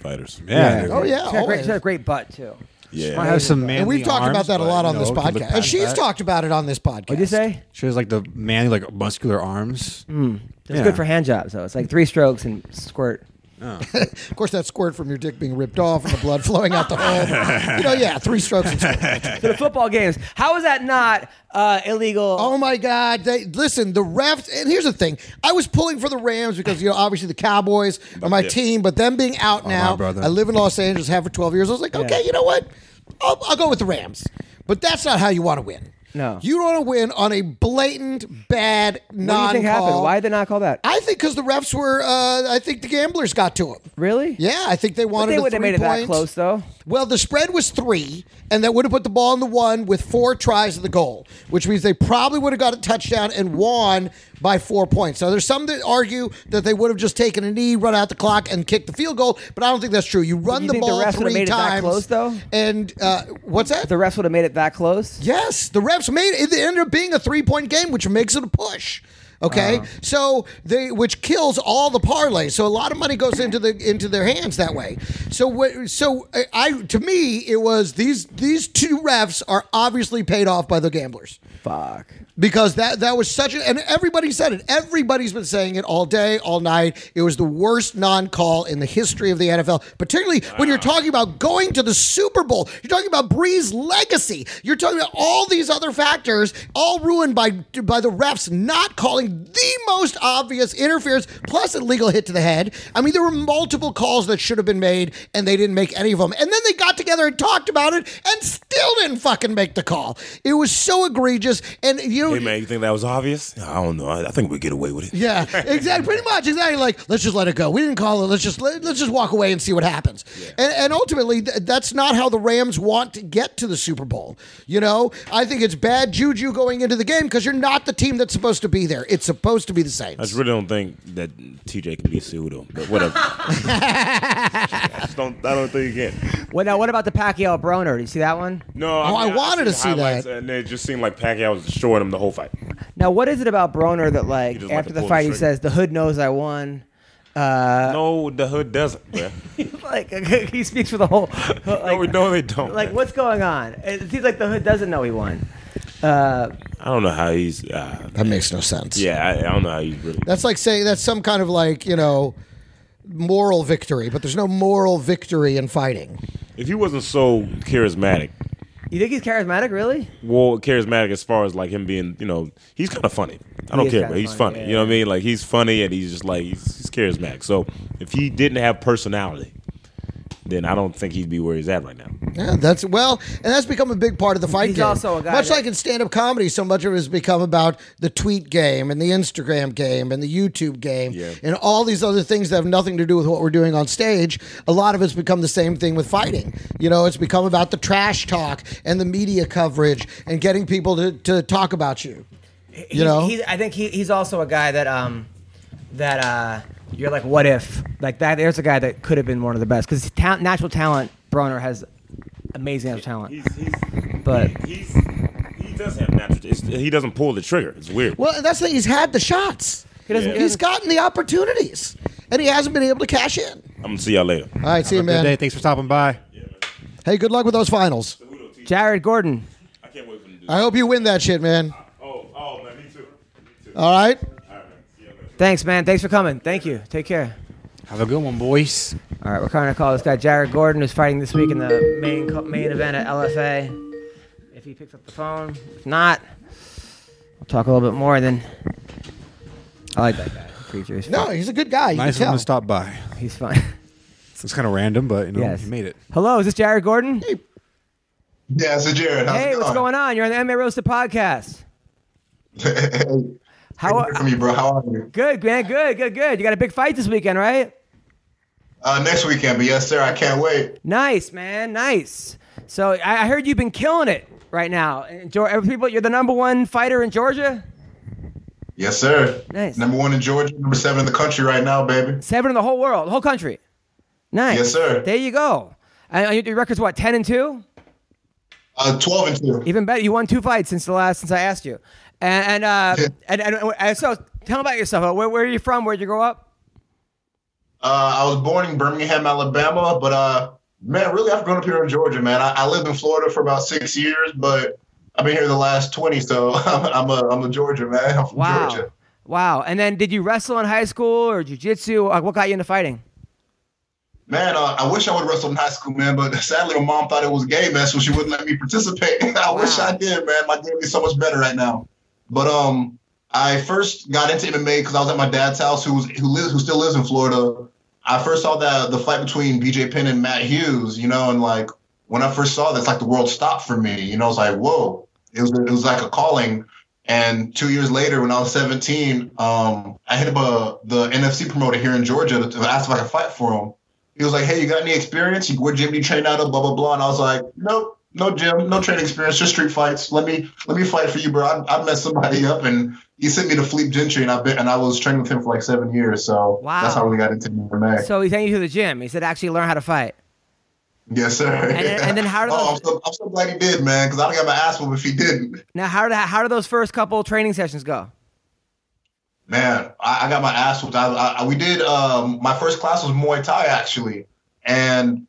S6: fighters.
S5: Yeah. dude.
S4: Oh yeah,
S3: She had, a great,
S4: always.
S3: she had a great butt too.
S6: yeah.
S5: Might have some manly
S4: And we've talked
S5: arms,
S4: about that a
S5: but,
S4: lot
S5: you
S4: on
S5: know,
S4: this
S5: can look
S4: podcast, and
S5: past
S4: she's
S5: that.
S4: talked about it on this podcast.
S3: What'd you say?
S5: She has like the manly, like muscular arms.
S4: Mm,
S3: It's
S5: Yeah.
S3: good for hand jobs though. It's like three strokes and squirt.
S4: Of course, that squirt from your dick being ripped off and the blood flowing out the hole. You know, yeah, three strokes. And squirt.
S3: So the football games. How is that not uh, illegal?
S4: Oh my God! They listen. The refs. And here's the thing: I was pulling for the Rams because you know, obviously, the Cowboys are my
S6: yeah.
S4: team. But them being out
S3: Oh,
S4: now,
S5: brother.
S4: I live in Los Angeles, have for 12 years. I was like, okay, you know what? I'll, I'll go with the Rams. But that's not how you want to win.
S3: No.
S4: you want to win on a blatant bad
S3: what do you
S4: non-call.
S3: think happened? Why did they not call that?
S4: I think because the refs were. Uh, I think the gamblers got to him.
S3: really?
S4: Yeah, I think they
S3: But
S4: wanted.
S3: they
S4: a
S3: wouldn't have made it
S4: three
S3: that
S4: point.
S3: close though.
S4: Well, the spread was three, and that would have put the ball in the one with four tries to the goal, which means they probably would have got a touchdown and won by four points. Now, there's some that argue that they would have just taken a knee, run out the clock, and kicked the field goal, but I don't think that's true. You run
S3: you
S4: the
S3: think the
S4: ball
S3: refs would have
S4: three
S3: made it that
S4: times,
S3: close, though?
S4: and uh, what's that?
S3: The refs would have made it that close.
S4: Yes, the refs made it ended up being a three point game, which makes it a push. Okay, so they which kills all the parlays. So a lot of money goes into the into their hands that way. So what? So I- I to me it was these these two refs are obviously paid off by the gamblers
S3: Fuck.
S4: because that that was such a and everybody said it. Everybody's been saying it all day, all night. It was the worst non-call in the history of the NFL, particularly when you're talking about going to the Super Bowl. You're talking about Bree's legacy. You're talking about all these other factors, all ruined by by the refs not calling the most obvious interference, plus a legal hit to the head. I mean, there were multiple calls that should have been made, and they didn't make any of them. And then they got together and talked about it, and still didn't fucking make the call. It was so egregious, and you know.
S6: Hey man, you think that was obvious? I don't know. I, I think we get away with it.
S4: Yeah, exactly. Pretty much, exactly. Like, let's just let it go. We didn't call it. Let's just let, let's just walk away and see what happens. And, and ultimately, th- that's not how the Rams want to get to the Super Bowl. You know, I think it's bad juju going into the game because you're not the team that's supposed to be there. It's supposed to be the Saints.
S6: I just really don't think that TJ can be sued on, but whatever. I just don't. I don't think he can.
S3: What now? What about the Pacquiao Broner? Do you see that one?
S6: No.
S4: Oh, I wanted to
S6: seen
S4: see that.
S6: highlights, And it just seemed like Pacquiao was destroying him the whole fight.
S3: Now, what is it about Broner that like
S6: doesn't like
S3: after
S6: to
S3: the
S6: pull the
S3: fight he
S6: trigger.
S3: says the hood knows I won?
S4: Uh,
S6: no, the hood doesn't. bruh.
S3: Like he speaks for the whole.
S6: no, we-
S3: Like,
S6: no, they don't.
S3: like
S6: bruh.
S3: what's going on? It seems like the hood doesn't know he won.
S6: I don't know how he's. Uh,
S4: that makes no sense.
S6: yeah, I, I don't know how he's really.
S4: that's like saying that's some kind of like you know moral victory, but there's no moral victory in fighting.
S6: If he wasn't so charismatic,
S3: You think he's charismatic, really?
S6: well, charismatic as far as like him being, you know, he's kind of funny. I don't
S3: is
S6: care,
S3: kinda
S6: but he's
S3: funny,
S6: funny.
S3: yeah,
S6: You know what I mean? Like he's funny and he's just like he's, he's charismatic. So if he didn't have personality, then I don't think he'd be where he's at right now.
S4: Yeah, that's well, and that's become a big part of the fight
S3: He's
S4: game.
S3: also a guy
S4: much
S3: that-
S4: like in stand-up comedy, so much of it has become about the tweet game and the Instagram game and the YouTube game
S6: Yeah.
S4: and all these other things that have nothing to do with what we're doing on stage. A lot of it's become the same thing with fighting. You know, it's become about the trash talk and the media coverage and getting people to, to talk about you. You
S3: He's-
S4: know,
S3: he's, I think he, he's also a guy that um that uh you're like what if like that there's a guy that could have been one of the best because ta- natural talent Broner has amazing natural talent
S6: He's, he's,
S3: but
S6: he's he does have natural. It's, he doesn't pull the trigger. It's weird.
S4: well, and that's the thing. He's had the shots. He
S3: doesn't- he
S4: He's
S3: doesn't-
S4: gotten the opportunities, and he hasn't been able to cash in.
S6: I'm gonna see y'all later.
S4: All right, see you,
S5: Good day.
S4: man.
S5: Thanks for stopping by.
S4: Hey, good luck with those finals.
S3: Jared Gordon
S6: I can't wait for him to do.
S4: I hope you win that shit, man.
S6: Oh, oh man, me too. Me too.
S4: All right.
S6: All right, man. See y'all later.
S3: thanks man thanks for coming thank you take care
S5: Have a good one, boys.
S3: all right we're trying to call this guy Jared Gordon who's fighting this week in the main co- main event at LFA if he picks up the phone if not we'll talk a little bit more then I like that guy Creature, he's,
S4: No, he's a good guy. You
S5: Nice
S4: can
S5: of him
S4: tell.
S5: to stop by.
S3: he's fine
S5: It's kind of random, but you know,
S3: Yes.
S5: he made it.
S3: hello is this Jared Gordon
S7: Yeah, so Jared, how's
S3: Hey,
S7: it
S3: what's going on? You're on the MMA Roasted podcast. How
S7: Good from you, bro? How are you?
S3: good, man? Good, good, good. You got a big fight this weekend, right?
S7: Uh, next weekend, but yes, sir, I can't wait.
S3: Nice, man. Nice. So I, I heard you've been killing it right now. And Geor- people, you're the number one fighter in Georgia.
S7: Yes, sir.
S3: Nice.
S7: Number one in Georgia, number seven in the country right now, baby.
S3: Seven in the whole world, the whole country. Nice.
S7: Yes, sir.
S3: There you go. And your- your record's what? Ten and two.
S7: Uh, Twelve and two.
S3: Even better, you won two fights since the last since I asked you. And and uh,
S7: Yeah.
S3: and, and, and so tell about yourself. Uh, Where, where are you from? Where'd you grow up?
S7: Uh, I was born in Birmingham, Alabama, but uh, man, really, I've grown up here in Georgia, man. I, I lived in Florida for about six years, but I've been here the last twenty, so I'm, I'm a I'm a Georgia man. I'm from
S3: Wow.
S7: Georgia.
S3: Wow. And then did you wrestle in high school or jujitsu? Like, what got you into fighting?
S7: Man, uh, I wish I would wrestle in high school, man, but sadly, my mom thought it was gay, man, so she wouldn't let me participate. I wish I did, man. My game is so much better right now. But um, I first got into MMA because I was at my dad's house, who's who lives, who still lives in Florida. I first saw that the fight between BJ Penn and Matt Hughes, you know, and like when I first saw this, like the world stopped for me. You know, I was like, whoa, it was it was like a calling. And two years later, when I was 17, um, I hit up a, the NFC promoter here in Georgia to, to ask if I could fight for him He was like, "Hey, you got any experience? You- Where Jim do you train out of? Blah blah blah." And I was like, "Nope, no gym, no training experience, just street fights. Let me let me fight for you, bro. I, I messed somebody up, and he sent me to Fleet Gentry, and I've been and I was training with him for like seven years. So
S3: Wow.
S7: Oh, that's how we got into MMA.
S3: So he sent you to the gym. He said, actually learn how to fight.
S7: yes, sir.
S3: And then- and then how did
S7: oh, I'm
S3: those-
S7: so, I'm so glad he did, man, because I don't got my ass whooped if he didn't.
S3: Now, how did how do those first couple training sessions go?
S7: Man, I, I got my ass whooped. I, I, I- we did. Um, my first class was Muay Thai actually, and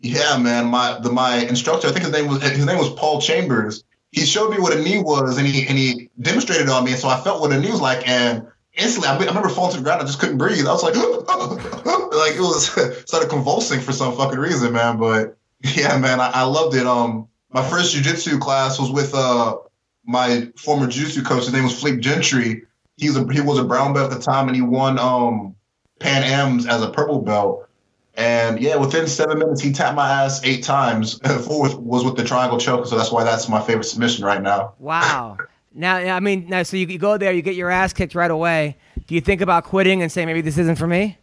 S7: yeah, man, my the my instructor, I think his name was his name was Paul Chambers. He showed me what a knee was, and he and he demonstrated on me, and so I felt what a knee was like, and instantly, I, I remember falling to the ground. I just couldn't breathe. I was like, like it was started convulsing for some fucking reason, man. But yeah, man, I, I loved it. Um, my first jujitsu class was with uh my former jujitsu coach. His name was Fleet Gentry he's a he was a brown belt at the time and he won um Pan Am's as a purple belt. And yeah, within seven minutes he tapped my ass eight times. Fourth was with the triangle choke, so that's why that's my favorite submission right now.
S3: Wow. now, I mean, now, so you, you go there, you get your ass kicked right away. Do you think about quitting and say maybe this isn't for me?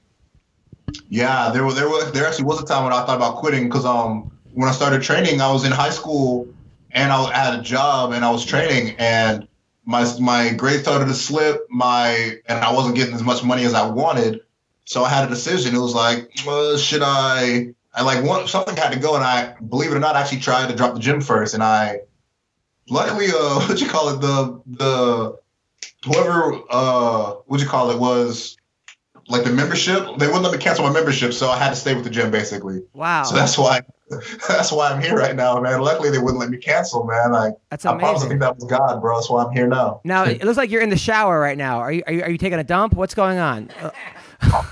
S7: Yeah, there was there was there actually was a time when I thought about quitting because um when I started training I was in high school and I had a job and I was training and my my grades started to slip my and I wasn't getting as much money as I wanted so I had a decision it was like uh, should I I like one something had to go and I believe it or not I actually tried to drop the gym first and I luckily uh what you call it the the whoever uh what you call it was like the membership, they wouldn't let me cancel my membership, so I had to stay with the gym basically.
S3: Wow.
S7: So that's why that's why I'm here right now, man. Luckily they wouldn't let me cancel, man. Like
S3: That's
S7: I promise I
S3: amazing.
S7: think that was God, bro. That's why I'm here now.
S3: Now it looks like you're in the shower right now. Are you are you, are you taking a dump? What's going on? Uh,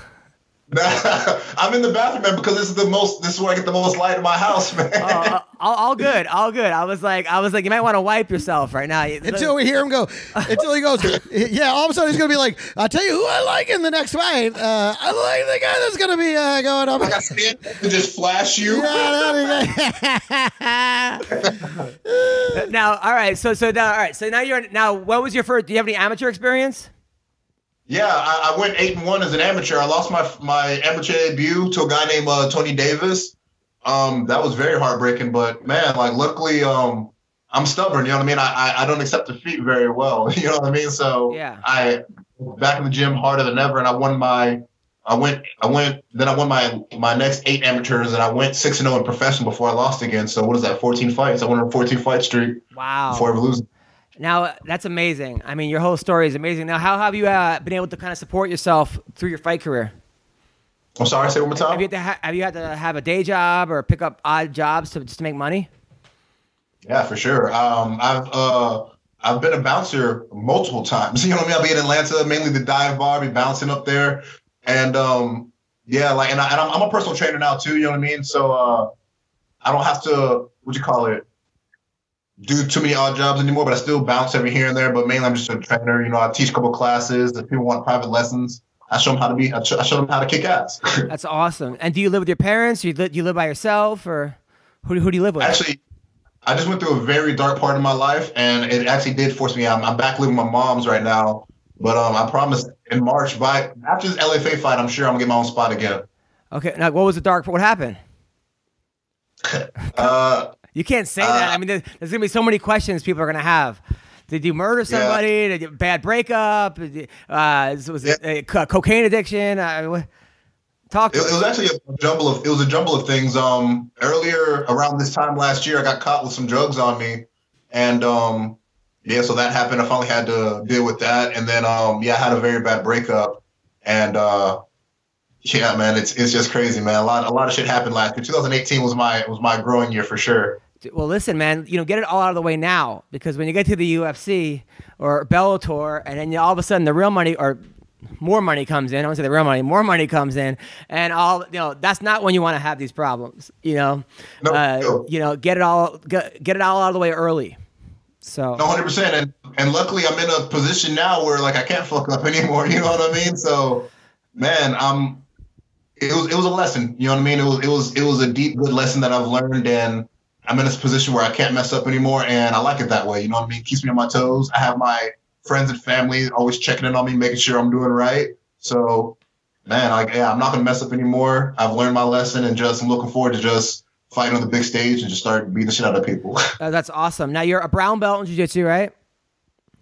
S7: I'm in the bathroom, man, because this is the most this is where I get the most light in my house, man.
S3: uh, all, all good, all good. I was like, I was like, you might want to wipe yourself right now. You-
S4: Until we hear him go, until he goes, yeah. All of a sudden he's gonna be like, "I'll tell you who I like in the next fight. Uh, I like the guy that's gonna be uh, going up."
S7: like I stand up and just flash you.
S4: Yeah, that'd be good.
S3: now, all right. So so now, all right. So now you're now. What was your first? Do you have any amateur experience?
S7: Yeah, I, I went eight and one as an amateur. I lost my my amateur debut to a guy named uh, Tony Davis. Um, that was very heartbreaking, but man, like luckily, um, I'm stubborn. You know what I mean? I, I I don't accept defeat very well. You know what I mean? So
S3: Yeah.
S7: I back in the gym harder than ever, and I won my. I went, I went, then I won my my next eight amateurs, and I went six and zero in professional before I lost again. So what is that? Fourteen fights. I went on a fourteen fight streak
S3: Wow.
S7: before ever losing.
S3: Now uh, that's amazing. I mean, your whole story is amazing. Now, how have you uh, been able to kind of support yourself through your fight career?
S7: I'm sorry, say it one more time.
S3: Have you had to, ha- have you had to have a day job or pick up odd jobs to just to make money?
S7: Yeah, for sure. Um, I've uh, I've been a bouncer multiple times. You know what I mean? I'll be in Atlanta, mainly the dive bar, be bouncing up there, and um, yeah, like, and, I, and I'm, I'm a personal trainer now too. You know what I mean? So uh, I don't have to what you call it do too many odd jobs anymore. But I still bounce every here and there. But mainly, I'm just a trainer. You know, I teach a couple classes. If people want private lessons, I show them how to be. I show, I show them how to kick ass.
S3: That's awesome. And do you live with your parents? Do you, li- do you live by yourself, or who, do- who do you live with?
S7: actually i just went through a very dark part of my life and it actually did force me i'm, I'm back living with my mom's right now but um, i promise in march by after this lfa fight i'm sure i'm gonna get my own spot again
S3: okay. Now, what was the dark? What happened?
S7: uh,
S3: You can't say that. I mean, there- there's gonna be so many questions people are gonna have. Did you murder somebody? Did you, bad breakup? Did you- Uh, was it uh, co- cocaine addiction? I mean, what- talk.
S7: it,
S3: To
S7: it was
S3: us.
S7: actually a jumble of it was a jumble of things um, earlier around this time last year i got caught with some drugs on me and um, yeah so that happened i finally had to deal with that and then um, yeah i had a very bad breakup and uh, yeah man it's it's just crazy man a lot a lot of shit happened last year 2018 was my was my growing year for sure
S3: Well, listen, man. You know, get it all out of the way now because when you get to the UFC or Bellator, and then you, all of a sudden the real money or more money comes in. I don't say the real money. More money comes in, and all you know. That's not when you want to have these problems. You know,
S7: No,
S3: uh,
S7: no.
S3: you know, get it all get, get it all out of the way early. So
S7: No, hundred percent. And and luckily, I'm in a position now where like I can't fuck up anymore. You know what I mean? So, man, I'm. It was it was a lesson. You know what I mean? It was it was it was a deep good lesson that I've learned, and I'm in this position where I can't mess up anymore, and I like it that way. You know what I mean? Keeps me on my toes. I have my friends and family always checking in on me, making sure I'm doing right. So. man, like, yeah, I'm not gonna mess up anymore. I've learned my lesson, and just I'm looking forward to just fighting on the big stage and just start beating the shit out of people.
S3: Uh, that's awesome. Now you're a brown belt in jiu-jitsu, right?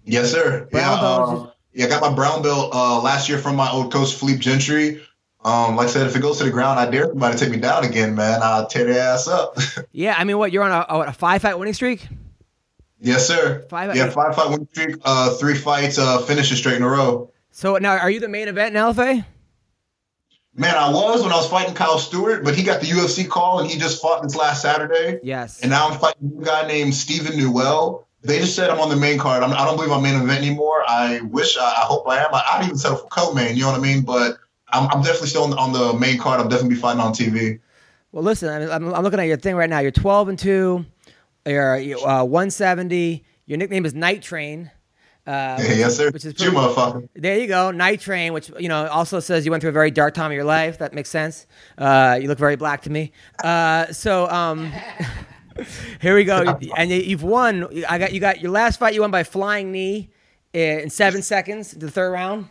S7: yes, sir.
S3: Brown
S7: yeah,
S3: belt
S7: um,
S3: is-
S7: yeah, I got my brown belt uh, last year from my old coach Philippe Gentry. Um, like I said, if it goes to the ground, I dare somebody to take me down again, man. I'll tear their ass up.
S3: Yeah. I mean, what you're on a, a, what, a five fight winning streak?
S7: yes, sir.
S3: Five-
S7: yeah, five fight win streak, uh, three fights, uh, finishes straight in a row.
S3: So now, are you the main event in LFA?
S7: Man, I was when I was fighting Kyle Stewart, but he got the UFC call and he just fought this last Saturday.
S3: Yes.
S7: And now I'm fighting a guy named Steven Newell. They just said I'm on the main card. I'm, I don't believe I'm main event anymore. I wish, I, I hope I am. I, I'd even settle for co-main. You know what I mean? But I'm, I'm definitely still on, on the main card. I'm definitely be fighting on TV.
S3: Well, listen, I mean, I'm, I'm looking at your thing right now. You're 12 and 2. You're uh, 170. Your nickname is Night Train. Uh, which-
S7: yes, sir.
S3: Which is
S7: you,
S3: pretty-
S7: motherfucker.
S3: There you go, Night Train, which you know also says you went through a very dark time of your life. That makes sense. Uh, you look very black to me. Uh, so um, here we go, and you- you've won. I got you got your last fight. You won by flying knee in seven seconds, the third round.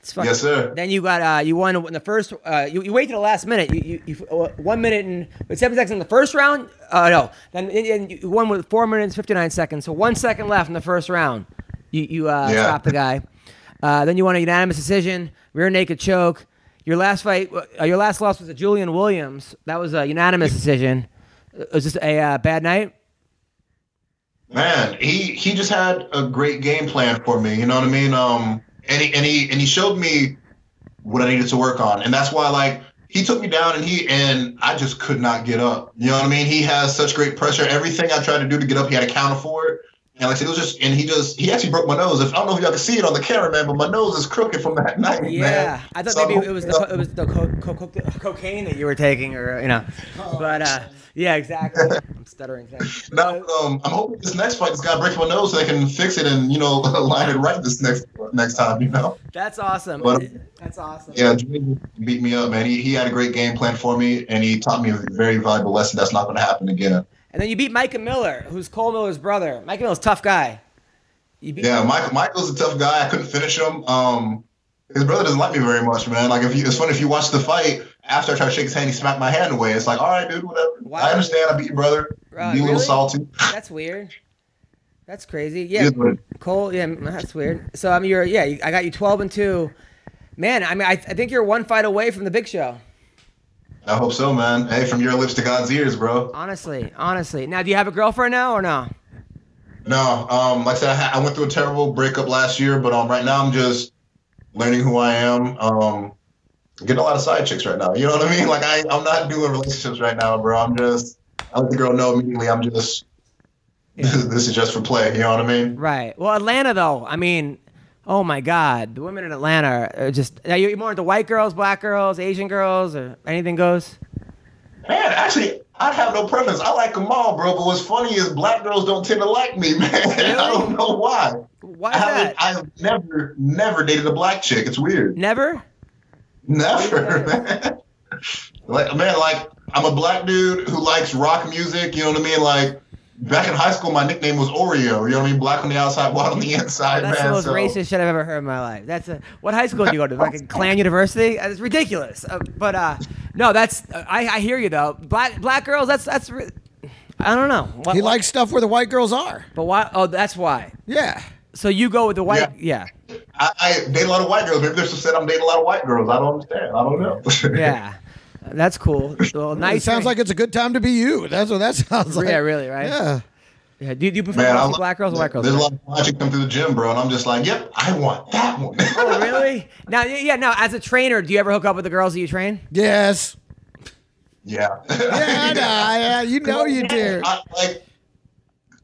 S3: It's fucking-
S7: Yes, sir.
S3: Then you got uh, you won in the first. Uh, you, you waited to the last minute. You, you, you uh, one minute and with seven seconds in the first round. Uh, no, then and you won with four minutes fifty nine seconds. So one second left in the first round. You you uh,
S7: Yeah.
S3: stopped the guy. Uh, then you won a unanimous decision, rear naked choke. Your last fight, uh, your last loss was to Julian Williams. That was a unanimous decision. It was just a uh, bad night.
S7: man he he just had a great game plan for me you know what i mean um and he and he and he showed me what i needed to work on and that's why like he took me down and he and i just could not get up you know what i mean he has such great pressure everything i tried to do to get up he had a counter for it and like I said, it was just, and he just, he actually broke my nose. If, I don't know if y'all can see it on the camera, man, but my nose is crooked from that night, man.
S3: Yeah, I thought
S7: So I'm
S3: maybe it was the,
S7: hoping-
S3: co- it was the co- co- co- cocaine that you were taking, or you know,
S7: Oh.
S3: but uh, yeah, exactly. I'm stuttering. thanks.
S7: No, um, I'm hoping this next fight, this guy breaks my nose so they can fix it and, you know, line it right this next next time, you know?
S3: That's awesome.
S7: But- uh,
S3: That's awesome.
S7: Yeah, Jimmy beat me up, man. He, he had a great game plan for me, and he taught me a very valuable lesson that's not going to happen again.
S3: And then you beat Micah Miller, who's Cole Miller's brother. Micah Miller's a tough guy. You beat
S7: Yeah, Mike, Michael's a tough guy. I couldn't finish him. Um, his brother doesn't like me very much, man. Like, if you, it's funny if you watch the fight after I tried to shake his hand, he smacked my hand away. It's like, all right, dude, whatever.
S3: Wow.
S7: I understand. I beat your brother.
S3: Right,
S7: be a little
S3: really?
S7: salty.
S3: That's weird. That's crazy. Yeah,
S7: It is weird.
S3: Cole. Yeah, mm, that's weird. So I mean, you're yeah. you- I got you twelve and two. Man, I mean, I, I think you're one fight away from the big show.
S7: I hope so, man. Hey, from your lips to God's ears, bro.
S3: Honestly, honestly. Now, do you have a girlfriend now or no?
S7: No, um, like I said, I, ha- I went through a terrible breakup last year, but um, right now I'm just learning who I am. Um, getting a lot of side chicks right now. You know what I mean? Like I, I'm not doing relationships right now, bro. I'm just, I let the girl know immediately. I'm just, this, is, this is just for play. You know what I mean?
S3: Right. Well, Atlanta though. I mean, oh my God, the women in Atlanta are just. Now you're more into white girls, black girls, Asian girls, or anything goes.
S7: Man, actually, I have no preference. I like them all, bro. But what's funny is black girls don't tend to like me, man. I don't know why.
S3: Why
S7: I
S3: is
S7: haven't,
S3: that?
S7: I have never, never dated a black chick. It's weird.
S3: Never.
S7: Never, man. Like, man, like I'm a black dude who likes rock music. You know what I mean? Like back in high school, my nickname was Oreo. You know what I mean? Black on the outside, white on the inside,
S3: That's
S7: man.
S3: the most
S7: so,
S3: racist shit I've ever heard in my life. That's a, what high school do you go to? Fucking Klan University? It's ridiculous. Uh, but uh, no, that's uh, I, I hear you though. Black black girls. That's that's. Re- I don't know. What,
S4: He likes stuff where the white girls are.
S3: But why? Oh, that's why.
S4: Yeah.
S3: So you go with the white? Yeah.
S7: I, I date a lot of white girls. Maybe they're upset I'm dating a lot of white girls. I don't understand. I don't know.
S3: Yeah. Uh, That's cool. Well, nice.
S4: It sounds like it's a good time to be you. That's what that sounds like.
S3: Yeah, really, right?
S4: Yeah.
S3: Yeah. Do, you- do you prefer
S7: Man, I
S3: mostly
S7: lo-
S3: black girls or white girls?
S7: There's a lot of logic come through the gym, bro, and I'm just like, yep, I want that one.
S3: Oh, really? Now, yeah, yeah, now as a trainer, do you ever hook up with the girls that you train?
S4: Yes.
S7: yeah.
S4: Yeah, nah, yeah, you know you do.
S7: I, like,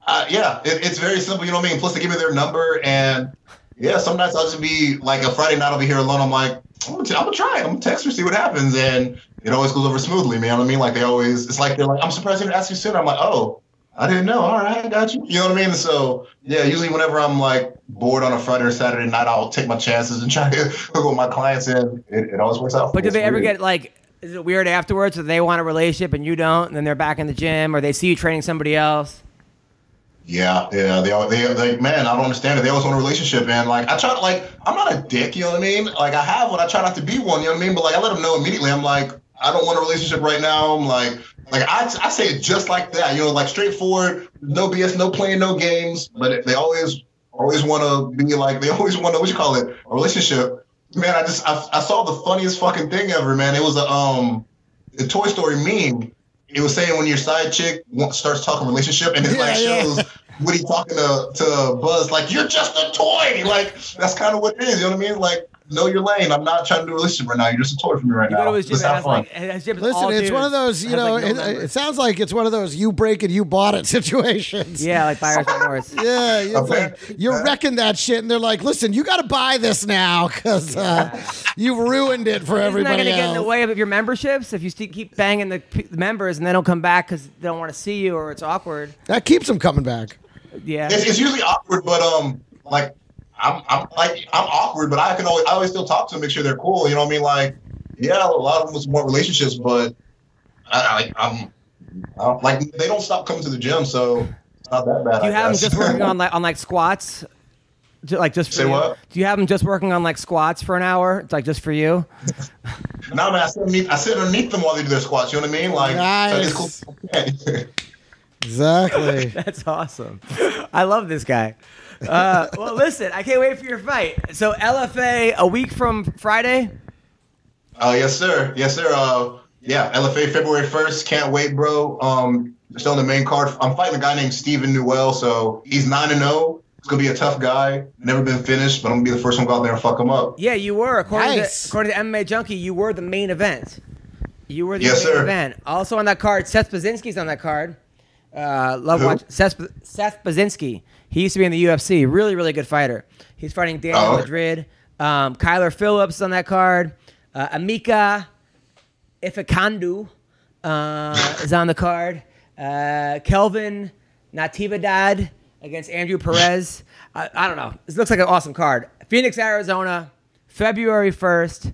S7: uh, yeah, it, it's very simple. You know what I mean? Plus, they give me their number, and yeah, sometimes I'll just be like a Friday night. I'll be here alone. I'm like, I'm gonna, t- I'm gonna try it. I'm gonna text her, see what happens, and it always goes over smoothly. Man, you know what I mean? Like they always, it's like they're like, I'm surprised you didn't ask me sooner. I'm like, oh. I didn't know. All right, I got you. You know what I mean? So yeah, usually whenever I'm like bored on a Friday or Saturday night, I'll take my chances and try to hook up with my clients, and it, it always works out. for
S3: But
S7: me.
S3: do they
S7: It's
S3: ever
S7: weird.
S3: get like, is it weird afterwards that they want a relationship and you don't, and then they're back in the gym, or they see you training somebody else?
S8: Yeah, yeah, they all they, they man, I don't understand it. They always want a relationship, and like I try to like I'm not a dick, you know what I mean? Like I have one, I try not to be one, you know what I mean? But like I let them know immediately. I'm like I don't want a relationship right now. I'm like like I, I say it just like that, you know, like straightforward, no BS, no playing, no games. But it- they always always want to be like they always want to what you call it a relationship. Man, I just I, I saw the funniest fucking thing ever, man. It was a um the Toy Story meme. It was saying when your side chick wa- starts talking relationship, and it like
S4: Yeah, yeah.
S8: shows Woody talking to, to Buzz like you're just a toy. Like that's kind of what it is. You know what I mean? Like know your lane. I'm not trying to do a relationship right now. You're just a toy for me right
S9: You
S8: now.
S9: go to his gym
S8: Let's
S9: and
S8: have
S9: has
S8: fun.
S9: like, his gym is all
S4: Listen, it's one
S9: dudes.
S4: of those, you
S9: Has,
S4: know,
S9: like, no
S3: uh,
S4: it,
S9: members.
S4: it sounds like it's one of those you break it, you bought it situations.
S3: Yeah, like buyer's remorse.
S4: Yeah, it's
S8: Okay.
S4: like, you're wrecking that shit, and they're like, "Listen, you got to buy this now because uh, you've ruined it for
S3: Isn't that
S4: everybody
S3: going to get in
S4: else."
S3: the way of your memberships if you st- keep banging the p- the members and they don't come back because they don't want to see you or it's awkward?
S4: That keeps them coming back.
S3: Yeah.
S8: It's, it's usually awkward, but um, like I'm, I'm like I'm awkward, but I can always I always still talk to them, make sure they're cool. You know what I mean? Like, yeah, a lot of them want relationships, but I, I I'm, I'm like they don't stop coming to the gym, so it's not that bad.
S3: Do you
S8: I
S3: have them
S8: guess.
S3: just working on like on like squats? Ju- Like just for
S8: Say
S3: you?
S8: what?
S3: Do you have them just working on like squats for an hour? It's like just for you.
S8: No, man, I sit underneath I sit underneath them while they do their squats. You know what I mean? Like, so it's
S4: Nice.
S8: cool. Okay.
S4: Exactly.
S3: That's awesome. I love this guy. Uh, well, listen, I can't wait for your fight. So LFA a week from Friday.
S8: Uh, yes, sir. Yes, sir. Uh, yeah, LFA February 1st. Can't wait, bro. Um, still on the main card. I'm fighting a guy named Steven Newell, so he's 9 and 0. He's going to be a tough guy. Never been finished, but I'm going to be the first one to go out there and fuck him up.
S3: Yeah, you were according
S4: Nice.
S3: to according to MMA Junkie, you were the main event. You were the
S8: Yes,
S3: main
S8: sir.
S3: event. Also on that card, Seth Bazinski's on that card. Uh, love
S8: Who?
S3: watch Seth, Seth Bazinski. He used to be in the UFC. Really, really good fighter. He's fighting Daniel
S8: Oh, okay.
S3: Madrid. Um, Kyler Phillips is on that card. Uh, Amika Ifekandu uh, is on the card. Uh, Kelvin Natividad against Andrew Perez. I, I don't know. This looks like an awesome card. Phoenix, Arizona, February 1st.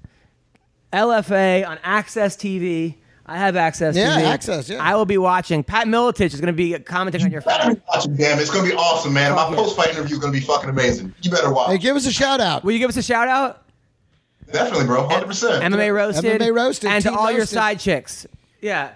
S3: LFA on Access TV. I have Access
S4: Yeah,
S3: TV.
S4: Access, yeah.
S3: I will be watching. Pat Militich is going to be commenting on your
S8: Better
S3: fight.
S8: be watching, damn. it. It's going to be awesome, man. My post fight interview is going to be fucking amazing. You better watch.
S4: hey, give us a shout out.
S3: Will you give us a shout out?
S8: Definitely, bro. 100%.
S3: MMA Roasted.
S4: MMA Roasted,
S3: And to
S4: Team
S3: all your
S4: Roasted.
S3: side chicks. Yeah.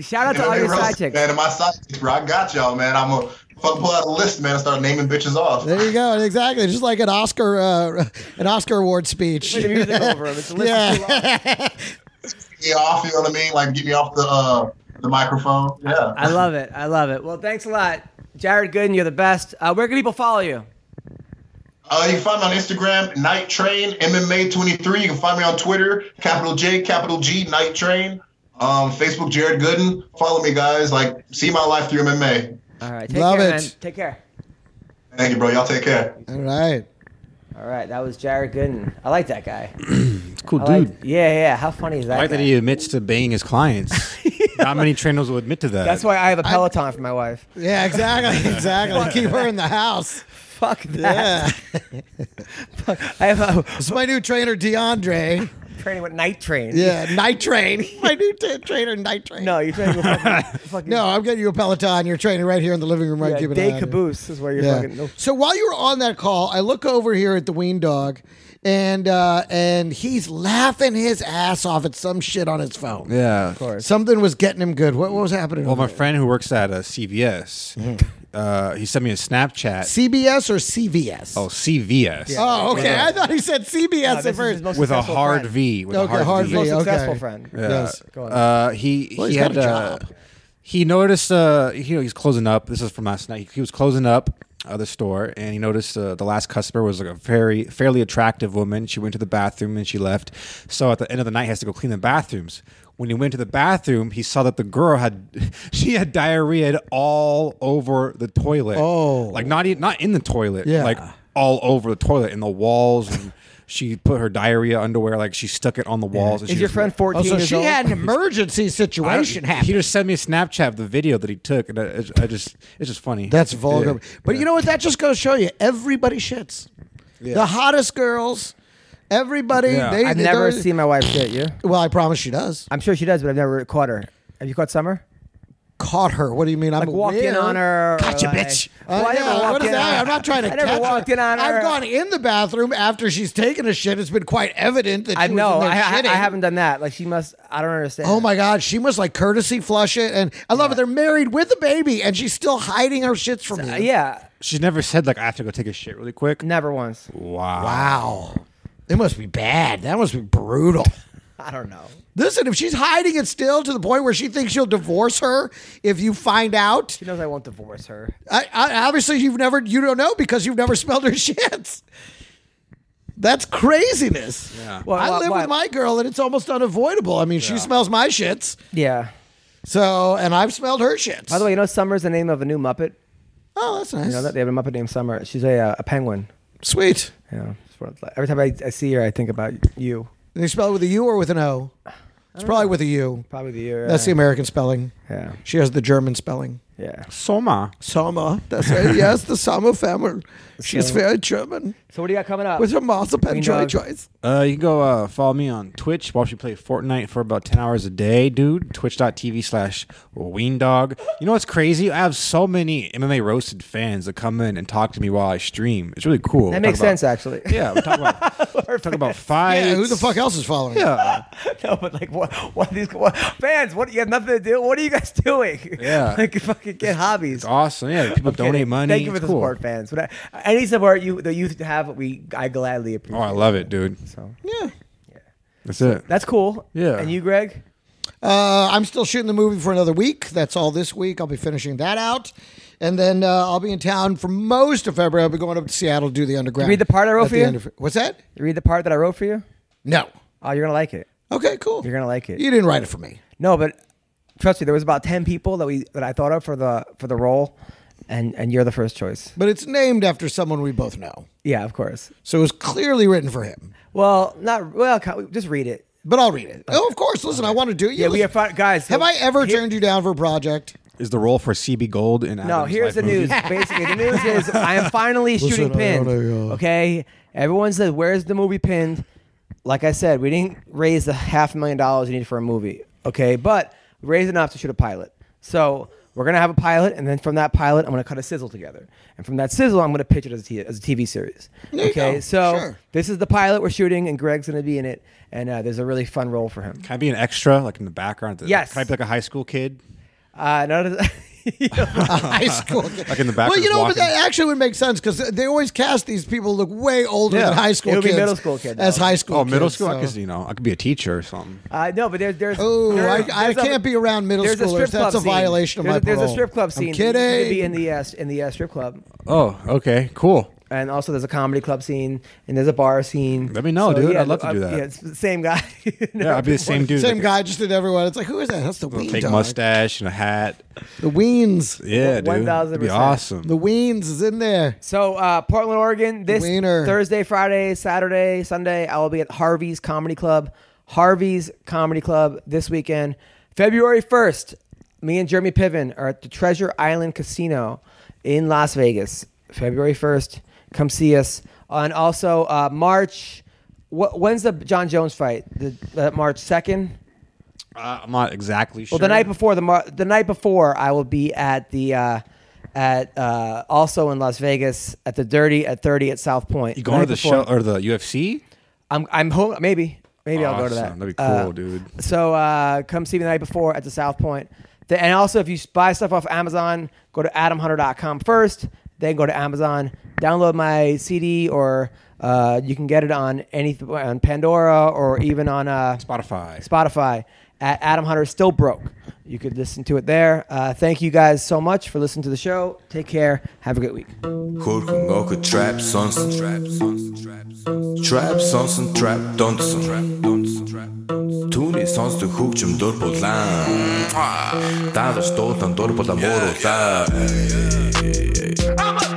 S3: shout out to all
S8: MMA
S3: your side
S8: roast,
S3: chicks.
S8: Man, and my side chicks, bro. I got y'all, man. I'm going to fucking pull out a list, man, and start naming bitches off.
S4: There you go. Exactly. Just like an Oscar, uh, an Oscar award speech.
S3: Play the music over him. It's a listen
S4: Yeah.
S3: too long.
S8: Get me off, you know what I mean? Like, get me off the, uh, the microphone. Yeah.
S3: I love it. I love it. Well, thanks a lot, Jared Gooden. You're the best. Uh, where can people follow you?
S8: Uh, you can find me on Instagram, Night Train MMA23. You can find me on Twitter, capital J, capital G, Night Train. Um, Facebook, Jared Gooden. Follow me, guys. Like, see my life through MMA.
S3: All right. Take
S4: Love
S3: care,
S4: it.
S3: man. Take care.
S8: Thank you, bro. Y'all take care.
S4: All right.
S3: All right. That was Jared Gooden. I like that guy.
S5: Cool
S3: I
S5: dude.
S3: like, yeah, yeah. How funny is that?
S5: I like
S3: guy?
S5: that he admits to banging his clients. Not many trainers will admit to that.
S3: That's why I have a Peloton for my wife.
S4: Yeah. Exactly. Exactly. Keep her in the house.
S3: Fuck that.
S4: Yeah.
S3: I have a
S4: It's my new trainer, DeAndre.
S3: training with Night Train.
S4: Yeah. Night Train. My new t- trainer, Night Train.
S3: No, you're training with fucking, fucking
S4: No, I'm getting you a Peloton. You're training right here in the living room. Right,
S3: yeah,
S4: keep an eye
S3: Day
S4: on it.
S3: Caboose is where you're
S4: Yeah.
S3: fucking. No.
S4: So while you were on that call, I look over here at the Ween Dog, and uh, and he's laughing his ass off at some shit on his phone.
S5: yeah.
S4: Something was getting him good. What, what was happening?
S5: Well,
S4: over
S5: my
S4: there?
S5: friend who works at uh, a CVS,
S4: Mm-hmm.
S5: uh, he sent me a Snapchat.
S4: CBS or CVS?
S5: oh, CVS.
S4: Oh, okay. I thought he said CBS
S3: this
S4: at
S3: is his
S4: first.
S3: most
S5: With a
S3: successful
S5: hard
S3: friend.
S5: V. With a
S4: Okay,
S5: hard,
S4: hard
S5: V.
S4: V,
S3: Most
S4: okay.
S3: successful friend.
S5: Yeah.
S4: Yes.
S3: Go on.
S5: Uh, he
S4: Well,
S5: he
S4: he's got
S5: had
S4: a
S5: uh,
S4: job.
S5: he noticed uh he, you know he's closing up. This is from last night. He, he was closing up uh, the store, and he noticed uh, the last customer was like a very fairly attractive woman. She went to the bathroom and she left. So at the end of the night, he has to go clean the bathrooms. When he went to the bathroom, he saw that the girl had she had diarrhea all over the toilet.
S4: Oh.
S5: like not e- not in the toilet.
S4: Yeah.
S5: like all over the toilet in the walls. And, She put her diarrhea underwear like she stuck it on the walls. and
S3: Is
S5: she
S3: your
S5: was-
S3: friend 14
S4: Oh, so
S3: years
S4: she
S3: old?
S4: had an emergency
S5: I don't-
S4: situation
S5: He
S4: happen.
S5: just sent me a Snapchat of the video that he took, and I, I just it's just funny.
S4: That's vulgar.
S5: Yeah.
S4: But you know what? That just goes to show you everybody shits. The hottest girls, everybody.
S5: Yeah.
S4: They,
S3: I've never
S4: they're-
S3: seen my wife shit. You?
S4: Well, I promise she does.
S3: I'm sure she does, but I've never caught her. Have you caught Summer?
S4: caught her. What do you mean? I'm
S3: like walked in
S4: aware.
S3: on her. or
S9: Gotcha,
S3: like-
S9: bitch.
S4: Uh,
S3: Well, I never
S4: yeah,
S3: walked
S4: what is
S3: in on
S4: that?
S3: her.
S4: I'm not trying to.
S3: I never
S4: catch
S3: walked
S4: her.
S3: in on her.
S4: I've gone in the bathroom after she's taken a shit. It's been quite evident that she
S3: I
S4: was
S3: know.
S4: in there
S3: I, I, I
S4: shitting.
S3: haven't done that. Like she must. I don't understand.
S4: Oh my God, she must like courtesy flush it, and I love it. They're married with a baby, and she's still hiding her shits from you.
S3: Uh, yeah.
S5: She's never said like I have to go take a shit really quick.
S3: Never once.
S5: Wow.
S4: Wow, it must be bad. That must be brutal.
S3: I don't know.
S4: Listen, if she's hiding it still to the point where she thinks you'll divorce her if you find out,
S3: She knows I won't divorce her.
S4: I, I, obviously you've never you don't know because you've never smelled her shits. That's craziness.
S5: Yeah.
S3: Well,
S4: I
S3: why-
S4: live
S3: why-
S4: with my girl, and it's almost unavoidable. I mean, she smells my shits,
S3: Yeah.
S4: so and I've smelled her shits.
S3: By the way, you know Summer's the name of a new Muppet.
S4: oh, that's nice.
S3: You know that they have a Muppet named Summer. She's a uh, a penguin.
S4: Sweet.
S3: Yeah. It's what it's like. Every time I, I see her, I think about you.
S4: And you spell it with a U or with an O? It's probably with a U.
S3: Probably the year. uh,
S4: That's the American spelling.
S3: Yeah.
S4: She has the German spelling.
S3: Yeah.
S5: Soma.
S4: Sommer. That's right. yes, the Sommer family. She's
S3: So-
S4: very German.
S3: So what do you got coming up?
S4: With her marzipan
S3: Green
S4: joy
S3: dog.
S4: choice.
S5: Uh, you can go uh, follow me on Twitch. Watch me play Fortnite for about 10 hours a day, dude. Twitch.tv slash weendog. You know what's crazy? I have so many MMA roasted fans that come in and talk to me while I stream. It's really cool.
S3: that makes
S5: Talk about-
S3: sense, actually.
S5: Yeah, we talk about, talk about fights.
S4: Yeah, who the fuck else is following? her?
S5: Yeah.
S3: no, but like, what? What are these what, fans? What you have nothing to do? What are you guys doing?
S5: Yeah.
S3: like fucking get hobbies.
S5: It's awesome. Yeah, people
S3: Kidding.
S5: donate money.
S3: Thank you for
S5: It's
S3: the
S5: cool.
S3: support, fans. But I- any support you that you have, we I gladly
S5: Oh,
S3: appreciate.
S5: I love it, dude.
S3: So
S4: Yeah.
S5: That's it.
S3: that's cool.
S5: Yeah.
S3: And you, Greg?
S4: Uh, I'm still shooting the movie for another week. That's all this week. I'll be finishing that out. And then uh, I'll be in town for most of February. I'll be going up to Seattle to do the underground.
S3: read the part I wrote
S4: at
S3: for
S4: the
S3: you?
S4: end of- what's that?
S3: You read the part that I wrote for you.
S4: No.
S3: Oh, you're gonna like it.
S4: Okay, cool.
S3: You're gonna like it.
S4: You didn't write it for me.
S3: No, but trust me, there was about ten people that we that I thought of for the for the role, and and you're the first choice.
S4: But it's named after someone we both know.
S3: Yeah, of course.
S4: So it was clearly written for him.
S3: Well, not well. co- Just read it.
S4: But I'll read it. Oh, of course. Listen, I want to do it. You
S3: Yeah, we
S4: listen-
S3: have fun, guys.
S4: Have
S3: so-
S4: I ever
S3: here-
S4: turned you down for a project?
S5: Is the role for CB Gold in
S3: No,
S5: Adam's
S3: here's
S5: life
S3: the
S5: movie?
S3: news. Basically, the news is I am finally shooting
S4: I don't
S3: pinned.
S4: know, uh,
S3: Okay, everyone says where's the movie pinned? Like I said, we didn't raise the half million dollars you need for a movie. Okay, but we raised enough to shoot a pilot. So we're gonna have a pilot, and then from that pilot, I'm gonna cut a sizzle together, and from that sizzle, I'm gonna pitch it as a, t- as a TV series.
S4: There you
S3: okay,
S4: go.
S3: so
S4: Sure.
S3: this is the pilot we're shooting, and Greg's gonna be in it, and uh, there's a really fun role for him.
S5: Can I be an extra, like in the background?
S3: Yes.
S5: Can I be like a high school kid?
S3: Uh, none of the-
S4: High school. like
S5: in the back
S4: Well,
S5: of
S4: you
S5: his
S4: know, but
S5: walking.
S4: that actually would make sense because they always cast these people who look way older
S5: Yeah.
S4: than high school
S3: It would be
S4: kids.
S3: middle school kid,
S4: As
S3: though.
S4: high school
S5: Oh, middle
S4: kids,
S5: school. I
S4: so-
S5: could, you know, I could be a teacher or something.
S3: Uh, no, but there's there's.
S4: Oh,
S3: there-
S4: I- I
S3: there's a-
S4: can't be around middle
S3: there's
S4: schoolers.
S3: A strip club
S4: That's a
S3: scene.
S4: violation of
S3: there's
S4: my
S3: a, There's a
S4: parole.
S3: strbe club
S4: I'm
S3: scene.
S4: kidding.
S3: Maybe in the uh, in the uh, strip club,
S5: Oh, okay, cool.
S3: and also there's a comedy club scene, and there's a bar scene.
S5: Let me know, dude.
S3: yeah,
S5: I'd love to
S3: uh,
S5: do that.
S3: Yeah, it's the same guy.
S5: Yeah, I'd be the same dude.
S4: Same
S5: like,
S4: guy just did everyone. It's like, who is that? That's the Ween
S5: Fake
S4: dog.
S5: mustache and a hat.
S4: The Weens.
S5: Yeah, dude.
S3: 1000%.
S5: That'd be awesome.
S4: The Weens is in there.
S3: So uh, Portland, Oregon, this
S4: Wiener.
S3: Thursday, Friday, Saturday, Sunday, I will be at Harvey's Comedy Club. Harvey's Comedy Club this weekend, February first. Me and Jeremy Piven are at the Treasure Island Casino in Las Vegas, February first. Come see us. And also uh, March. Wh- when's the John Jones fight? The, uh, March second.
S5: Uh, I'm not exactly sure.
S3: Well, the night before the mar- the night before, I will be at the uh, at uh, also in Las Vegas at the Dirty at Thirty at South Point.
S5: You going to
S3: night
S5: the
S3: before.
S5: show or the UFC?
S3: I'm I'm home. Maybe maybe I'll go to that.
S5: Awesome. That'd be
S3: Uh,
S5: cool, dude.
S3: So uh, come see me the night before at the South Point. The- and also, if you buy stuff off Amazon, go to AdamHunter.com first. Then go to Amazon, download my CD, or uh, you can get it on any on Pandora or even on uh,
S5: Spotify.
S3: Spotify at Adam Hunter Still Broke. You could listen to it there. Uh, thank you guys so much for listening to the show. Take care. Have a good week.
S1: Хөрхөн ог trap sons and trap sons and trap sons trap sons and trap don'ts and trap don'ts and trap Түүний сонсдог хөгжим дур булаан Даалж дуулан дур булаан мууруулаа
S2: I'm a